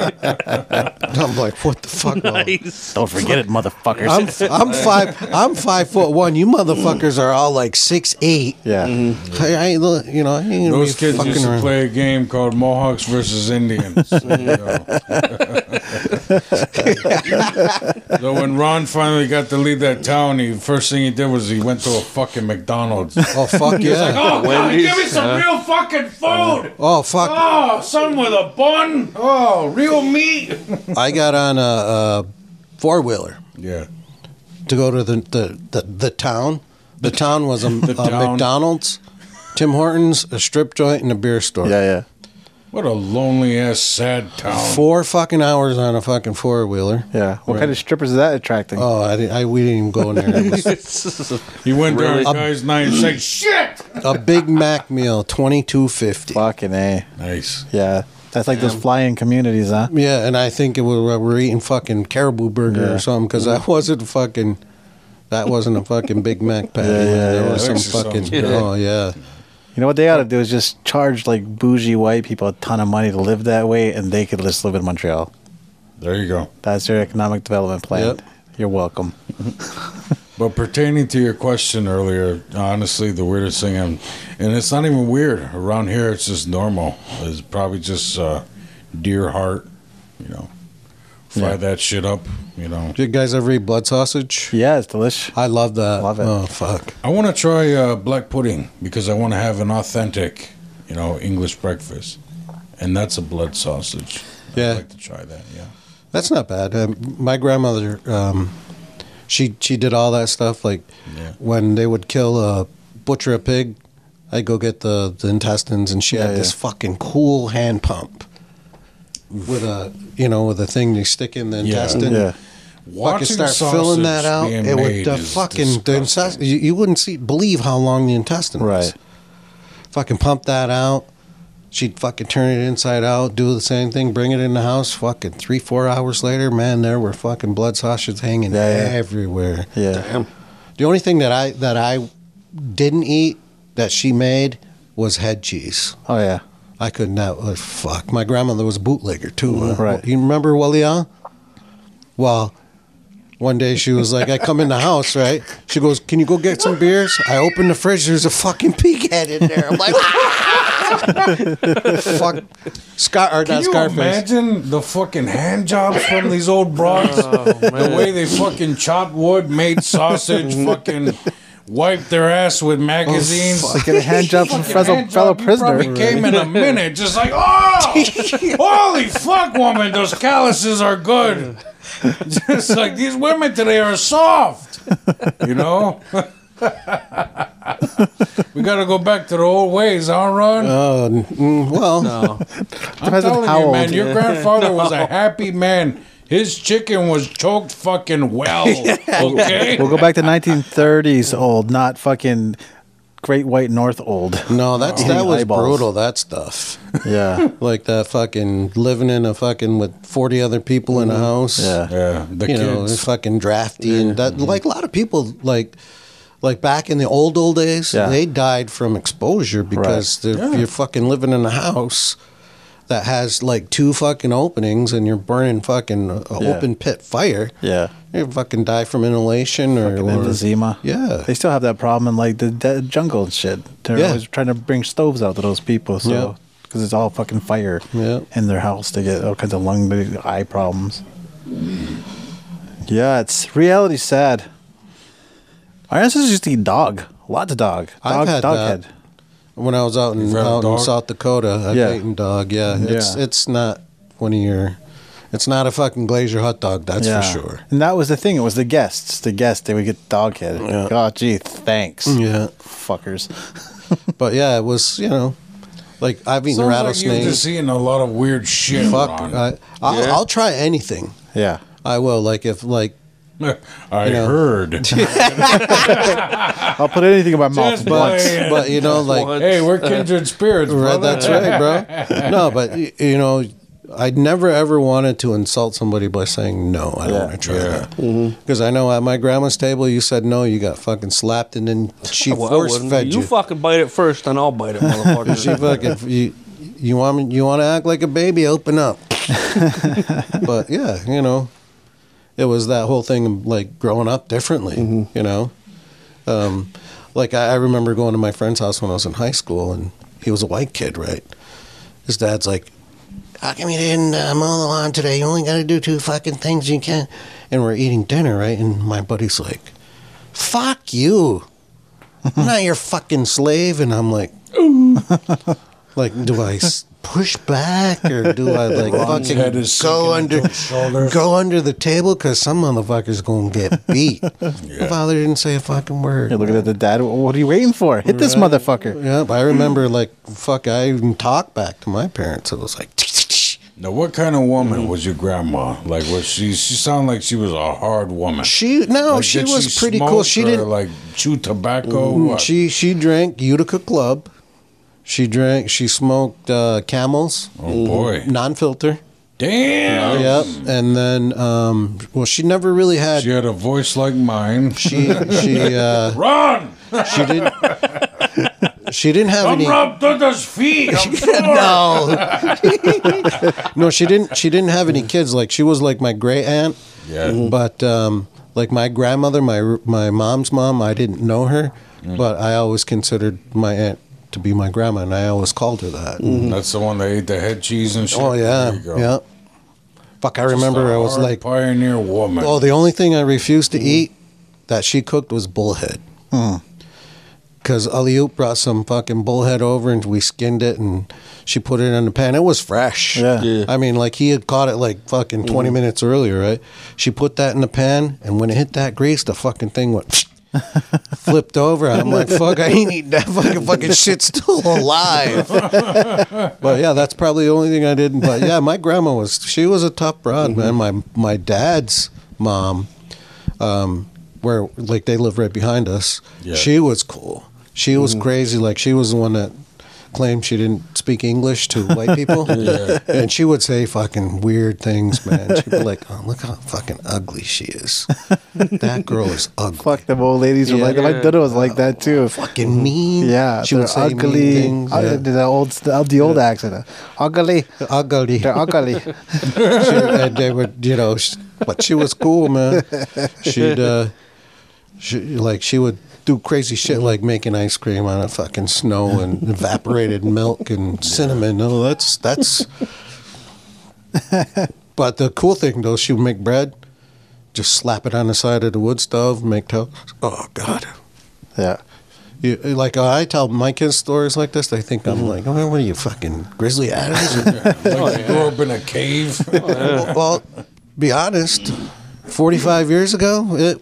D: I'm like, what the fuck?
B: Oh,
D: Well,
E: Don't forget it, motherfuckers.
D: I'm I'm five I'm five foot one. You motherfuckers are all like six eight.
E: yeah.
D: I, I ain't li- you know I ain't gonna
A: Those
D: be
A: kids
D: fucking
A: used to
D: around.
A: play a game called Mohawks versus Indians. so, you know. so when Ron finally got to leave that town, he first thing he did was he went to a fucking McDonald's.
D: Oh fuck yeah!
A: Oh, God,
B: Wendy's,
A: give me some
B: huh?
A: real fucking food.
D: Oh fuck!
A: Oh, something with a bun. Oh, real meat.
D: I got on a, a four wheeler
A: Yeah.
D: to go to the the, the, the town. The town was a, a
A: town.
D: McDonald's, Tim Hortons, a strip joint, and a beer store.
E: Yeah, yeah.
A: What a lonely ass, sad town.
D: Four fucking hours on a fucking four wheeler.
E: Yeah. What kind of strippers is that attracting?
D: Oh, I, didn't- I we didn't even go in there. It was
A: He went there
B: Really?
A: down guy's night and said, "Shit."
D: a Big Mac meal, twenty two fifty.
E: Fucking A.
A: Nice.
E: Yeah. That's like those flying communities, huh?
D: Yeah, and I think it was we were eating fucking caribou burger
E: Yeah. Mm.
D: or something because that wasn't fucking that wasn't a fucking Big Mac patty.
E: Yeah, yeah,
D: there
E: yeah.
D: was some
A: There's
D: fucking
A: something.
B: Yeah.
D: oh yeah.
E: You know what they ought to do is just charge like bougie white people a ton of money to live that way and they could just live in Montreal.
A: There you go.
E: That's their economic development plan.
D: Yep.
E: You're welcome.
A: But pertaining to your question earlier, honestly, the weirdest thing, I'm, and it's not even weird around here. It's just normal. It's probably just uh, deer heart, you know, Fry that shit up, you know.
D: Do you guys ever eat blood sausage?
E: Yeah, it's delish.
D: I love that.
E: Love it.
D: Oh fuck.
A: I want to try uh, black pudding because I want to have an authentic, you know, English breakfast, and that's a blood sausage.
D: Yeah.
A: I'd like to try that. Yeah.
D: That's not bad. Um, my grandmother, um, she she did all that stuff. Like
A: Yeah.
D: when they would kill a butcher a pig, I'd go get the, the intestines, and she had
E: Yeah,
D: this
E: yeah.
D: fucking cool hand pump with a you know with a thing you stick in the
A: Yeah.
D: intestine.
E: yeah.
D: Fucking
A: Watching
D: start filling that
A: sausage
D: out.
A: being
D: It would
A: made
D: the
A: is
D: fucking
A: disgusting.
D: the intestine. You, you wouldn't see believe how long the intestine was.
E: Right.
D: Fucking pump that out. She'd fucking turn it inside out, do the same thing, bring it in the house. Fucking three, four hours later, man, there were fucking blood sausages hanging
E: Yeah, yeah.
D: everywhere.
E: Yeah.
D: The only thing that I that I didn't eat that she made was head cheese.
E: Oh yeah.
D: I could not. oh, fuck. My grandmother was a bootlegger too. huh?
E: Right.
D: You remember Walia? Well, one day she was like, I come in the house, right? She goes, Can you go get some beers? I open the fridge. There's a fucking pig head in there. I'm like, fuck. Scar or
A: Can
D: not
A: you
D: Scarface.
A: imagine the fucking hand jobs from these old broads?
E: Oh,
A: the way they fucking chopped wood, made sausage, fucking wiped their ass with magazines.
E: Get Oh, a hand job from
A: Fucking
E: fellow,
A: hand
E: fellow
A: job, you probably
E: prisoner.
A: came in a minute, just like, oh, holy fuck, woman, those calluses are good. Just like these women today are soft, you know. we got to go back to the old ways, huh, Ron?
D: Uh, mm, well,
A: I'm
E: Depends on
A: telling
E: how
A: you,
E: old.
A: man, your grandfather was a happy man. His chicken was choked fucking well. Okay.
E: We'll go back to 1930s old, not fucking Great White North old.
D: no, that's that
E: Eating
D: was
E: eyeballs.
D: brutal. That stuff.
E: Yeah.
D: like that fucking living in a fucking with 40 other people in a house.
E: Mm-hmm. Yeah. Mm-hmm.
A: yeah, the
D: you know,
A: kids.
D: fucking drafty and that, like a lot of people like like back in the old old days,
E: Yeah.
D: they died from exposure because they're
A: Yeah.
D: you're fucking living in a house that has like two fucking openings and you're burning fucking a a
E: Yeah.
D: open pit fire.
E: Yeah.
D: You fucking die from inhalation or,
E: Fucking
D: or
E: emphysema.
D: Yeah.
E: They still have that problem in like the, the jungle and shit. They're
D: Yeah.
E: always trying to bring stoves out to those people.
D: Yeah.
E: So, because it's all fucking fire
D: Yeah.
E: in their house. They get all kinds of lung, eye problems. Yeah, it's reality sad. Our ancestors used to eat dog. Lots of dog. Dog,
D: I've had
E: dog
D: that.
E: head.
D: when I was out in
A: You've had a
D: out in
A: dog?
D: South Dakota, I've
E: Yeah.
D: eaten dog. Yeah, it's
E: Yeah.
D: it's not one of your, it's not a fucking glazer hot dog. That's
E: Yeah.
D: for sure.
E: And that was the thing. It was the guests. The guests, they would get dog head. Oh, gee, thanks.
D: Mm, Yeah,
E: Fuckers.
D: but yeah, it was you know, like I've eaten
A: Sounds like you've just
D: rattlesnakes.
A: seen a lot of weird shit.
D: Fuck,
A: Ron.
D: I, I'll,
B: Yeah.
D: I'll try anything.
E: Yeah.
D: I will. Like if like
A: I
D: know.
A: heard.
E: I'll put anything in my mouth
A: Just
E: once.
A: by- Yeah.
D: but you know like
A: hey, we're kindred spirits,
D: right,
A: brother.
D: that's right, bro. No, but y- you know. I never ever wanted to insult somebody by saying no. I don't
E: Yeah.
D: want to try that because I know at my grandma's table you said no. You got fucking slapped, and then she
B: Well, I
D: force
B: wouldn't.
D: fed you.
B: you fucking bite it first, then I'll bite it, motherfucker.
D: She fucking you, you want me- you want to act like a baby? Open up. but yeah, you know, it was that whole thing of like growing up differently. You know, um, like I, I remember going to my friend's house when I was in high school, and he was a white kid, right? His dad's like, "How come you didn't uh, mow the lawn today? You only got to do two fucking things. You can't." And we're eating dinner, right? And my buddy's like, "Fuck you." I'm not your fucking slave. And I'm like, like, do I s- push back or do I like
A: Ron's head
D: fucking
A: is sinking
D: go under
A: into his shoulders.
D: go under the table? Because some motherfucker's gonna get beat. My father didn't say a fucking word.
E: You're looking at the dad. What are you waiting for? Hit this motherfucker.
D: Yeah, but I remember like fuck. I even talked back to my parents. It was like,
A: Now, what kind of woman was your grandma? Like, was she? She sounded like she was a hard woman.
D: she no,
A: Like,
D: she
A: did
D: was pretty cool.
A: smoke
D: She
A: or,
D: didn't Mm,
A: like chew tobacco. What?
D: She she drank Utica Club. She drank. She smoked uh, Camels, Mm,
A: oh boy, Oh.
D: non-filter.
A: damn.
D: Yep. And then, um, well, she never really had.
A: She had a voice like mine.
D: She she uh,
A: Run!
D: she didn't. She didn't have
A: Come
D: any.
A: rub Dada's feet. I'm sure.
D: No. no, she didn't. She didn't have any kids. Like she was like my great aunt.
A: Yeah.
D: But um, like my grandmother, my my mom's mom, I didn't know her,
A: Mm.
D: but I always considered my aunt to be my grandma, and I always called her that.
A: That's the one that ate the head cheese and shit.
D: Oh yeah,
A: There you Mm-hmm. go.
D: yeah. Fuck, I remember
A: Just a
D: I was
A: hard
D: like,
A: pioneer woman.
D: well, the only thing I refused to eat that she cooked was bullhead. Because Aliuk brought some fucking bullhead over and we skinned it and she put it in the pan. It was fresh.
E: Yeah.
B: Yeah.
D: I mean, like he had caught it like fucking 20 minutes earlier, right? She put that in the pan and when it hit that grease, the fucking thing went. Flipped over, I'm like, fuck! I ain't eating that fucking fucking shit. Still alive. But yeah, that's probably the only thing I didn't. But yeah, my grandma was she was a tough broad, man. My
E: Mm-hmm.
D: my dad's mom, um, where like they live right behind us.
A: Yeah.
D: She was cool. She
E: Mm-hmm.
D: was crazy. Like she was the one that claimed she didn't speak English to white people, and she would say fucking weird things, man. She'd be like, "Oh, look how fucking ugly she is. That girl is ugly."
E: Fuck them old ladies were
D: Yeah.
E: like. My daughter was like that too.
D: Fucking mean.
E: Yeah,
D: she
E: they're
D: would say mean
E: ugly.
D: things,
E: Uh,
D: yeah.
E: The old, the, of the old accent. Uh, Ugly.
D: Ugly.
E: They're ugly.
D: she, and they would, you know, sh but she was cool, man. She'd, uh, she, like, she would do crazy shit like making ice cream out of fucking snow and evaporated milk and cinnamon. No, that's, that's. But the cool thing, though, she would make bread, just slap it on the side of the wood stove, make toast. Oh, God.
E: yeah.
D: You, like I tell my kids stories like this, they think I'm like, oh, what are you fucking Grizzly Adams?
A: like you grew up in a cave.
D: well, be honest. Forty-five years ago, it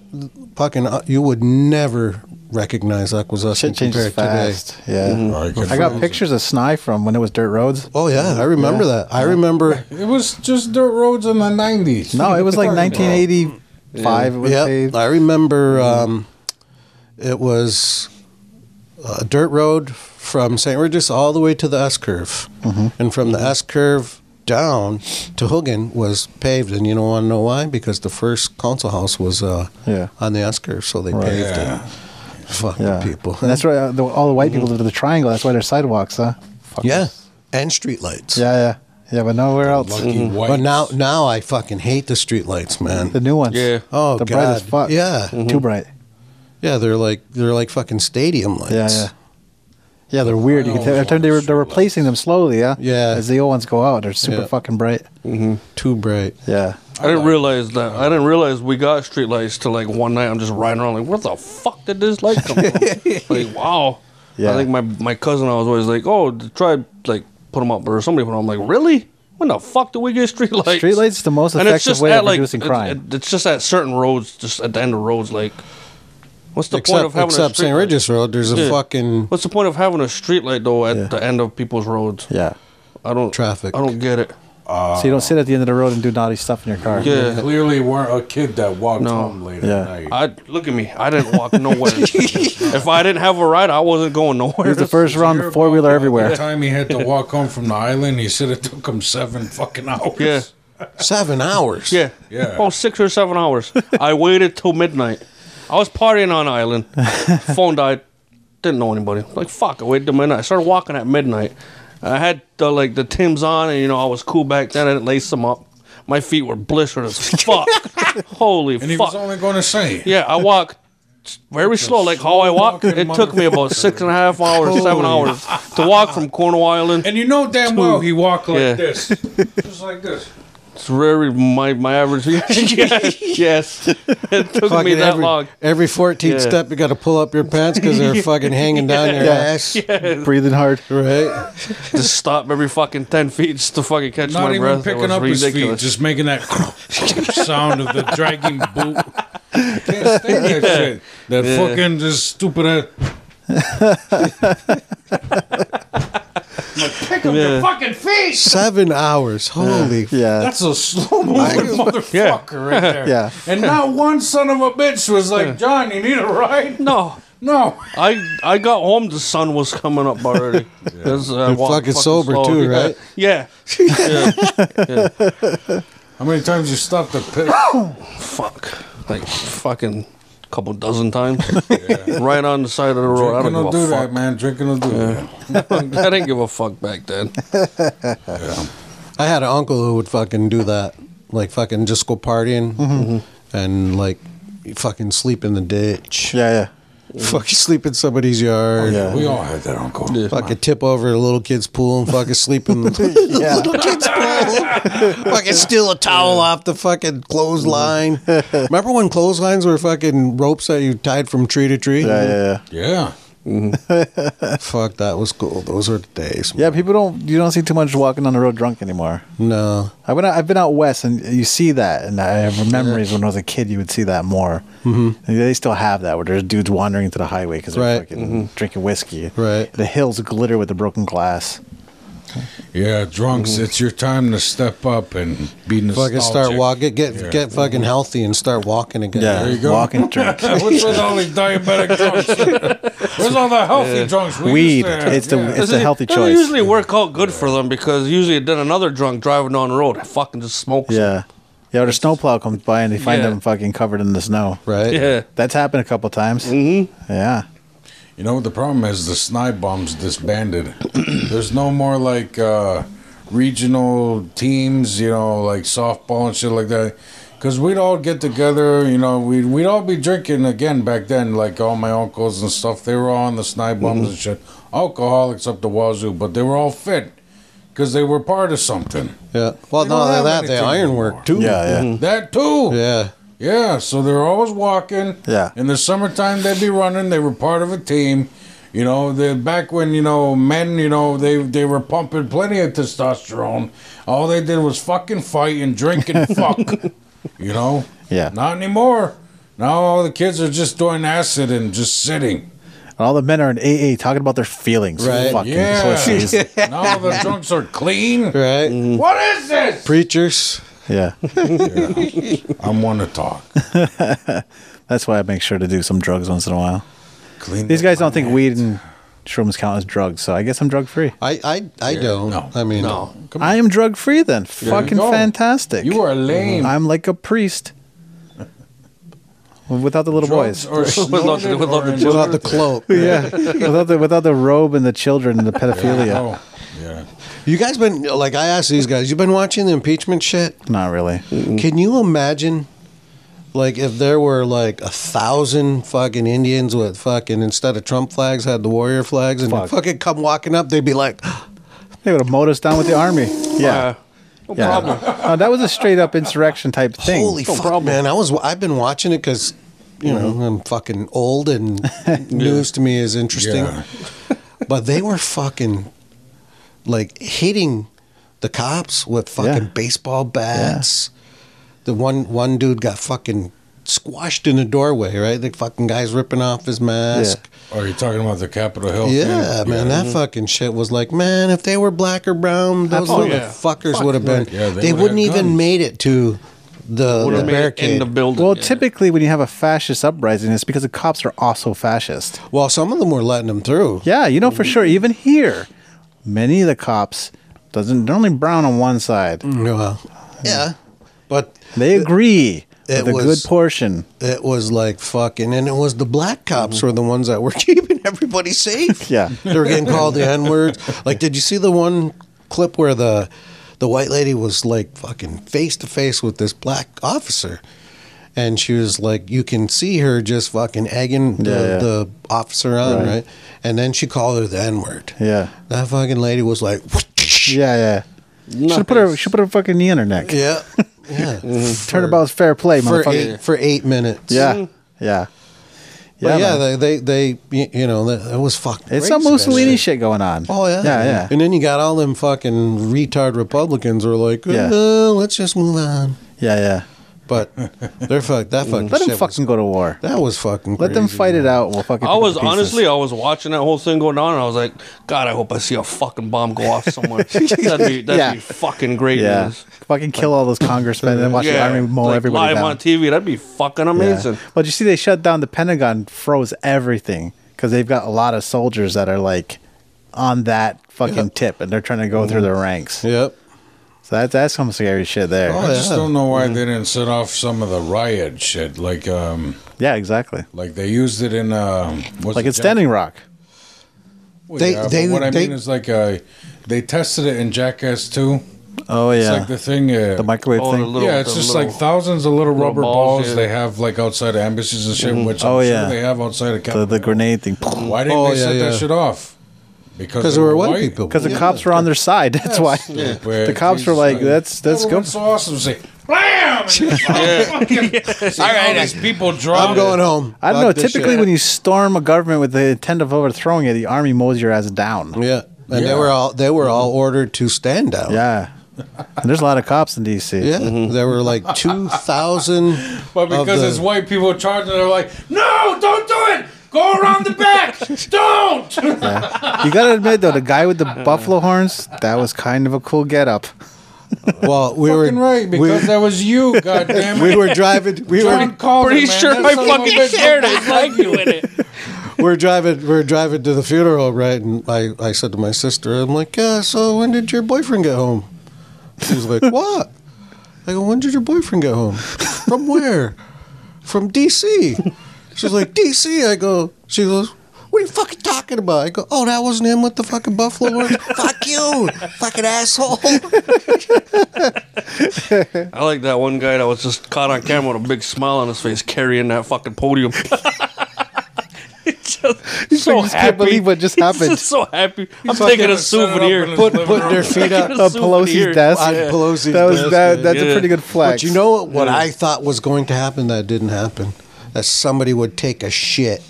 D: fucking uh, you would never recognize Aquazusa
E: Shit changes
D: compared to today. Mm-hmm.
E: fast. Yeah.
A: I can
E: I got
A: feel
E: pictures of Sny from when it was dirt roads.
D: Oh yeah, I remember that. I remember.
A: It was just dirt roads in the nineties.
E: No, it was like 1985. It was
D: Yep,
E: paved.
D: I remember. Um, it was a dirt road from St. Regis all the way to the S curve,
E: Mm-hmm.
D: and from the S curve down to Hogan was paved. And you don't want to know why? Because the first council house was uh,
E: Yeah.
D: on the S curve, so they paved
A: Yeah.
D: it. Fuck
E: Yeah.
D: the people.
E: And that's why uh, the, all the white people live to the triangle. That's why their sidewalks, huh? Fuckers.
D: Yeah, and streetlights.
E: Yeah, yeah. Yeah, but nowhere else.
A: Lucky whites.
D: But now, now I fucking hate the streetlights,
E: The
D: man.
E: new ones.
B: Yeah.
D: Oh
E: the
D: god.
E: bright as fuck.
D: Yeah, Mm-hmm.
E: Too bright.
D: yeah. They're like they're like fucking stadium lights.
E: Yeah, yeah. Yeah, they're weird. You can
A: I
E: tell.
A: always
E: Every time they were, they're replacing them slowly, yeah?
D: Yeah.
E: As the old ones go out, they're super
D: Yeah.
E: fucking bright.
D: Too bright.
E: Yeah.
B: I didn't realize that. I didn't realize we got streetlights till like one night. I'm just riding around like, where the fuck did this light come from? like, wow.
E: Yeah.
B: I think my my cousin I was always like, oh, try like put them up or somebody put them. I'm like, really? When the fuck did we get streetlights?
E: Streetlights the most
B: And it's
E: effective
B: just
E: way
B: at,
E: of
B: like,
E: reducing
B: it-
E: crime.
B: it- it's just at certain roads, just at the end of roads. Like, what's the point of
D: Except
B: having
D: except
B: a street
D: St. Regis Road, there's a
B: Yeah.
D: fucking
B: What's the point of having a streetlight though at the end of people's roads?
E: yeah.
B: I don't
D: Traffic.
B: I don't get it.
E: so you don't sit at the end of the road and do naughty stuff in your car.
A: You
B: Yeah.
A: clearly weren't a kid that walked
B: No.
A: home late
E: Yeah.
A: at night.
B: I look at me. I didn't walk nowhere. if I didn't have a ride, I wasn't going nowhere.
E: It was the first
A: You're
E: round four wheeler
A: about
E: Uh, everywhere.
A: The time he had to walk home from the island, he said it took him seven fucking hours.
B: Yeah.
D: seven hours.
B: Yeah.
A: Yeah.
B: About six or seven hours. I waited till midnight. I was partying on island. Phone died. Didn't know anybody. Like fuck, I waited till midnight. I started walking at midnight. I had the, like the Tim's on and you know I was cool back then. I didn't lace them up. My feet were blistered as fuck. Holy
A: And he
B: fuck.
A: was only going to say,
B: Yeah, I walk very slow, like how I walk.
A: Walking
B: It took me about six and a half hours, seven hours to walk from Cornwall Island.
A: and you know damn well he walked like
B: Yeah.
A: this, just like this.
B: It's very my my average. yes, yes, it took me
D: Fucking
B: that
D: every,
B: long.
D: every 14th
B: Yeah.
D: step, you got to pull up your pants because they're fucking hanging down your ass.
E: Breathing hard.
D: Right?
B: Just stop every fucking ten feet just to fucking catch
A: Not
B: my
A: even
B: breath. It
A: picking
B: was
A: up his feet,
B: ridiculous.
A: just making that sound of the dragging boot. Can't stand that shit. That fucking just stupid ass. Like, pick up your fucking feet.
D: Seven hours. Holy f
E: Yeah.
A: That's a slow moving motherfucker right there.
E: Yeah.
A: And not one son of a bitch was like, John, you need a ride?
B: no,
A: No.
B: I I got home. The sun was coming up already. That's, uh, I
D: You're
B: walked
D: fucking sober too,
B: Yeah.
D: right?
B: Yeah.
A: How many times you stopped to piss?
B: fuck, like fucking couple dozen times, right on the side of the road. I
A: Drinking
B: don't
A: will
B: give a
A: do
B: fuck.
A: that, man. Drinking will do that.
B: I didn't give a fuck back then.
D: I had an uncle who would fucking do that. Like fucking
B: Mm-hmm.
D: just go partying and like fucking sleep in the ditch.
E: Yeah, yeah.
D: Fucking sleep in somebody's yard.
E: Oh,
A: Yeah, we all had that uncle.
B: Yeah.
D: Fucking tip over a little kid's pool and fucking sleep in the little kid's pool. fucking steal a towel off the fucking clothesline. Remember when clotheslines were fucking ropes that you tied from tree to tree?
E: Yeah, yeah, yeah.
A: Yeah.
D: Fuck, that was cool. Those were the days.
E: Yeah, people don't. You don't see too much walking on the road drunk anymore.
D: No.
E: I went. Out, I've been out west, and you see that. And I have memories when I was a kid. You would see that more. Mm-hmm. And they still have that, where there's dudes wandering to the highway because they're
D: Right.
E: fucking drinking whiskey.
D: Right.
E: The hills glitter with the broken glass.
A: Yeah, drunks, it's your time to step up and be nostalgic.
D: Mm-hmm. Fucking start walking. Get
A: Yeah.
D: get fucking healthy and start walking again.
A: you go.
E: Walking drink.
A: What's with all these diabetic drunks? Where's all the healthy drunks? We
E: Weed.
A: used to have?
E: It's the
A: Yeah.
E: it's a healthy
B: Doesn't
E: choice.
B: usually work out good for them because usually then another drunk driving down the road fucking just smokes.
E: Yeah. Yeah, or the snowplow comes by and they find
B: Yeah.
E: them fucking covered in the snow.
D: Right.
B: Yeah.
E: That's happened a couple times.
B: Mm-hmm.
E: Yeah.
A: You know what the problem is? The snipe bombs disbanded. There's no more like uh, regional teams, you know, like softball and shit like that. Because we'd all get together, you know, we'd, we'd all be drinking again back then, like all my uncles and stuff. They were all on the snipe bombs and shit. Alcoholics up the wazoo, but they were all fit because they were part of something.
D: Yeah. Well,
A: They
D: no,
A: don't have
D: that the
A: anything
D: ironwork
A: anymore.
D: too.
E: Yeah, yeah.
A: That too.
D: Yeah.
A: Yeah, so they're always walking.
E: Yeah.
A: In the summertime, they'd be running. They were part of a team. You know, the back when you know men, you know they they were pumping plenty of testosterone. All they did was fucking fight and drink and fuck. you know.
E: Yeah.
A: Not anymore. Now all the kids are just doing acid and just sitting.
E: And all the men are in AA talking about their feelings.
D: Right.
E: Fucking
A: Yeah.
E: pussies.
A: now the drunks are clean.
D: Right.
E: Mm-hmm.
A: What is this?
D: Preachers.
E: yeah.
A: I'm one to talk.
E: That's why I make sure to do some drugs once in a while.
A: Clean.
E: These
A: the
E: guys don't think
A: planet.
E: weed and shrooms count as drugs, so I guess I'm drug free.
D: I I, I don't.
A: No.
D: I mean,
B: No.
A: Come on.
E: I am drug free then.
A: you
E: Fucking
A: go.
E: fantastic.
A: You are lame.
E: I'm like a priest. Without the little
A: Drugs
E: boys.
A: or
B: Without the-
A: snorted
B: without the
A: or
D: without the cloak.
E: yeah. Without the without the robe and the children and the pedophilia.
A: Oh, yeah.
D: You guys been like I asked these guys. You've been watching the impeachment shit.
E: Not really.
D: Can you imagine, like, if there were like a thousand fucking Indians with fucking instead of Trump flags had the warrior flags and
E: Fuck.
D: fucking come walking up, they'd be like,
E: They would have mowed us down with the army. Yeah.
B: No
E: yeah.
B: problem.
E: No, that was a straight up insurrection type thing.
D: "Holy fuck, man!" I was I've been watching it because you know I'm fucking old and news to me is interesting.
A: Yeah.
D: but they were fucking like hitting the cops with fucking
E: Yeah.
D: baseball bats. The one one dude got fucking squashed in the doorway, right? The fucking guy's ripping off his mask.
A: Are you talking about the Capitol Hill?
D: Yeah,
A: thing?
D: man, that fucking shit was like, man, if they were black or brown, those
E: Absolutely.
D: little
B: Yeah.
D: fuckers would have been.
A: Yeah, they
D: they
A: would've
D: wouldn't
A: had
D: even
A: guns.
D: made it to the,
B: Would've
D: the
B: made it in
D: barricade.
B: the building.
E: Well,
B: yeah.
E: typically when you have a fascist uprising, it's because the cops are also fascist.
D: well, some of them were letting them through.
E: Yeah, you know for sure. Even here, many of the cops doesn't they're only brown on one side.
D: Well, yeah, but
E: They agree
D: Mm. it
E: with a
D: was-
E: good portion.
D: It was like fucking, and it was the black cops were the ones that were keeping everybody safe.
E: Yeah.
D: they were getting called the N word. Like, did you see the one clip where the the white lady was like fucking face to face with this black officer, and she was like, you can see her just fucking egging the,
E: Yeah, yeah.
D: the officer on, right.
E: Right.
D: And then she called her the N word.
E: Yeah.
D: That fucking lady was like,
E: Yeah, yeah. Should put her should put her fucking knee on her neck.
D: yeah, yeah,
E: Turnabout's fair play,
D: for
E: motherfucker.
D: eight, for eight minutes.
A: Mm-hmm.
E: Yeah. Yeah.
D: But yeah,
E: man.
D: they, they, they, you- you know, that, that was fucking.
E: it's
D: crazy,
E: some
D: that
E: Mussolini
D: shit.
E: shit going on.
D: Oh yeah,
E: Yeah, yeah.
D: And then you got all them fucking retard Republicans who are like,
E: Yeah.
D: "Uh, let's just move on.
E: Yeah, yeah.
D: But they're fuck. That fucking.
E: Mm-hmm. Let them
D: shit was-
E: fucking go to war.
D: that was fucking.
E: Let them
D: crazy.
E: fight it out. We'll fucking.
B: I
E: pick up
B: was
E: the pieces.
B: honestly, I was watching that whole thing go down, and I was like, God, I hope I see a fucking bomb go off somewhere. that'd be, that'd
E: Yeah.
B: be fucking great
E: Yeah.
B: news.
E: Fucking kill all those congressmen and watch the army mow
B: like
E: everybody
B: live
E: down.
B: on TV, that'd be fucking amazing.
E: Yeah. Well, did you see they shut down the Pentagon, froze everything because they've got a lot of soldiers that are like on that fucking tip, and they're trying to go through their ranks.
D: Yep.
E: So that, that's some scary shit there.
D: Oh,
A: I just
D: yeah.
A: don't know why they didn't set off some of the riot shit. Like, um,
E: Yeah, exactly.
A: like they used it in uh, was
E: Like
A: it
E: it's Standing Rock.
A: Well,
D: They-
A: yeah, but
D: they-
A: what I
D: they-
A: mean is like uh, they tested it in Jackass Two.
E: Oh yeah,
A: It's like the thing. Uh,
E: the microwave
B: Oh,
E: thing.
B: the little-
A: yeah, it's just
B: little-
A: like thousands of little rubber
B: balls,
A: balls,
B: yeah.
A: they have like outside of embassies and shit, which
E: Oh,
A: I'm
E: yeah.
A: sure they have outside of
E: the,
A: Capitol.
E: the grenade thing.
A: Why didn't
D: Oh,
A: they
D: yeah,
A: set
D: yeah.
A: that shit off? Because
D: Because
A: they
D: there were white people.
E: Because the
D: Yeah.
E: cops were on their side. That's why. The cops were like, "That's that's good."
A: That's awesome. Say, blam! All right, these people drop.
D: I'm going home.
E: I don't know.
D: Fuck this
E: Typically,
D: shit.
E: when you storm a government with the intent of overthrowing it, the army mows your ass down.
D: yeah, and they
A: Yeah.
D: were all they were all ordered to stand down.
E: Yeah. Mm-hmm. And there's a lot of cops in D.C.
D: Yeah, there were like two thousand.
A: But because it's white people charging, they're like, "No, don't do it. Go around the back. don't."
E: You gotta admit though, the guy with the buffalo horns, that was kind of a cool getup.
D: well, we were
A: Fucking right, because
D: we,
A: that was you. Goddamn it.
D: we were driving. We
A: John
D: were
A: Calder,
B: Pretty
A: man.
B: sure
A: That
B: I
A: son of a
B: fucking
A: bitch
B: shared
A: looked
B: it. Like you in it.
D: we were driving we were driving to the funeral, right? And I, I said to my sister, I'm like, yeah, so when did your boyfriend get home? She was like, what? I go, when did your boyfriend get home? From where? From DC. She's like, DC. I go, she goes, what are you fucking talking about? I go, oh, that wasn't him with the fucking buffalo horns. Fuck you, fucking asshole.
B: I like that one guy that was just caught on camera with a big smile on his face carrying that fucking podium. He's just so
E: just can't
B: happy.
E: believe what just
B: He's
E: happened.
B: just so happy. I'm taking a
A: set it up in
B: souvenir.
A: his
B: Put
A: living
D: Putting
A: room.
D: their feet up.
E: Uh,
B: Souvenir.
E: Pelosi's desk.
D: On Pelosi's
E: that was
D: desk,
E: that.
D: yeah.
E: That's a
B: Yeah.
E: pretty good flex.
D: But you know what, what I thought was going to happen that didn't happen? That somebody would take a shit.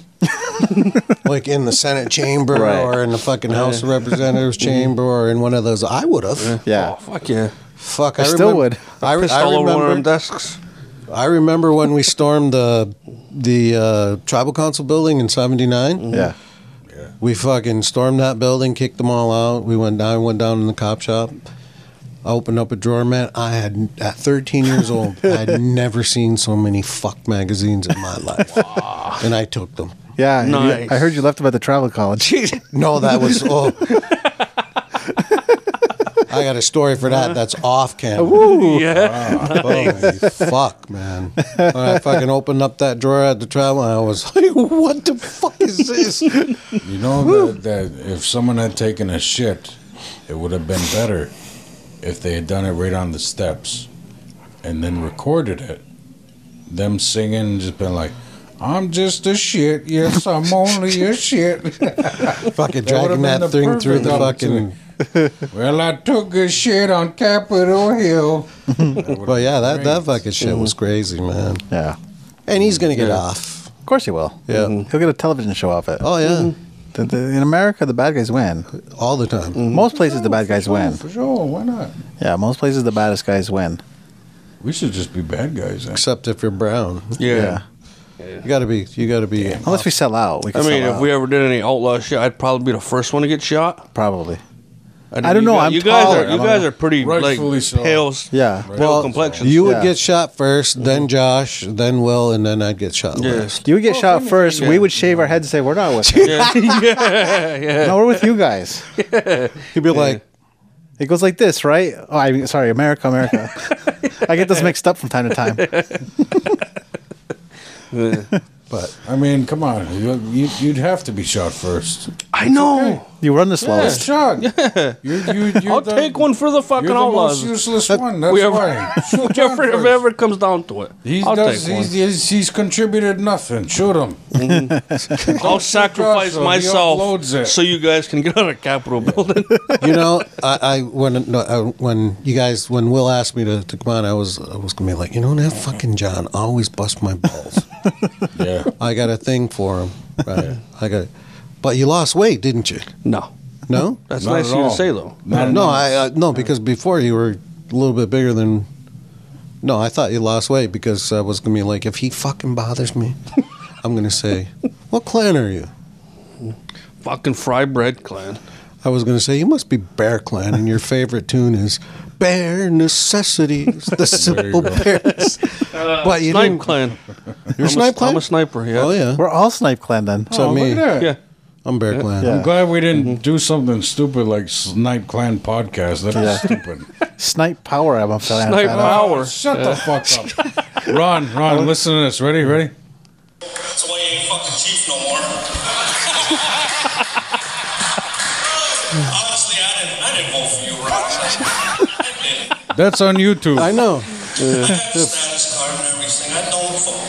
D: like in the Senate chamber
E: Right. Mm-hmm.
D: or in the fucking House of Representatives chamber or in one of those. I would have.
E: Yeah.
B: Oh, fuck yeah.
D: Fuck, I,
E: still
D: remem-
E: would.
D: I, re-
B: Pissed
D: I
B: all over one of them
D: remember.
B: desks.
D: I remember when we stormed the the uh, tribal council building in '79.
E: Yeah.
D: We fucking stormed that building, kicked them all out. We went down, went down in the cop shop. I opened up a drawer, man. I had at 13 years old, I had never seen so many fuck magazines in my life, and I took them.
E: Yeah. you-
B: Nice.
E: I heard you left about the travel college.
D: No, that was oh. I got a story for that. That's off camera.
B: Yeah.
D: Holy fuck, man! When I fucking opened up that drawer at the travel, I was like, "What the fuck is this?"
A: You know that, that if someone had taken a shit, it would have been better if they had done it right on the steps and then recorded it. Them singing and just been like, I'm just a shit. Yes, I'm only a shit.
D: Fucking
A: That would've
D: dragging
A: been
D: that
A: the
D: thing through the
A: perfect
D: fucking.
A: well, I took a shit on Capitol Hill.
D: Well, yeah, that, that fucking shit was crazy, man.
E: Yeah.
D: And he's gonna get off.
E: Of course you will.
D: Yeah. Mm-hmm.
E: He'll get a television show off it.
D: Oh Mm-hmm. yeah,
B: Mm-hmm.
E: The- the- in America, the bad guys win.
D: all the time.
B: Mm-hmm.
E: Most places, the bad guys win.
A: For sure. Why not?
E: Yeah. Most places, the baddest guys win.
A: We should just be bad guys. Then.
D: Except if you're brown,
B: Yeah.
D: you gotta be. You gotta be.
E: Unless we sell out, we
B: I
E: can
B: mean,
E: sell
B: if
E: out.
B: we ever did any outlaw shit, I'd probably be the first one to get shot.
E: probably.
B: And
E: I don't
B: you
E: know,
B: guys-
E: I'm
B: you guys
E: taller,
B: are
E: I
B: you
E: don't
B: guys
E: know.
B: are pretty
A: Rightfully
B: like
A: so.
B: pale,
E: Yeah.
B: pale
D: Well,
B: complexion.
D: You would
E: Yeah.
D: get shot first, then Josh, then Will, and then I'd get shot
B: Mm-hmm. yeah.
D: last.
E: You would get shot first.
B: yeah.
E: We would shave our heads and say, "We're not with you.
B: yeah, yeah, yeah.
E: no, we're with you guys."
D: He'd be like,
E: It goes like this, right? Oh, I mean, sorry, America, America. I get this mixed up from time to time.
D: but
A: I mean, come on. You, you, you'd have to be shot first.
B: I know.
E: You run the
A: Yeah,
E: slowest.
A: shot. Yeah. You, you, you're
B: I'll
A: the-
B: take one for the fucking
A: You're the
B: outlaws.
A: most useless one. That's
B: we ever-
A: why. Shoot John
B: Jeffrey, if
A: first.
B: it ever comes down to it,
A: He's,
B: I'll
A: does,
B: take one.
A: he's, he's, he's contributed nothing. Shoot him.
B: I'll sacrifice
A: Picasso, he
B: myself
A: uploads it.
B: so you guys can get on a Capitol building.
D: you know, I, I when no, I, when you guys when Will asked me to, to come on, I was I was gonna be like, you know, that fucking John always busts my balls.
A: Yeah.
D: I got a thing for him. Right. I got. But you lost weight, didn't you?
B: no,
D: No.
B: that's
A: Not
B: nice
A: at
B: of you to
A: all.
B: say though.
A: Not
D: no,
A: enough.
D: I uh, no because before you were a little bit bigger than. No, I thought you lost weight because I was gonna be like, if he fucking bothers me, I'm gonna say, "What clan are you?"
B: Fucking fry bread clan.
D: I was gonna say you must be Bear Clan, and your favorite tune is "Bare Necessities," the simple bears. but you
B: Uh, Snipe
D: didn't.
B: clan. I'm,
D: You're Snipe
B: a,
D: Clan.
B: I'm a sniper. Yeah.
D: Oh yeah,
E: We're all Snipe Clan then.
D: so
A: Oh,
D: me,
A: Look at that.
B: Yeah.
D: I'm Bear Clan.
E: Yeah.
A: I'm glad we didn't
B: Mm-hmm.
A: do something stupid like Snipe Clan podcast. That
E: Yeah.
A: was stupid. Oh,
E: Snipe Power, I'm a fan.
B: Snipe
E: fan of.
B: Power.
A: Shut the fuck up. Ron, Ron, listen to this. Ready? Ready?
F: That's why you ain't fucking chief no more. Honestly, I didn't, I didn't vote for you, Rob. I didn't
A: That's on YouTube.
D: I know.
F: I have a status card and everything. I don't fuck.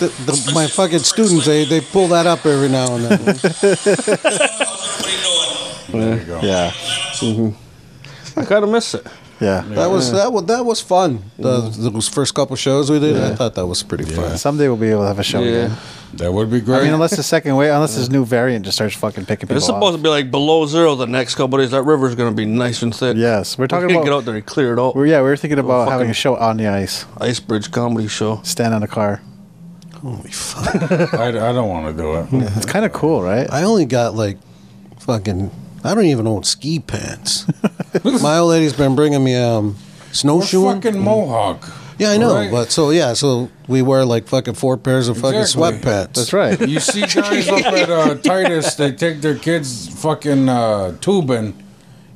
D: The, the, my fucking students, they, they pull that up every now and then.
F: How's everybody doing? oh
A: There you go.
E: Yeah.
B: I kind of miss it.
E: Yeah.
D: That was that was that was fun. The, those first couple shows we did, I thought that was pretty fun.
E: Someday we'll be able to have a show
B: Yeah.
E: again.
A: That would be
E: I
A: great.
E: mean, unless the second wave, unless this new variant just starts fucking picking people
B: It's supposed to be like below zero the next couple days. That river's gonna be nice and thick.
E: Yes, we're talking
B: we can't
E: about-
B: get out there and clear it out.
E: We're, yeah, we were thinking about having
B: fucking-
E: a show on the ice,
B: Ice Bridge comedy show.
E: stand on a car.
D: Holy fuck!
A: I, I don't want to do it.
E: It's kind of cool, right?
D: I only got like fucking. I don't even own ski pants. my old lady's been bringing me um snowshoeing.
A: Fucking mohawk.
D: yeah, I know.
A: Right.
D: But so yeah, so we wear like fucking four pairs of fucking
A: Exactly.
D: sweatpants.
E: That's right.
A: You see guys up at uh, Titus, they take their kids fucking uh, tubing.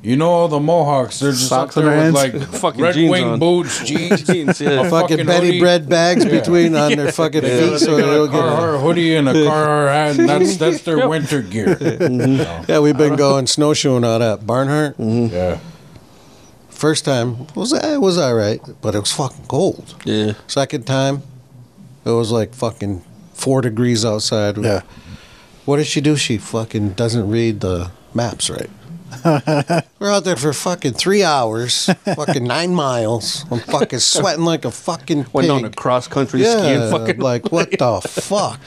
A: You know all the Mohawks, they're just
E: Socks
A: up
E: on
A: there
E: their
A: with
E: hands.
A: like
B: Fucking
A: red
B: jeans
A: wing
B: on.
A: boots, jeans,
B: Jeans, yeah.
A: a
D: Fucking, Betty
A: hoodie.
D: Bread bags
A: Yeah.
D: between on their fucking
A: Yeah,
D: feet, so
A: they got
D: they
A: a
D: don't get. it.
A: Carhartt hoodie and a Carhartt hat, and that's that's their winter gear.
D: Yeah, we've been
A: Uh-huh.
D: going snowshoeing out at Barnhart.
A: Yeah,
D: First time was it was all right, but it was fucking cold.
B: Yeah.
D: Second time, it was like fucking four degrees outside.
E: Yeah.
D: What does she do? She fucking doesn't read the maps right. We're out there for fucking three hours, fucking nine miles. I'm fucking sweating like a fucking pig.
B: Went down to cross country ski
D: yeah,
B: and fucking
D: like what the fuck?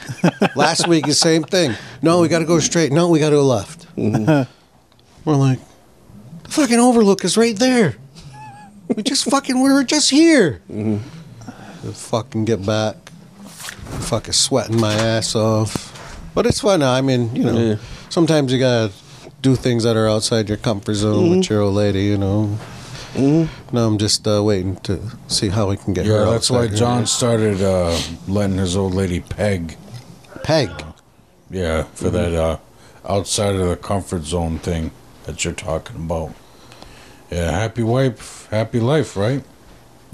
D: Last week, the same thing. No, we got to go straight. No, we got to go left.
B: Mm-hmm.
D: We're like, the fucking overlook is right there. We just fucking, we were just here.
B: Mm-hmm.
D: Fucking get back. Fucking sweating my ass off. But it's fun. I mean, you know,
B: Yeah.
D: sometimes you got to do things that are outside your comfort zone with
B: Mm-hmm.
D: your old lady, you know. Now I'm just uh, waiting to see how we can get her
A: yeah. That's
D: outside
A: why
D: here.
A: John started uh, letting his old lady peg.
D: Peg.
A: Yeah, for that uh, outside of the comfort zone thing that you're talking about. Yeah, happy wife, happy life, right?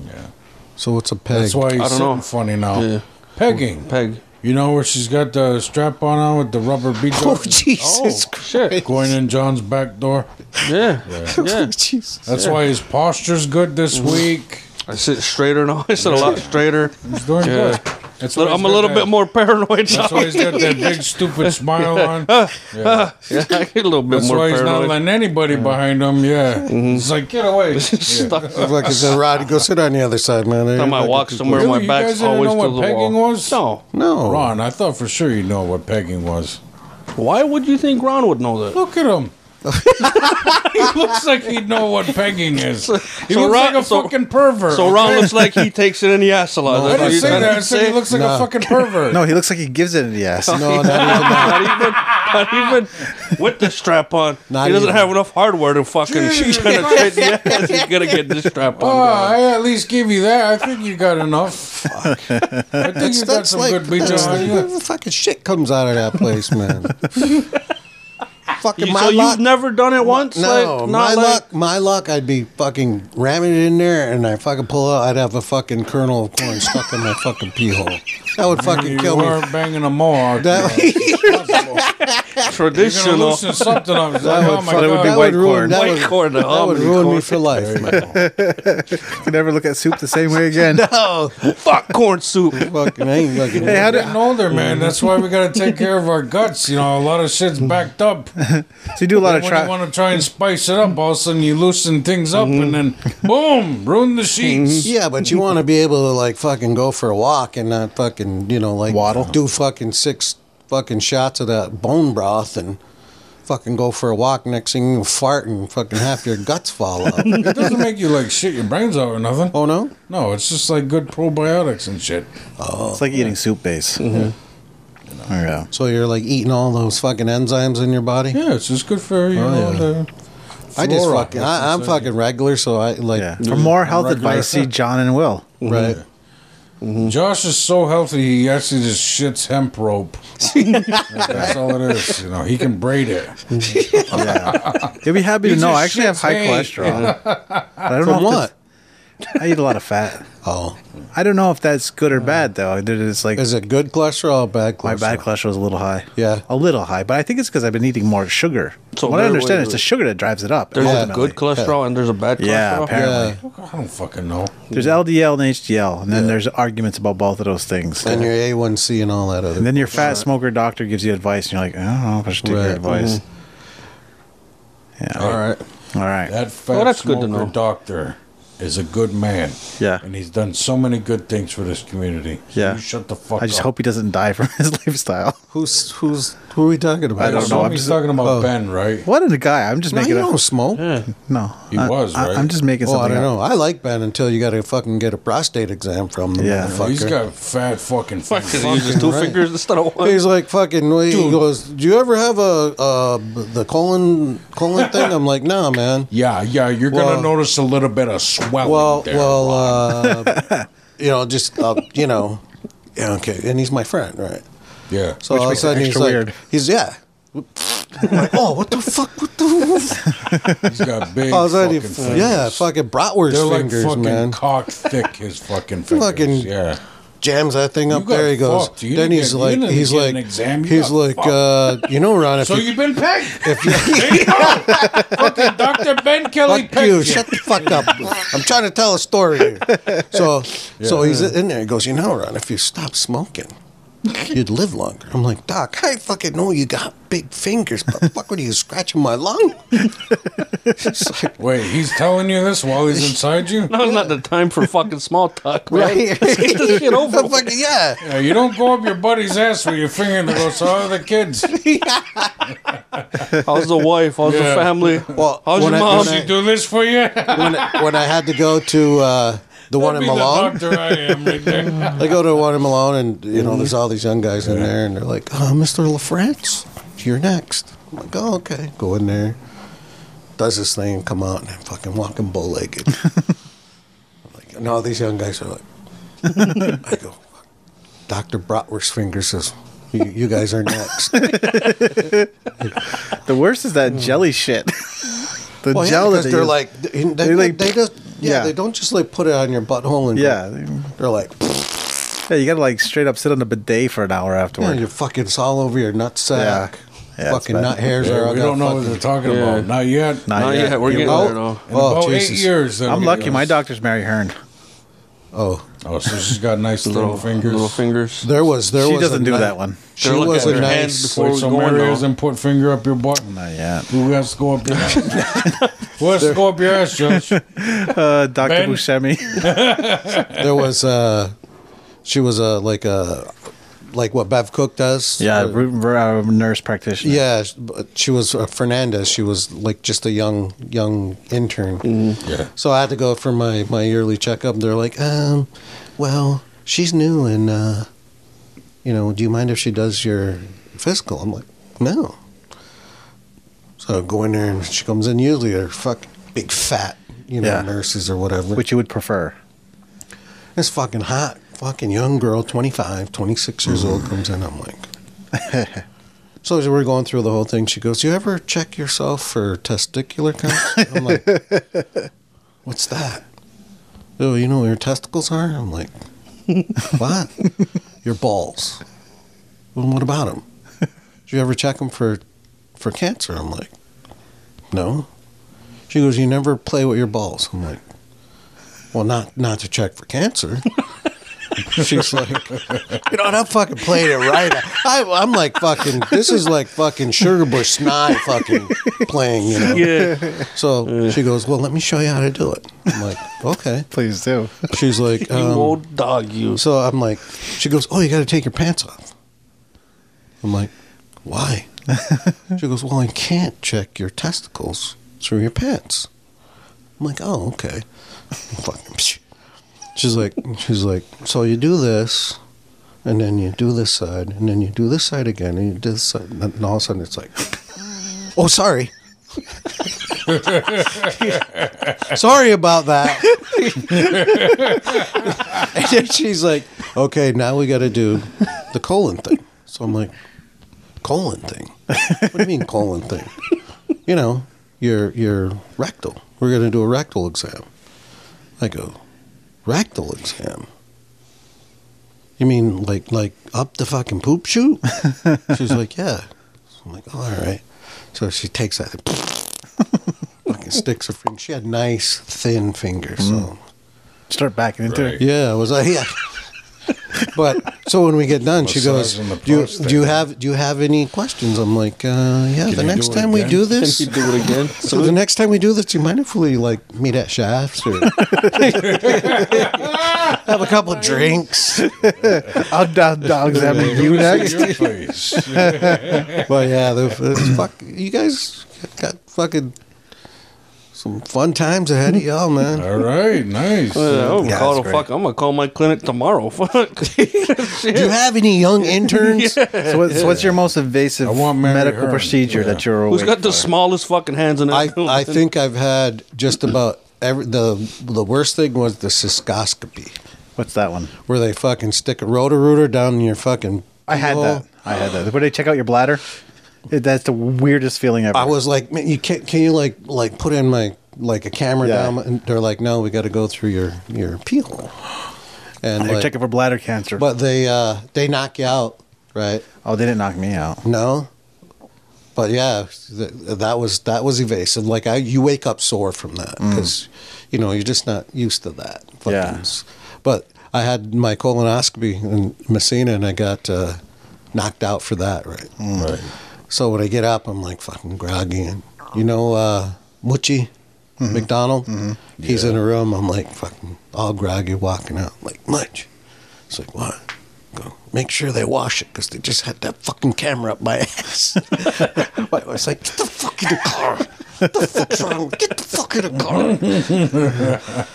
A: Yeah.
D: So what's a peg?
A: That's why he's
B: I don't
A: sitting
B: know.
A: funny now.
B: Yeah.
A: Pegging.
B: peg.
A: you know where she's got the strap on on with the rubber bead.
D: Oh Jesus Christ!
A: Going in John's back door.
B: Yeah. Yeah.
D: Jesus.
A: That's why his posture's good this
B: Mm-hmm.
A: week.
B: I sit straighter now. I sit a lot straighter.
A: He's doing
B: Yeah.
A: good. That's why he's
B: I'm a
A: got
B: little
A: that-
B: bit more paranoid
A: That's
B: now.
A: why he's got that big stupid smile on. Yeah.
B: yeah, I get a little bit
A: That's
B: more
A: why he's not
B: paranoid. Mm-hmm.
A: letting anybody behind him. Yeah, he's like, get away. Yeah.
B: Stuck
D: Look like it's a rod. Go sit on the other side, man.
B: on my walk somewhere.
A: Really?
B: my
A: You guys
B: back's
A: didn't
B: always
A: know
B: to
A: what
B: the
A: pegging
B: wall.
A: was?
B: No.
D: No.
A: Ron, I thought for sure you know what pegging was.
B: Why would you think Ron would know that?
A: Look at him. he looks like he'd know what pegging is. He looks
B: so Ron-
A: like a
B: so-
A: fucking pervert.
B: So Ron looks like he takes it in the ass a lot.
A: I
B: That's what
A: didn't
B: you're
A: say
B: trying
A: that. I
B: to
A: said he
B: say?
A: looks like a
D: Nah.
A: fucking pervert.
E: No, he looks like he gives it in the ass.
D: No, not even that.
B: not even, not even with the strap on.
D: Not
B: he doesn't
D: even.
B: have enough hardware to fucking
A: Jesus
B: penetrate the ass. He's gonna get this strap
A: Oh,
B: on.
A: I at least give you that. I think you got enough. I think you got
D: That's
A: some
D: like
A: good meat
D: that's
A: on
D: like-
A: you.
D: the fucking shit comes out of that place, man. fucking
B: You,
D: my
B: so
D: luck.
B: you've never done it once?
D: no,
B: like,
D: my
B: not like,
D: luck. My luck. I'd be fucking ramming it in there, and I fucking pull out. I'd have a fucking kernel of corn stuck in my fucking pee hole. That would fucking
A: You
D: kill me.
A: weren't banging a mohawk.
D: That-
A: you know, it's possible. You're gonna
B: traditional.
A: loosen something up. It's like,
D: That
A: oh
D: would
A: my
E: fucking
A: god.
E: be
D: that
E: white
D: would ruin,
E: corn.
D: That
B: White
D: would,
B: corn, the
D: that would
B: hominy
D: ruin me
B: corn.
D: for life, man.
E: You can never look at soup the same way again.
B: Fuck corn soup.
D: fucking, I ain't fucking.
E: Hey, how
A: We're
E: do,
A: getting older, man. That's why we gotta take care of our guts. You know, a lot of shit's backed up.
E: so you do a lot
A: when
E: of
A: you
E: travel.
A: want to try and spice it up, all of a sudden you loosen things up, and then boom, ruin the sheets.
D: Yeah, but you want to be able to like fucking go for a walk and not fucking you know like
E: Waddle.
D: do fucking six fucking shots of that bone broth and fucking go for a walk. Next thing you fart and fucking half your guts fall out.
A: It doesn't make you like shit your brains out or nothing.
D: oh no,
A: No, it's just like good probiotics and shit.
E: It's like eating soup base.
D: Mm-hmm.
E: Yeah.
D: so you're like eating all those fucking enzymes in your body.
A: Yeah, it's just good for you know
D: Oh, yeah.
A: the
D: I just
A: flora,
D: fucking I, I'm
A: that's what
D: fucking regular, so I like
E: Yeah. For more health
A: Regular
E: advice, see
A: stuff.
E: John and Will.
D: right.
A: Josh is so healthy he actually just shits hemp rope. That's all it is. You know, he can braid it.
E: You'll be happy to know
A: just
E: I actually have
A: shits
E: high
A: hay.
E: cholesterol. But I don't
D: From
E: know if
D: what?
E: it's- I eat a lot of fat.
D: Oh,
E: I don't know if that's good or bad though. Dude, It's like
D: is it good cholesterol or bad cholesterol?
E: my bad cholesterol is a little high.
D: Yeah.
E: a little high, but I think it's because I've been eating more sugar.
B: So
E: So what I
B: there-
E: understand,
B: wait,
E: it's the
B: wait.
E: sugar that drives it up.
B: There's a
E: ultimately.
B: good cholesterol and there's a bad cholesterol.
E: Yeah, apparently.
D: Yeah.
A: I don't fucking know.
E: There's LDL and HDL, and then there's arguments about both of those things. And,
D: And your A1C and all that other.
E: then your fat smoker doctor gives you advice, and you're like, I don't know if I should take
D: Right. Mm-hmm.
E: your advice. Yeah.
A: All right.
E: All right.
A: That fat
B: Well, that's good
A: smoker
B: to know.
A: doctor is a good man.
E: Yeah.
A: And he's done so many good things for this community. So
E: Yeah.
A: You shut the fuck up.
E: I just hope he doesn't die from his lifestyle.
D: who's who's who are we talking about?
A: I don't know.
E: I'm
A: He's
E: just-
A: talking about
D: Oh.
A: Ben, right?
E: What a guy! I'm just
D: No, you
E: making a,
D: don't smoke.
E: no.
A: He
E: I-
A: was,
E: I,
A: right?
E: am just making
D: Oh, I
E: something.
D: don't
E: up.
D: know. I like Ben until you got to fucking get a prostate exam from the
E: Yeah.
D: motherfucker.
A: He's got fat fucking
B: Fuck,
A: fingers.
B: because he uses two
D: right.
B: fingers instead of one.
D: He's like fucking. He goes, "Do you ever have a uh, the colon colon thing?" I'm like, "Nah, man."
A: Yeah, yeah. You're
D: Well-
A: gonna notice a little bit of swelling.
D: Well,
A: there.
D: well, uh, you know, just uh, you know, yeah, okay. And he's my friend, right?
A: yeah.
D: So
E: Which
D: all of a
E: makes it
D: sudden he's
E: extra
D: like,
E: weird.
D: he's yeah. I'm like, oh, what the fuck? What the?
A: he's got big
D: all of a sudden,
A: fucking
D: he-
A: fingers.
D: yeah, fucking bratwurst
A: They're like
D: fingers,
A: fucking
D: man.
A: cock thick. His fucking fingers.
D: Fucking-
A: yeah.
D: jams that thing up
A: got
D: there. He goes.
A: fucked. You didn't
D: then he's
A: get- you
D: like,
A: didn't
D: he's
A: get
D: like,
A: an exam. You
D: he's
A: got
D: like,
A: fucked.
D: uh, you know, Ron, if
A: So
D: you,
A: you've been pegged.
D: if you,
A: There you go. fucking Dr. Ben Kelly
D: fuck
A: pegged
D: you, shut the fuck up. I'm trying to tell a story. Here. So, so he's in there. He goes, you know, Ron, if you stop smoking. You'd live longer. I'm like, Doc, I fucking know you got big fingers, but fuck, what are you scratching my lung? It's like,
A: Wait, he's telling you this while he's inside you?
B: Now's not the time for fucking small talk, man.
D: Right.
B: Let's get this shit over
D: the
B: with.
D: fucking, yeah.
A: Yeah, you don't go up your buddy's ass with your finger and go, so are the kids.
B: How's the wife? How's
A: Yeah.
B: the family?
D: Well,
B: How's your
D: when I-
B: mom?
D: when
A: Does she do this for you?
D: When I, when I had to go to uh, the one
A: That'd
D: in
A: be
D: Milan,
A: The doctor I am right there.
D: I go to one in Malone, and you know,
E: Mm-hmm.
D: there's all these young guys in there, and they're like, "Oh, Mr. LaFrance, you're next." I'm like, "Oh, okay." Go in there, does this thing, come out, and I'm fucking walking bow legged. like, and all these young guys are like, "I go, Doctor Bratwurst fingers says." You, you guys are next.
E: The worst is that jelly shit. the
D: Hmm. Well, yeah,
E: gel that
D: because
E: they
D: they're
E: use.
D: like, they,
E: They like-
D: they just, yeah,
E: yeah.
D: they don't just like put it on your butthole and
E: yeah, they-
D: they're like,
E: yeah. You gotta like straight up sit on the bidet for an hour
D: yeah,
E: afterward.
D: your fucking it's all over your nut sack.
E: Yeah. Yeah, it's
D: fucking
E: bad.
D: nut hairs are all
A: we
D: got
A: don't know what
D: fucking-
A: they're talking
B: Yeah.
A: about. Not yet.
E: Not
B: Not
E: yet.
B: yet. We're
E: You
B: getting
E: will.
B: there, though.
A: In
D: Oh,
A: about
D: Jesus.
A: eight years. they'll
E: I'm
A: get
E: lucky. My
A: us.
E: doctor's Mary Hearn.
D: Oh,
A: Oh, so she's got nice little,
B: Little
A: fingers.
B: Little fingers.
D: there was there
E: She
D: was.
E: doesn't
D: a
E: do
D: night-
E: that one.
D: She
B: They're looking
D: was
B: at
D: a
B: their
D: nice.
B: hands.
A: Wait,
B: Before we
A: so
B: go on,
A: Mary
B: though.
A: doesn't put finger up your butt.
E: Not yet.
A: Who has to go up your ass? Who has to go up your ass, Josh?
E: Uh, Doctor
A: Ben?
E: Buscemi.
D: There was uh she was a like a like what Bev Cook does.
E: yeah,
D: Or-
E: root- uh, nurse practitioner.
D: yeah. sh- but She was uh, Fernandez. She was like just a young young intern.
E: Mm-hmm.
A: Yeah.
D: So I had to go for my my yearly checkup. They're like, um, well, she's new, and uh, you know, do you mind if she does your physical? I'm like, no. So I go in there, and she comes in. Usually, they're fuck big fat, you know,
E: Yeah.
D: nurses or whatever.
E: Which you would prefer.
D: This fucking hot, fucking young girl, 25, 26 years old,
E: Mm.
D: comes in. I'm like, so as we're going through the whole thing, she goes, Do you ever check yourself for testicular cancer? I'm like, What's that? Oh, you know where your testicles are? I'm like, What? your balls. Well, what about them? Do you ever check them for, for cancer? I'm like, No. She goes, You never play with your balls. I'm like, well, not not to check for cancer. She's like, you know, and I'm fucking playing it right. I, I'm like fucking. This is like fucking Sugarbush Snye fucking playing, you know.
B: Yeah.
D: So she goes, well, let me show you how to do it. I'm like, okay.
E: Please do.
D: She's like,
B: you
D: um,
B: old dog, you.
D: so I'm like, she goes, oh, you got to take your pants off. I'm like, why? she goes, well, I can't check your testicles through your pants. I'm like, oh, okay. Fucking. She's like, she's like, so you do this, and then you do this side, and then you do this side again, and you do this side, and then all of a sudden it's like, oh, sorry. sorry about that. And then she's like, okay, now we got to do the colon thing. So I'm like, colon thing? What do you mean colon thing? You know, your your rectal. We're going to do a rectal exam. I go, Rectal exam. You mean like like up the fucking poop chute? She's like, yeah. So I'm like, all right. So she takes that, fucking sticks her finger. She had nice thin fingers. So
E: Start backing into
A: Right.
E: it.
D: yeah, it was I? Yeah. but so when we get done, she goes,
A: Massaging the
D: do you,
A: prostate.
D: do you have do you have any questions? I'm like, uh, yeah.
A: you
D: the
A: do
D: next
A: it
D: time we
A: again?
D: do
B: Can
D: this,
B: you do it again?
D: so the next time we do this, do you mind if we like meet at Shafts or have a couple drinks?
E: I'll, I'll, I'll examine you next.
A: Your place. Yeah.
D: but yeah, the, the fuck, you guys got fucking some fun times ahead of y'all, man.
A: All right, nice.
B: Yeah, I'm gonna
E: Yeah,
B: call
E: that's
B: the fuck. I'm gonna call my clinic tomorrow. Fuck.
D: Do you have any young interns?
E: So, what, so what's your most invasive
A: I want Mary
E: medical
A: Hearn.
E: procedure that you're
B: Who's
E: awake
B: got the
E: for?
B: smallest fucking hands in
D: I
B: that room?
D: I think I've had just about every the the worst thing was the cystoscopy
E: What's that one?
D: where they fucking stick a rotor rooter down your fucking.
E: I had
D: hole.
E: that. I had that. Where they check out your bladder? It- That's the weirdest feeling ever.
D: I was like, man, you can't. Can you like like put in my like a camera
E: Yeah.
D: down? And they're like, no, we got to go through your your pee hole. And
E: They're
D: like,
E: checking for bladder cancer.
D: but they uh they knock you out, right?
E: oh, they didn't knock me out.
D: No. But yeah, th- that was that was evasive. Like I, you wake up sore from that because, you know, you're just not used to that. Fucking
E: Yeah.
D: s- But I had my colonoscopy in Messina, and I got uh, knocked out for that. Right.
A: Right.
D: So when I get up, I'm like fucking groggy, and you know, uh, Moochie McDonald, he's in a room. I'm like fucking all groggy, walking out. I'm like Munch, it's like what? Go make sure they wash it because they just had that fucking camera up my ass. I was like, get the fuck in the car. What the fuck's wrong? Get the fuck in the car.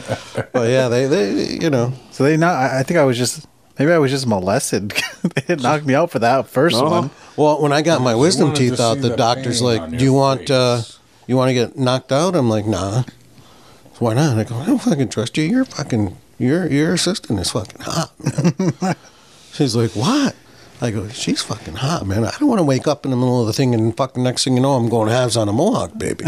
D: but yeah, they, they, you know,
E: So they not. I, I think I was just. Maybe I was just molested. they didn't knock me out for that first
B: No.
E: one.
D: Well, when I got my wisdom
A: wanted to
D: teeth out,
A: see
D: the
A: the
D: doctor's
A: pain
D: like,
A: on
D: "Do
A: your
D: you want uh,
A: face."
D: you want to get knocked out?" I'm like, "Nah, why not?" I go, "I don't fucking trust you. You're fucking your your assistant is fucking hot." man." She's like, "What?" I go, "She's fucking hot, man. I don't want to wake up in the middle of the thing and fucking next thing you know, I'm going halves on a mohawk, baby.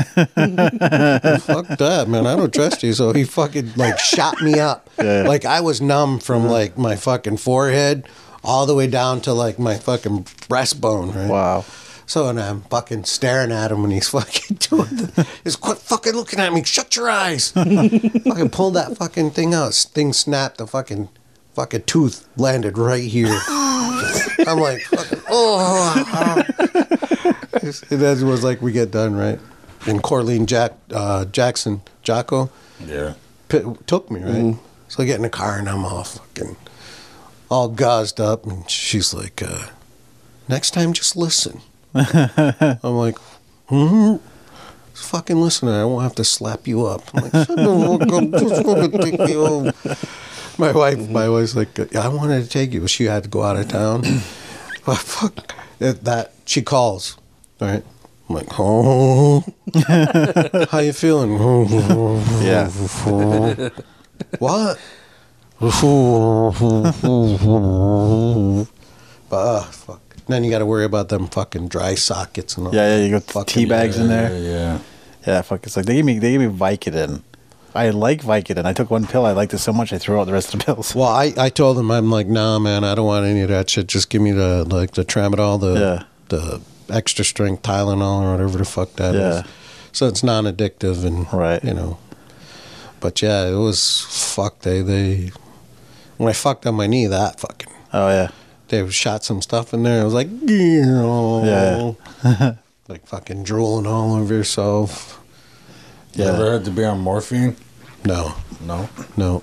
D: Fuck that, man. I don't trust you." So he fucking like shot me up, like I was numb from like my fucking forehead. All the way down to like my fucking breastbone, right?
E: Wow.
D: So and I'm fucking staring at him when he's fucking doing the He's quit fucking looking at me. Shut your eyes. fucking pulled that fucking thing out. S- Thing snapped. The fucking fucking tooth landed right here. I'm like, fucking, oh. It's- and that was like we get done right. And Corleen Jack uh, Jackson Jocko
A: Yeah.
D: p- took me right. So I get in the car and I'm all fucking all gauzed up, and she's like, uh, "Next time, just listen." I'm like, "Hmm." Just Fucking listen, I won't have to slap you up. I'm like, "Shut the fuck up, just fucking take me home." My wife, my wife's like, "Yeah, I wanted to take you, but she had to go out of town. well, fuck that- that. She calls, right? I'm like, oh, how you feeling?
E: Yeah.
D: What? Ah, but uh, fuck. Then you got to worry about them fucking dry sockets and all.
E: Yeah, yeah. You
D: Fucking-
E: got tea bags in there.
A: Yeah, yeah.
E: Yeah, fuck. It's like they gave me they gave me Vicodin. I like Vicodin. I took one pill. I liked it so much I threw out the rest of the pills.
D: Well, I, I told them I'm like, nah, man, I don't want any of that shit. Just give me the like the tramadol, the
E: Yeah.
D: the extra strength Tylenol or whatever the fuck that is.
E: Yeah.
D: So it's non-addictive and
E: Right.
D: you know. But yeah, it was fuck. They they when I fucked on my knee, that fucking
E: Oh yeah.
D: they shot some stuff in there. I was like, yeah. like fucking drooling all over yourself.
A: You
E: Yeah.
A: ever had to be on morphine?
D: No,
A: No.
D: no.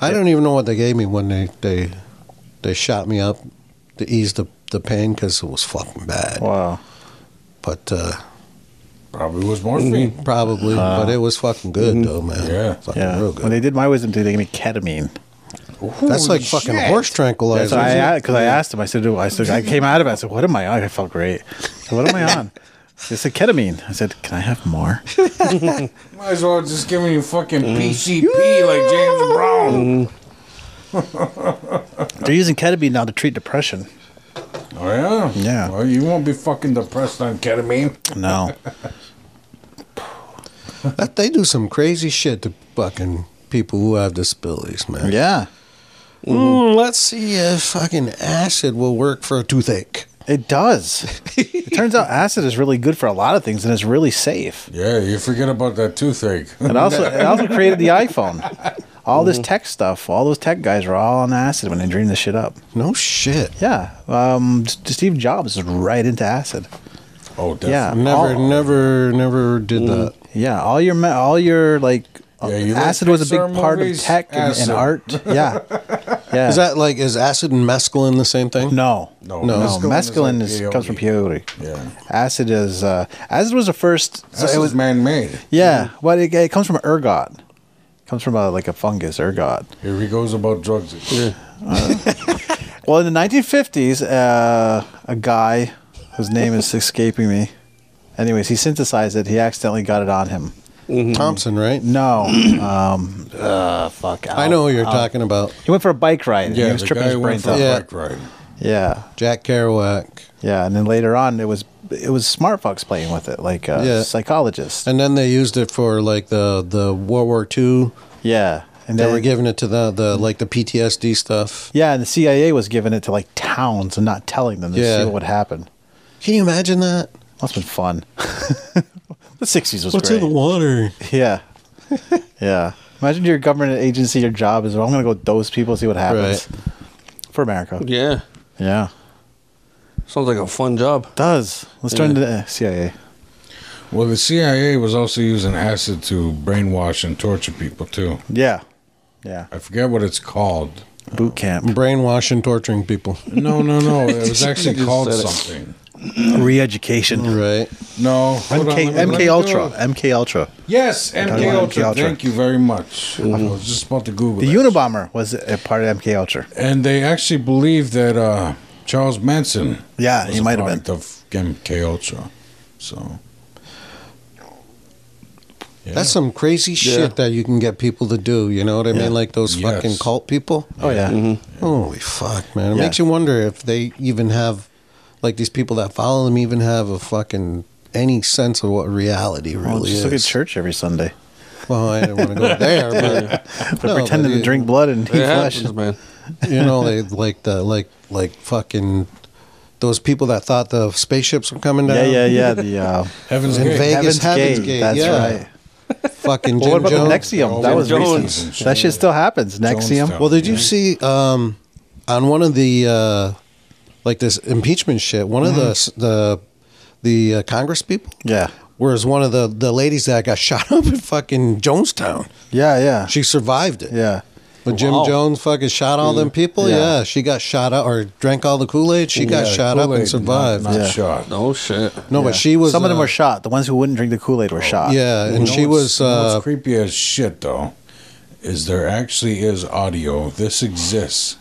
D: I don't even know what they gave me when they they they shot me up to ease the the pain because it was fucking bad.
E: Wow.
D: But uh,
A: Probably
E: Mm-hmm.
A: was morphine.
D: probably, but it was fucking good though, man.
A: Yeah.
D: fucking
E: uh, Yeah.
D: Oh, real
E: When
D: good.
E: they did my wisdom teeth, they gave me ketamine.
D: That's like fucking horse
E: That's
D: tranquilizer.
E: why I because I asked him. I said, "Oh," I said, I came out of it. I said, what am I on? I felt great. I said, what am I on? They said ketamine. I said, can I have more?
A: Might as well just give me a fucking
E: Mm.
A: PCP like James Brown.
E: They're using ketamine now to treat depression.
A: Oh yeah.
E: Yeah.
A: Well, you won't be fucking depressed on ketamine.
E: No.
D: That, they do some crazy shit to fucking people who have disabilities, man.
E: Yeah.
D: Mm, let's see if fucking acid will work for a toothache.
E: It does. it turns out acid is really good for a lot of things and it's really safe.
A: Yeah, you forget about that toothache.
E: It also it also created the iPhone. All this tech stuff, all those tech guys were all on acid when they dreamed this shit up.
D: No shit.
E: Yeah. Um, S- Steve Jobs is right into acid.
A: oh, definitely.
E: Yeah.
D: Never,
E: all,
D: never, never did that.
E: yeah. All your me- all your like uh,
A: Yeah, you like
E: acid was a big
A: Pixar
E: part
A: movies?
E: of tech and, and
A: Acid.
E: art. Yeah. Yeah.
D: Is that like is acid and mescaline the same thing?
E: no.
A: No,
E: No. Mescaline,
A: mescaline
E: is,
A: is like
E: comes from peyote.
A: Yeah.
E: Acid is uh, acid was the first. so
A: This
E: it
A: was
E: was
A: man made.
E: yeah. Well, it, it comes from ergot. comes from a, like a fungus ergot.
A: Here he goes about drugs.
E: Well, in the 1950s, uh, a guy whose name is escaping me. Anyways, he synthesized it. He accidentally got it on him.
D: Thompson, right?
E: No. Um, uh, fuck.
D: I know who you're talking about.
E: He went for a bike ride. Yeah,
A: Yeah,
E: he was
A: the
E: tripping
A: guy
E: his
A: went
E: brains
A: for a
E: out.
D: Yeah.
A: bike ride.
E: Yeah,
D: Jack Kerouac.
E: yeah. And then later on, it was it was smart folks playing with it, like uh,
D: Yeah.
E: psychologists.
D: And then they used it for like the the World War II.
E: yeah, and
D: They
E: then
D: were giving it to the the like the PTSD stuff.
E: yeah, and the CIA was giving it to like towns and not telling them to
D: Yeah.
E: see what would happen.
D: Can you imagine that?
E: Must have been fun. the '60s was
D: What's
E: great.
D: in the water?
E: Yeah. yeah. Imagine your government agency, your job is, well, I'm going to go dose people, see what happens. For America.
B: Yeah.
E: Yeah.
B: Sounds like a fun job.
E: Does. Let's turn to the CIA.
A: Well, the CIA was also using acid to brainwash and torture people too.
E: Yeah. Yeah.
A: I forget what it's called.
E: Boot camp.
D: Brainwashing, torturing people.
A: No, no, no. It was actually
B: You just
A: called
B: said it.
A: something.
E: Re education.
D: Right.
A: No, hold on, let me-
E: MK,
A: let me
E: MK
A: do
E: Ultra.
A: it.
E: MK Ultra.
A: Yes, MK
E: about
A: Ultra.
E: MK Ultra.
A: Thank you very much. I was just about to Google
E: The
A: it.
E: Unabomber was a part of MK Ultra.
A: and they actually believe that uh, Charles Manson.
E: Yeah,
A: was
E: he
A: a
E: might have
A: product
E: been.
A: of MK Ultra. So yeah.
D: That's some crazy shit that you can get people to do. You know what I mean? Like those
A: Yes.
D: fucking cult people.
E: Oh, yeah.
B: Mm-hmm.
D: Holy fuck, man. It
E: Yeah.
D: makes you wonder if they even have, like, these people that follow them even have a fucking. Any sense of what reality really
E: Well, just
D: is?
E: look at church every Sunday.
D: Well, I didn't want to go there, but
E: They're
D: No,
E: pretending
D: but
E: to
D: it-
E: drink blood and eat
B: It
E: flesh.
B: happens, man.
D: you know, they like the like like fucking those people that thought the spaceships were coming down.
E: Yeah, yeah, yeah. The uh,
A: Heaven's
D: In
A: Gate.
E: Heaven's,
D: Vegas, Heaven's
E: Gate.
D: Gate,
E: That's
D: yeah.
E: right.
D: Fucking
E: Well,
D: Jim
E: what about
D: Jones.
E: the E Nexium?
A: Jim
E: That was
B: Jones.
E: recent. That shit still happens. Nexium.
A: Jonestown.
D: Well, did you see um, on one of the uh, like this impeachment shit? One of
E: Mm-hmm.
D: the s- the the uh, Congress people
E: Yeah.
D: was one of the the ladies that got shot up in fucking Jonestown.
E: Yeah, yeah.
D: She survived it.
E: yeah.
D: But Jim
B: Wow.
D: Jones fucking shot all them people.
E: Yeah.
D: Yeah. she got shot up or drank all the Kool Aid. She got
A: Yeah,
D: shot up
A: Kool-Aid,
D: and survived.
A: Not, not
E: Yeah.
A: shot.
B: Oh shit.
D: No,
E: Yeah.
D: but she was
E: Some of them
D: uh, Oh,
E: were shot. The ones who wouldn't drink the Kool Aid were shot.
D: Yeah, and
A: You know
D: she
A: what's-
D: was.
A: you know
D: Uh,
A: what's creepy as shit though. Is there actually is audio? This exists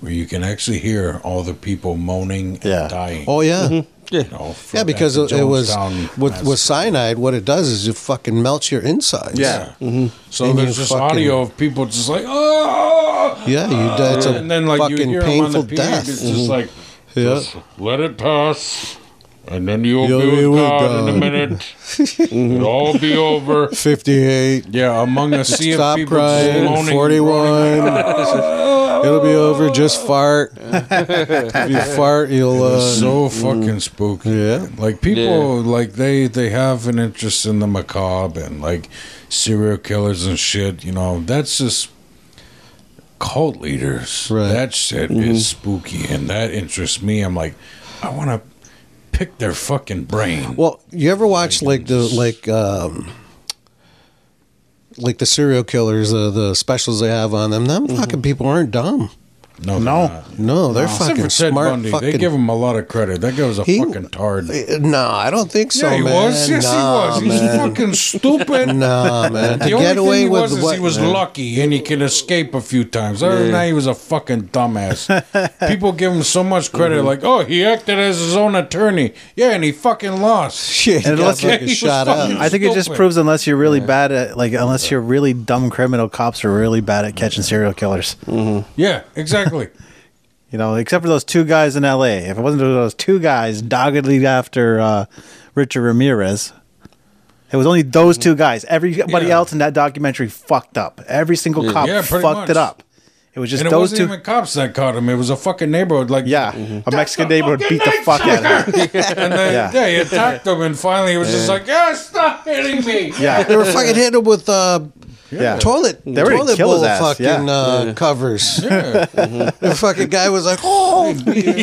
A: where you can actually hear all the people moaning and
E: Yeah.
A: dying.
D: oh yeah.
E: Mm-hmm.
A: you know, from
D: Yeah,
A: back
D: because
A: in
D: it, it was
A: Jonestown,
D: with, with
A: Mass-
D: cyanide. What it does is it fucking melts your insides.
A: yeah. So
D: Mm-hmm. And you
A: there's just
D: fucking-
A: audio of people just like oh
D: Yeah, you die. It's a
A: and then like you
D: fucking
A: hear 'em
D: painful
A: on the period,
D: death. Mm-hmm.
A: It's just like
D: Yeah.
A: just let it pass, and then you'll
D: You'll
A: be
D: be
A: with
D: with
A: God, in a
D: God. Mm-hmm.
A: minute. It'll all be over.
D: 58.
A: Yeah, among a sea
D: Stop
A: of people just
D: crying.
A: moaning,
D: 41. It'll be over. Just fart. if you fart, you'll.
A: It
D: Uh,
A: was so fucking spooky.
D: Yeah.
A: Like people like they they have an interest in the macabre and like serial killers and shit, you know. That's just cult leaders.
D: Right.
A: That shit is spooky and that interests me. I'm like I want to pick their fucking brain.
D: well, you ever watch like the like um, like the serial killers, uh, the specials they have on them?
A: Mm-hmm.
D: Them fucking people aren't dumb.
A: No. they're
E: No.
A: not.
D: No, they're
A: Except
D: fucking
A: for Ted
D: smart.
A: Bundy.
D: Fucking,
A: They give him a lot of credit. That guy was a
D: He-
A: fucking tard.
D: no, I don't think so,
A: yeah, he
D: man.
A: was. Yes,
D: Nah,
A: he was. He was
D: man.
A: fucking stupid.
D: Nah, man.
A: The
D: to
A: only
D: get away
A: thing he
D: with
A: was
D: what
A: is he was
D: man.
A: lucky and he could escape a few times. Other than that, he was a fucking dumbass. People give him so much credit, like, oh, he acted as his own attorney. Yeah, and he fucking lost.
D: Shit, he
E: And
D: got
E: unless you-
D: fucking
A: he was
D: shot
A: fucking-
D: up.
E: I think it just
A: Stupid.
E: proves unless you're really bad at like unless you're really dumb criminal cops are really bad at catching serial killers.
A: Yeah, exactly.
E: You know, except for those two guys in L.A. If it wasn't for those two guys doggedly after uh, Richard Ramirez, It was only those two guys. Everybody
A: Yeah.
E: else in that documentary fucked up. Every single cop
A: Yeah, pretty
E: fucked
A: much.
E: it up. It was just
A: And it
E: those
A: wasn't
E: two.
A: even Mm-hmm. cops that caught him. It was a fucking neighborhood. Like
E: yeah, a Mexican neighborhood beat the fuck out of him.
A: and then
E: Yeah.
A: yeah. he attacked him, and finally he was just like, "Yeah, stop hitting me."
E: Yeah,
D: They were fucking hitting him with uh,
E: yeah.
D: toilet
E: They were gonna
D: toilet
E: kill his
D: bowl
E: ass,
D: fucking
E: yeah.
D: uh, covers.
A: Yeah.
D: the fucking guy was like, "Oh,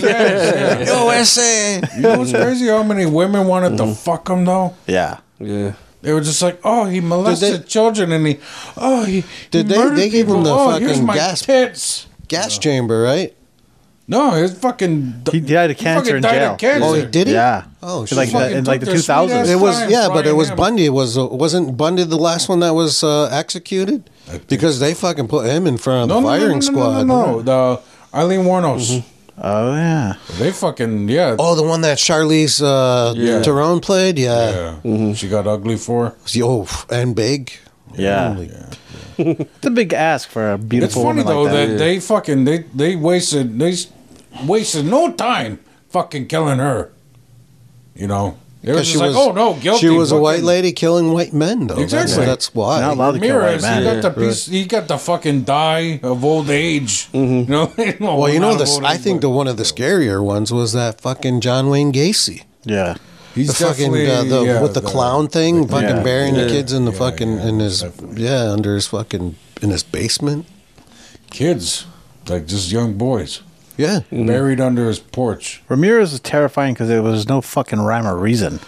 A: yeah.
D: USA."
A: You know what's crazy? How many women wanted to fuck him though?
E: yeah.
B: Yeah.
A: They were just like, "Oh, he molested children, and he, oh, he
D: Did
A: he
D: they-
A: murdered
D: they gave him
A: people.
D: the
A: oh,
D: fucking
A: here's my
D: gas-
A: tits."
D: Gas chamber, right?
A: No, his fucking
E: He died of cancer
A: fucking
E: in
A: died
E: jail.
A: Of cancer.
D: Oh, he did it.
E: Yeah.
D: Oh,
E: In like
D: shit.
E: the, in like the
A: Fucking took their
E: 2000s.
A: sweet
D: It
A: ass-
D: was
A: Time,
D: yeah, but it
A: Brian
D: was
A: Hammer.
D: Bundy. Was uh, wasn't Bundy the last one that was uh, executed? Because they fucking put him in front of
A: No,
D: the
A: no, no, no,
D: firing
A: no, No,
D: squad.
A: no, no, the Eileen Warnos.
E: Oh yeah.
A: They fucking yeah.
D: Mm-hmm. Oh, the one that Charlize uh,
A: Yeah.
D: Theron played. Yeah. Mm-hmm.
A: yeah. She got ugly for.
D: Yo, and big.
E: Yeah.
D: Holy-
E: It's a big ask for a
A: It's
E: beautiful
A: funny
E: woman
A: though
E: like that.
A: that, they fucking they they wasted they s- wasted no time fucking killing her. You know, it was
D: Because
A: just like, oh no, guilty.
D: She was a
A: fucking-
D: white lady killing white men, though.
A: Exactly.
D: That's, that's why.
E: Not allowed to kill white
A: Ramirez, he
E: man.
A: got the piece, he got the fucking die of old age. You know,
D: Mm-hmm. well, you know
A: not of
D: this.
A: old
D: I
A: age,
D: think
A: but
D: the one of the scarier ones was that fucking John Wayne Gacy.
E: Yeah.
A: he's
D: The fucking uh, the,
A: definitely, yeah,
D: with the, clown thing, fucking
E: Yeah.
D: burying the
B: Yeah.
D: kids in the
A: Yeah,
D: fucking
A: yeah,
D: in his
A: definitely.
D: yeah under his fucking in his basement.
A: kids, like just young boys
D: Yeah,
A: buried under his porch.
E: Ramirez was terrifying because there was no fucking rhyme or reason.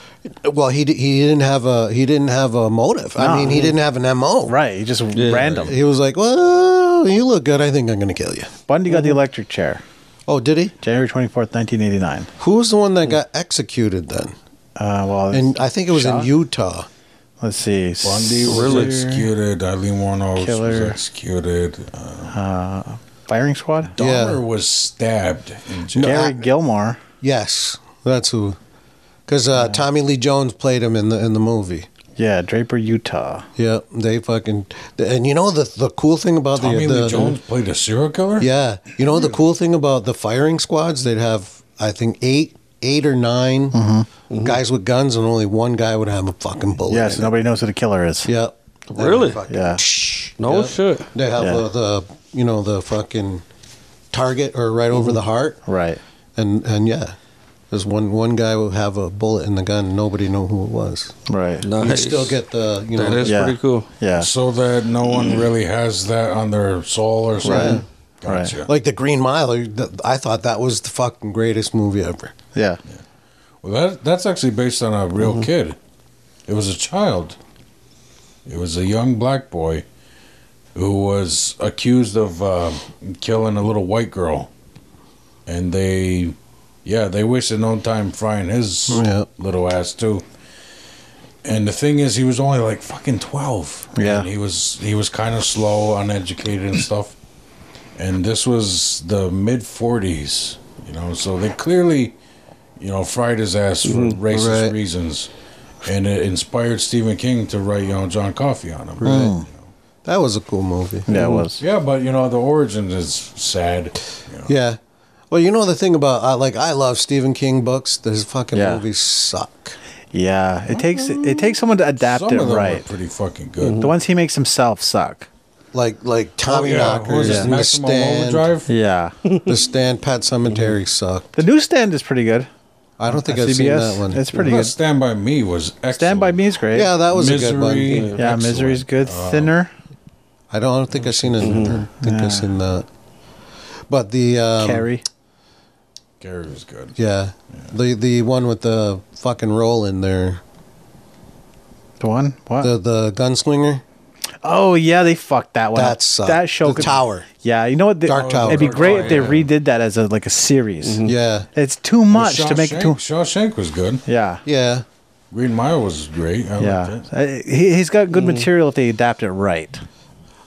D: Well, he di- he didn't have a he didn't have a motive.
E: No.
D: I mean, he didn't have an mo.
E: Right. He just random.
D: He was like, "Well, you look good. I think I'm gonna kill you."
E: Bundy got the electric chair,
D: Oh, did he?
E: January twenty fourth, nineteen eighty nine.
D: Who was the one that got executed then?
E: Uh, well,
D: And I think it was
E: Shaw?
D: in Utah.
E: let's see.
A: Bundy was
E: Really?
A: executed. Eileen Warnos was
E: Killer.
A: executed. Uh,
E: Firing squad.
D: Yeah.
A: Dahmer was stabbed in jail.
E: Gary Gilmore.
D: Yes, that's who. Because uh, Tommy Lee Jones played him in the in the movie.
E: Yeah, Draper, Utah.
D: Yeah, they fucking and you know the the cool thing about
A: Tommy
D: the, the
A: Lee Jones played a serial killer.
D: Yeah, you know the cool thing about the firing squads, they'd have I think eight eight or 9
E: Mm-hmm.
D: guys with guns, and only one guy would have a fucking bullet.
E: Yeah, so
D: in it.
E: nobody knows who the killer is.
D: Yeah. They'd
B: Really?
D: fucking-
E: Yeah.
B: No
D: Yeah.
B: shit.
D: They have
E: Yeah.
D: uh, the you know the fucking target or right
E: Mm-hmm.
D: over the heart,
E: Right.
D: and and yeah, there's one one guy would have a bullet in the gun, and nobody knew who it was.
E: Right.
B: Nice.
D: You still get the you know
B: That is
E: Yeah.
B: pretty cool.
E: Yeah.
A: So that no one really has that on their soul or something. Gotcha.
D: like the Green Mile. I thought that was the fucking greatest movie ever.
E: Yeah.
A: Well, that that's actually based on a real kid. It was a child. It was a young black boy who was accused of uh, killing a little white girl, and they, yeah, they wasted no time frying his
D: Yeah.
A: little ass too. And the thing is, he was only like fucking twelve.
E: Yeah.
A: and he was he was kind of slow, uneducated, and stuff. And this was the mid forties, you know. So they clearly, you know, fried his ass for
E: Mm-hmm.
A: racist
D: Right.
A: reasons, and it inspired Stephen King to write, you know, John Coffey on him.
D: Right. That was a cool movie.
E: Yeah, it was.
A: Yeah, but you know, the origin is sad. you know.
D: Yeah. Well, you know the thing about I like I love Stephen King books. His fucking
E: Yeah.
D: movies suck.
E: Yeah. It takes it takes someone to adapt
A: Some
E: it
A: of them are
E: right. Mm-hmm.
A: pretty fucking good.
E: The ones he makes himself suck.
D: Like like
A: Oh,
D: Tommy
A: yeah, what
D: Knockers
A: was it,
D: and the
A: Maximum
D: stand.
A: Overdrive?
E: Yeah.
D: The stand Pat Cemetery suck.
E: the newsstand is pretty good.
D: I don't think
E: Mm-hmm. At
D: I've seen that one.
E: It's pretty
A: Well,
E: good.
A: Stand by Me was excellent.
E: Stand by Me is great.
D: yeah, Oh. that was a good one.
A: Misery.
D: Yeah.
E: Yeah,
A: Excellent.
E: Misery's good. Thinner.
D: I don't, I don't think I've seen it. I don't think I've seen that. But the um,
E: Mm-hmm. Carrie.
A: Gary was good.
D: yeah, the the one with the fucking roll in there,
E: The one? What?
D: the the gunslinger.
E: oh yeah, they fucked that one. up.
D: That sucked.
E: That show
D: The
E: could-
D: Tower.
E: Yeah, you know what? They-
D: Dark Tower.
E: It'd be
A: Dark
E: great
A: Tower,
E: if they
A: yeah.
E: redid that as a like a series.
D: Yeah,
E: It's too much to make it too.
A: Shawshank was good.
E: Yeah.
D: yeah.
A: Green Mile was great. I
E: Yeah,
A: liked it.
E: Uh, he, he's got good material if they adapt it right.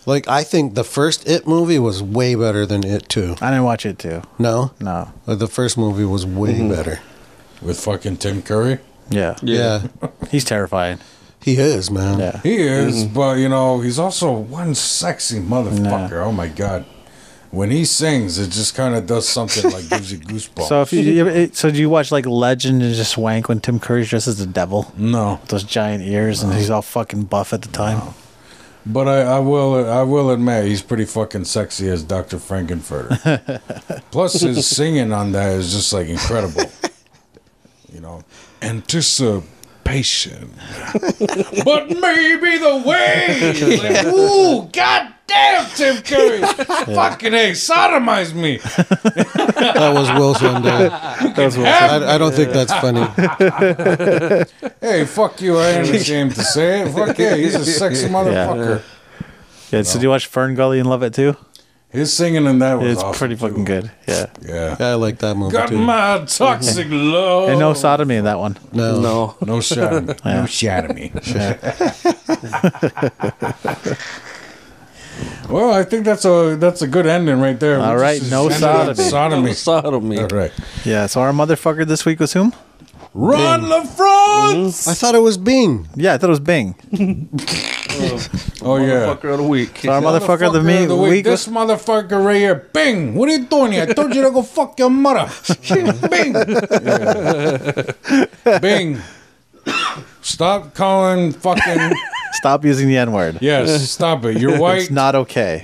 D: Like I think the first It movie was way better than It Two.
E: I didn't watch it too.
D: No,
E: No.
D: Like, the first movie was way better.
A: With fucking Tim Curry.
E: Yeah.
D: Yeah.
E: He's terrifying.
D: he is man.
E: Yeah.
A: He is, but you know, he's also one sexy motherfucker. Oh my god. when he sings, it just kind of does something like gives you goosebumps.
E: So if you, you ever- so, do you watch like Legend and just wank when Tim Curry's dressed as the devil?
A: no,
E: Those giant ears, and he's all fucking buff at the time.
A: but I, I will I will admit he's pretty fucking sexy as Dr. Frankenfurter. Plus his singing on that is just like incredible. You know, anticipation. but maybe the way. It's Like, Ooh, goddamn, Tim Curry! Fucking a sodomize me.
D: That was Wilson. That was Wilson. I, I don't think that's funny.
A: Hey, fuck you! I ain't ashamed to say it. Fuck yeah, he's a sexy motherfucker.
E: Yeah. So do you watch Fern Gully and love it too?
A: His singing in that was
E: It's
A: awesome,
E: pretty
A: too.
E: fucking good. Yeah.
A: Yeah.
D: Yeah, I like that movie
A: Got
D: too.
A: my toxic love.
E: And no sodomy in that one.
D: no,
B: No.
A: No shot at me. No shot at me. well, I think that's a that's a good ending right there.
E: All
A: All right,
E: right, no
A: sodomy.
B: Sodomy.
A: All right.
E: Yeah. So our motherfucker this week was whom?
A: Ron LaFrance.
D: I thought it was Bing.
E: Yeah, I thought it was Bing. Mm-hmm.
A: Oh yeah.
B: Motherfucker of the week.
E: So our motherfucker of the, me-
A: of the
E: week
A: This
E: was
A: motherfucker right here. Bing. What are you doing here? I told you to go fuck your mother. Bing. Yeah. Bing. Stop calling fucking.
E: stop using the N word.
A: Yes, stop it. You're white.
E: It's not okay.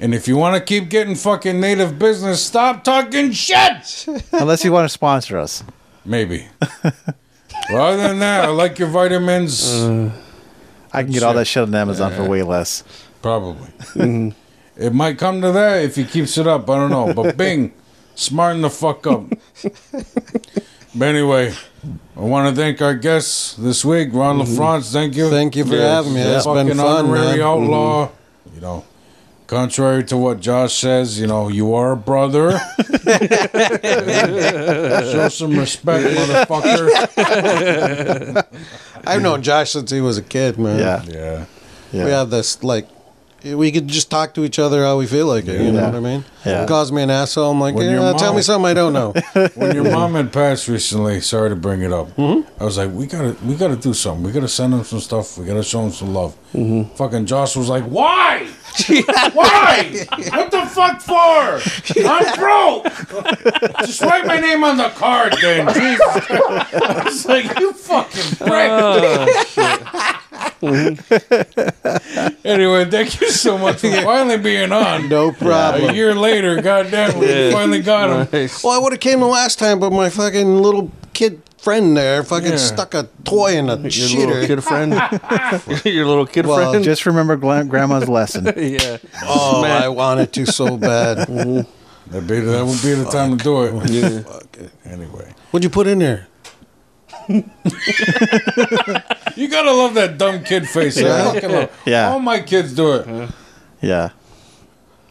A: And if you want to keep getting fucking native business, stop talking shit.
E: Unless you want to sponsor us.
A: Maybe. well, other than that, I like your vitamins.
E: Uh, I can get all that shit on Amazon for way less.
A: Probably.
D: Mm-hmm.
A: it might come to that if he keeps it up. I don't know. But Bing, smarten the fuck up. but anyway, I want to thank our guests this week, Ron LaFrance. Thank you.
D: Mm-hmm. Thank you for having me. That's been
A: Fucking
D: fun,
A: honorary
D: man. Mm-hmm.
A: outlaw. You know, contrary to what Josh says, you know, you are a brother. Show some respect, motherfucker.
D: I've known Josh since he was a kid, man.
E: Yeah.
A: Yeah.
E: Yeah.
D: We have this like we could just talk to each other how we feel like it. You know
E: Yeah.
D: what I mean?
E: Yeah.
D: Calls me an asshole. I'm like,
A: When your
D: yeah, tell
A: mom-
D: me something I don't know.
A: When your mom had passed recently, sorry to bring it up. I was like, we gotta, we gotta do something. We gotta send them some stuff. We gotta show them some love. Fucking Josh was like, why? why? What the fuck for? I'm broke. Just write my name on the card, then. Jesus. I was like, you fucking prick. Mm-hmm. anyway, thank you so much for finally being on.
D: no
A: A
D: problem.
A: year later, goddamn, we
B: Yeah.
A: finally got him.
B: Nice.
D: Well, I would have came the last time, but my fucking little kid friend there fucking
A: Yeah.
D: stuck a toy in a
B: Your little
D: shitter.
B: kid friend. Your little kid
D: Well,
B: friend.
E: Just remember gla- grandma's lesson.
B: yeah.
D: Oh, I wanted to so bad.
A: That'd be, that would be the time to do it.
B: yeah.
A: Anyway.
D: What'd you put in there?
A: You gotta love that dumb kid face. I fucking love.
E: Yeah.
A: All my kids do it.
E: Yeah.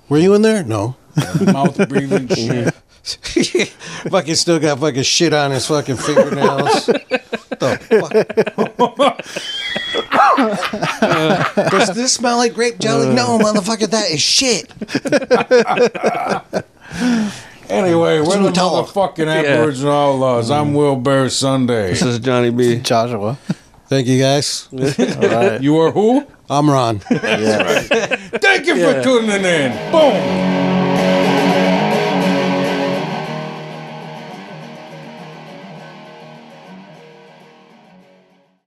D: Were you in there? No.
A: Mouth breathing shit.
D: fucking still got fucking shit on his fucking fingernails. the fuck? Does this smell like grape
B: Uh.
D: jelly? No, motherfucker, that is shit.
A: Anyway, we're the
D: Brutal.
A: motherfucking Aboriginal Outlaws. I'm Will Bear Sunday.
B: This is Johnny B.
E: Joshua.
D: Thank you guys.
E: All right.
A: You are who?
D: I'm Ron.
E: Yeah.
A: Thank you for tuning in. Boom.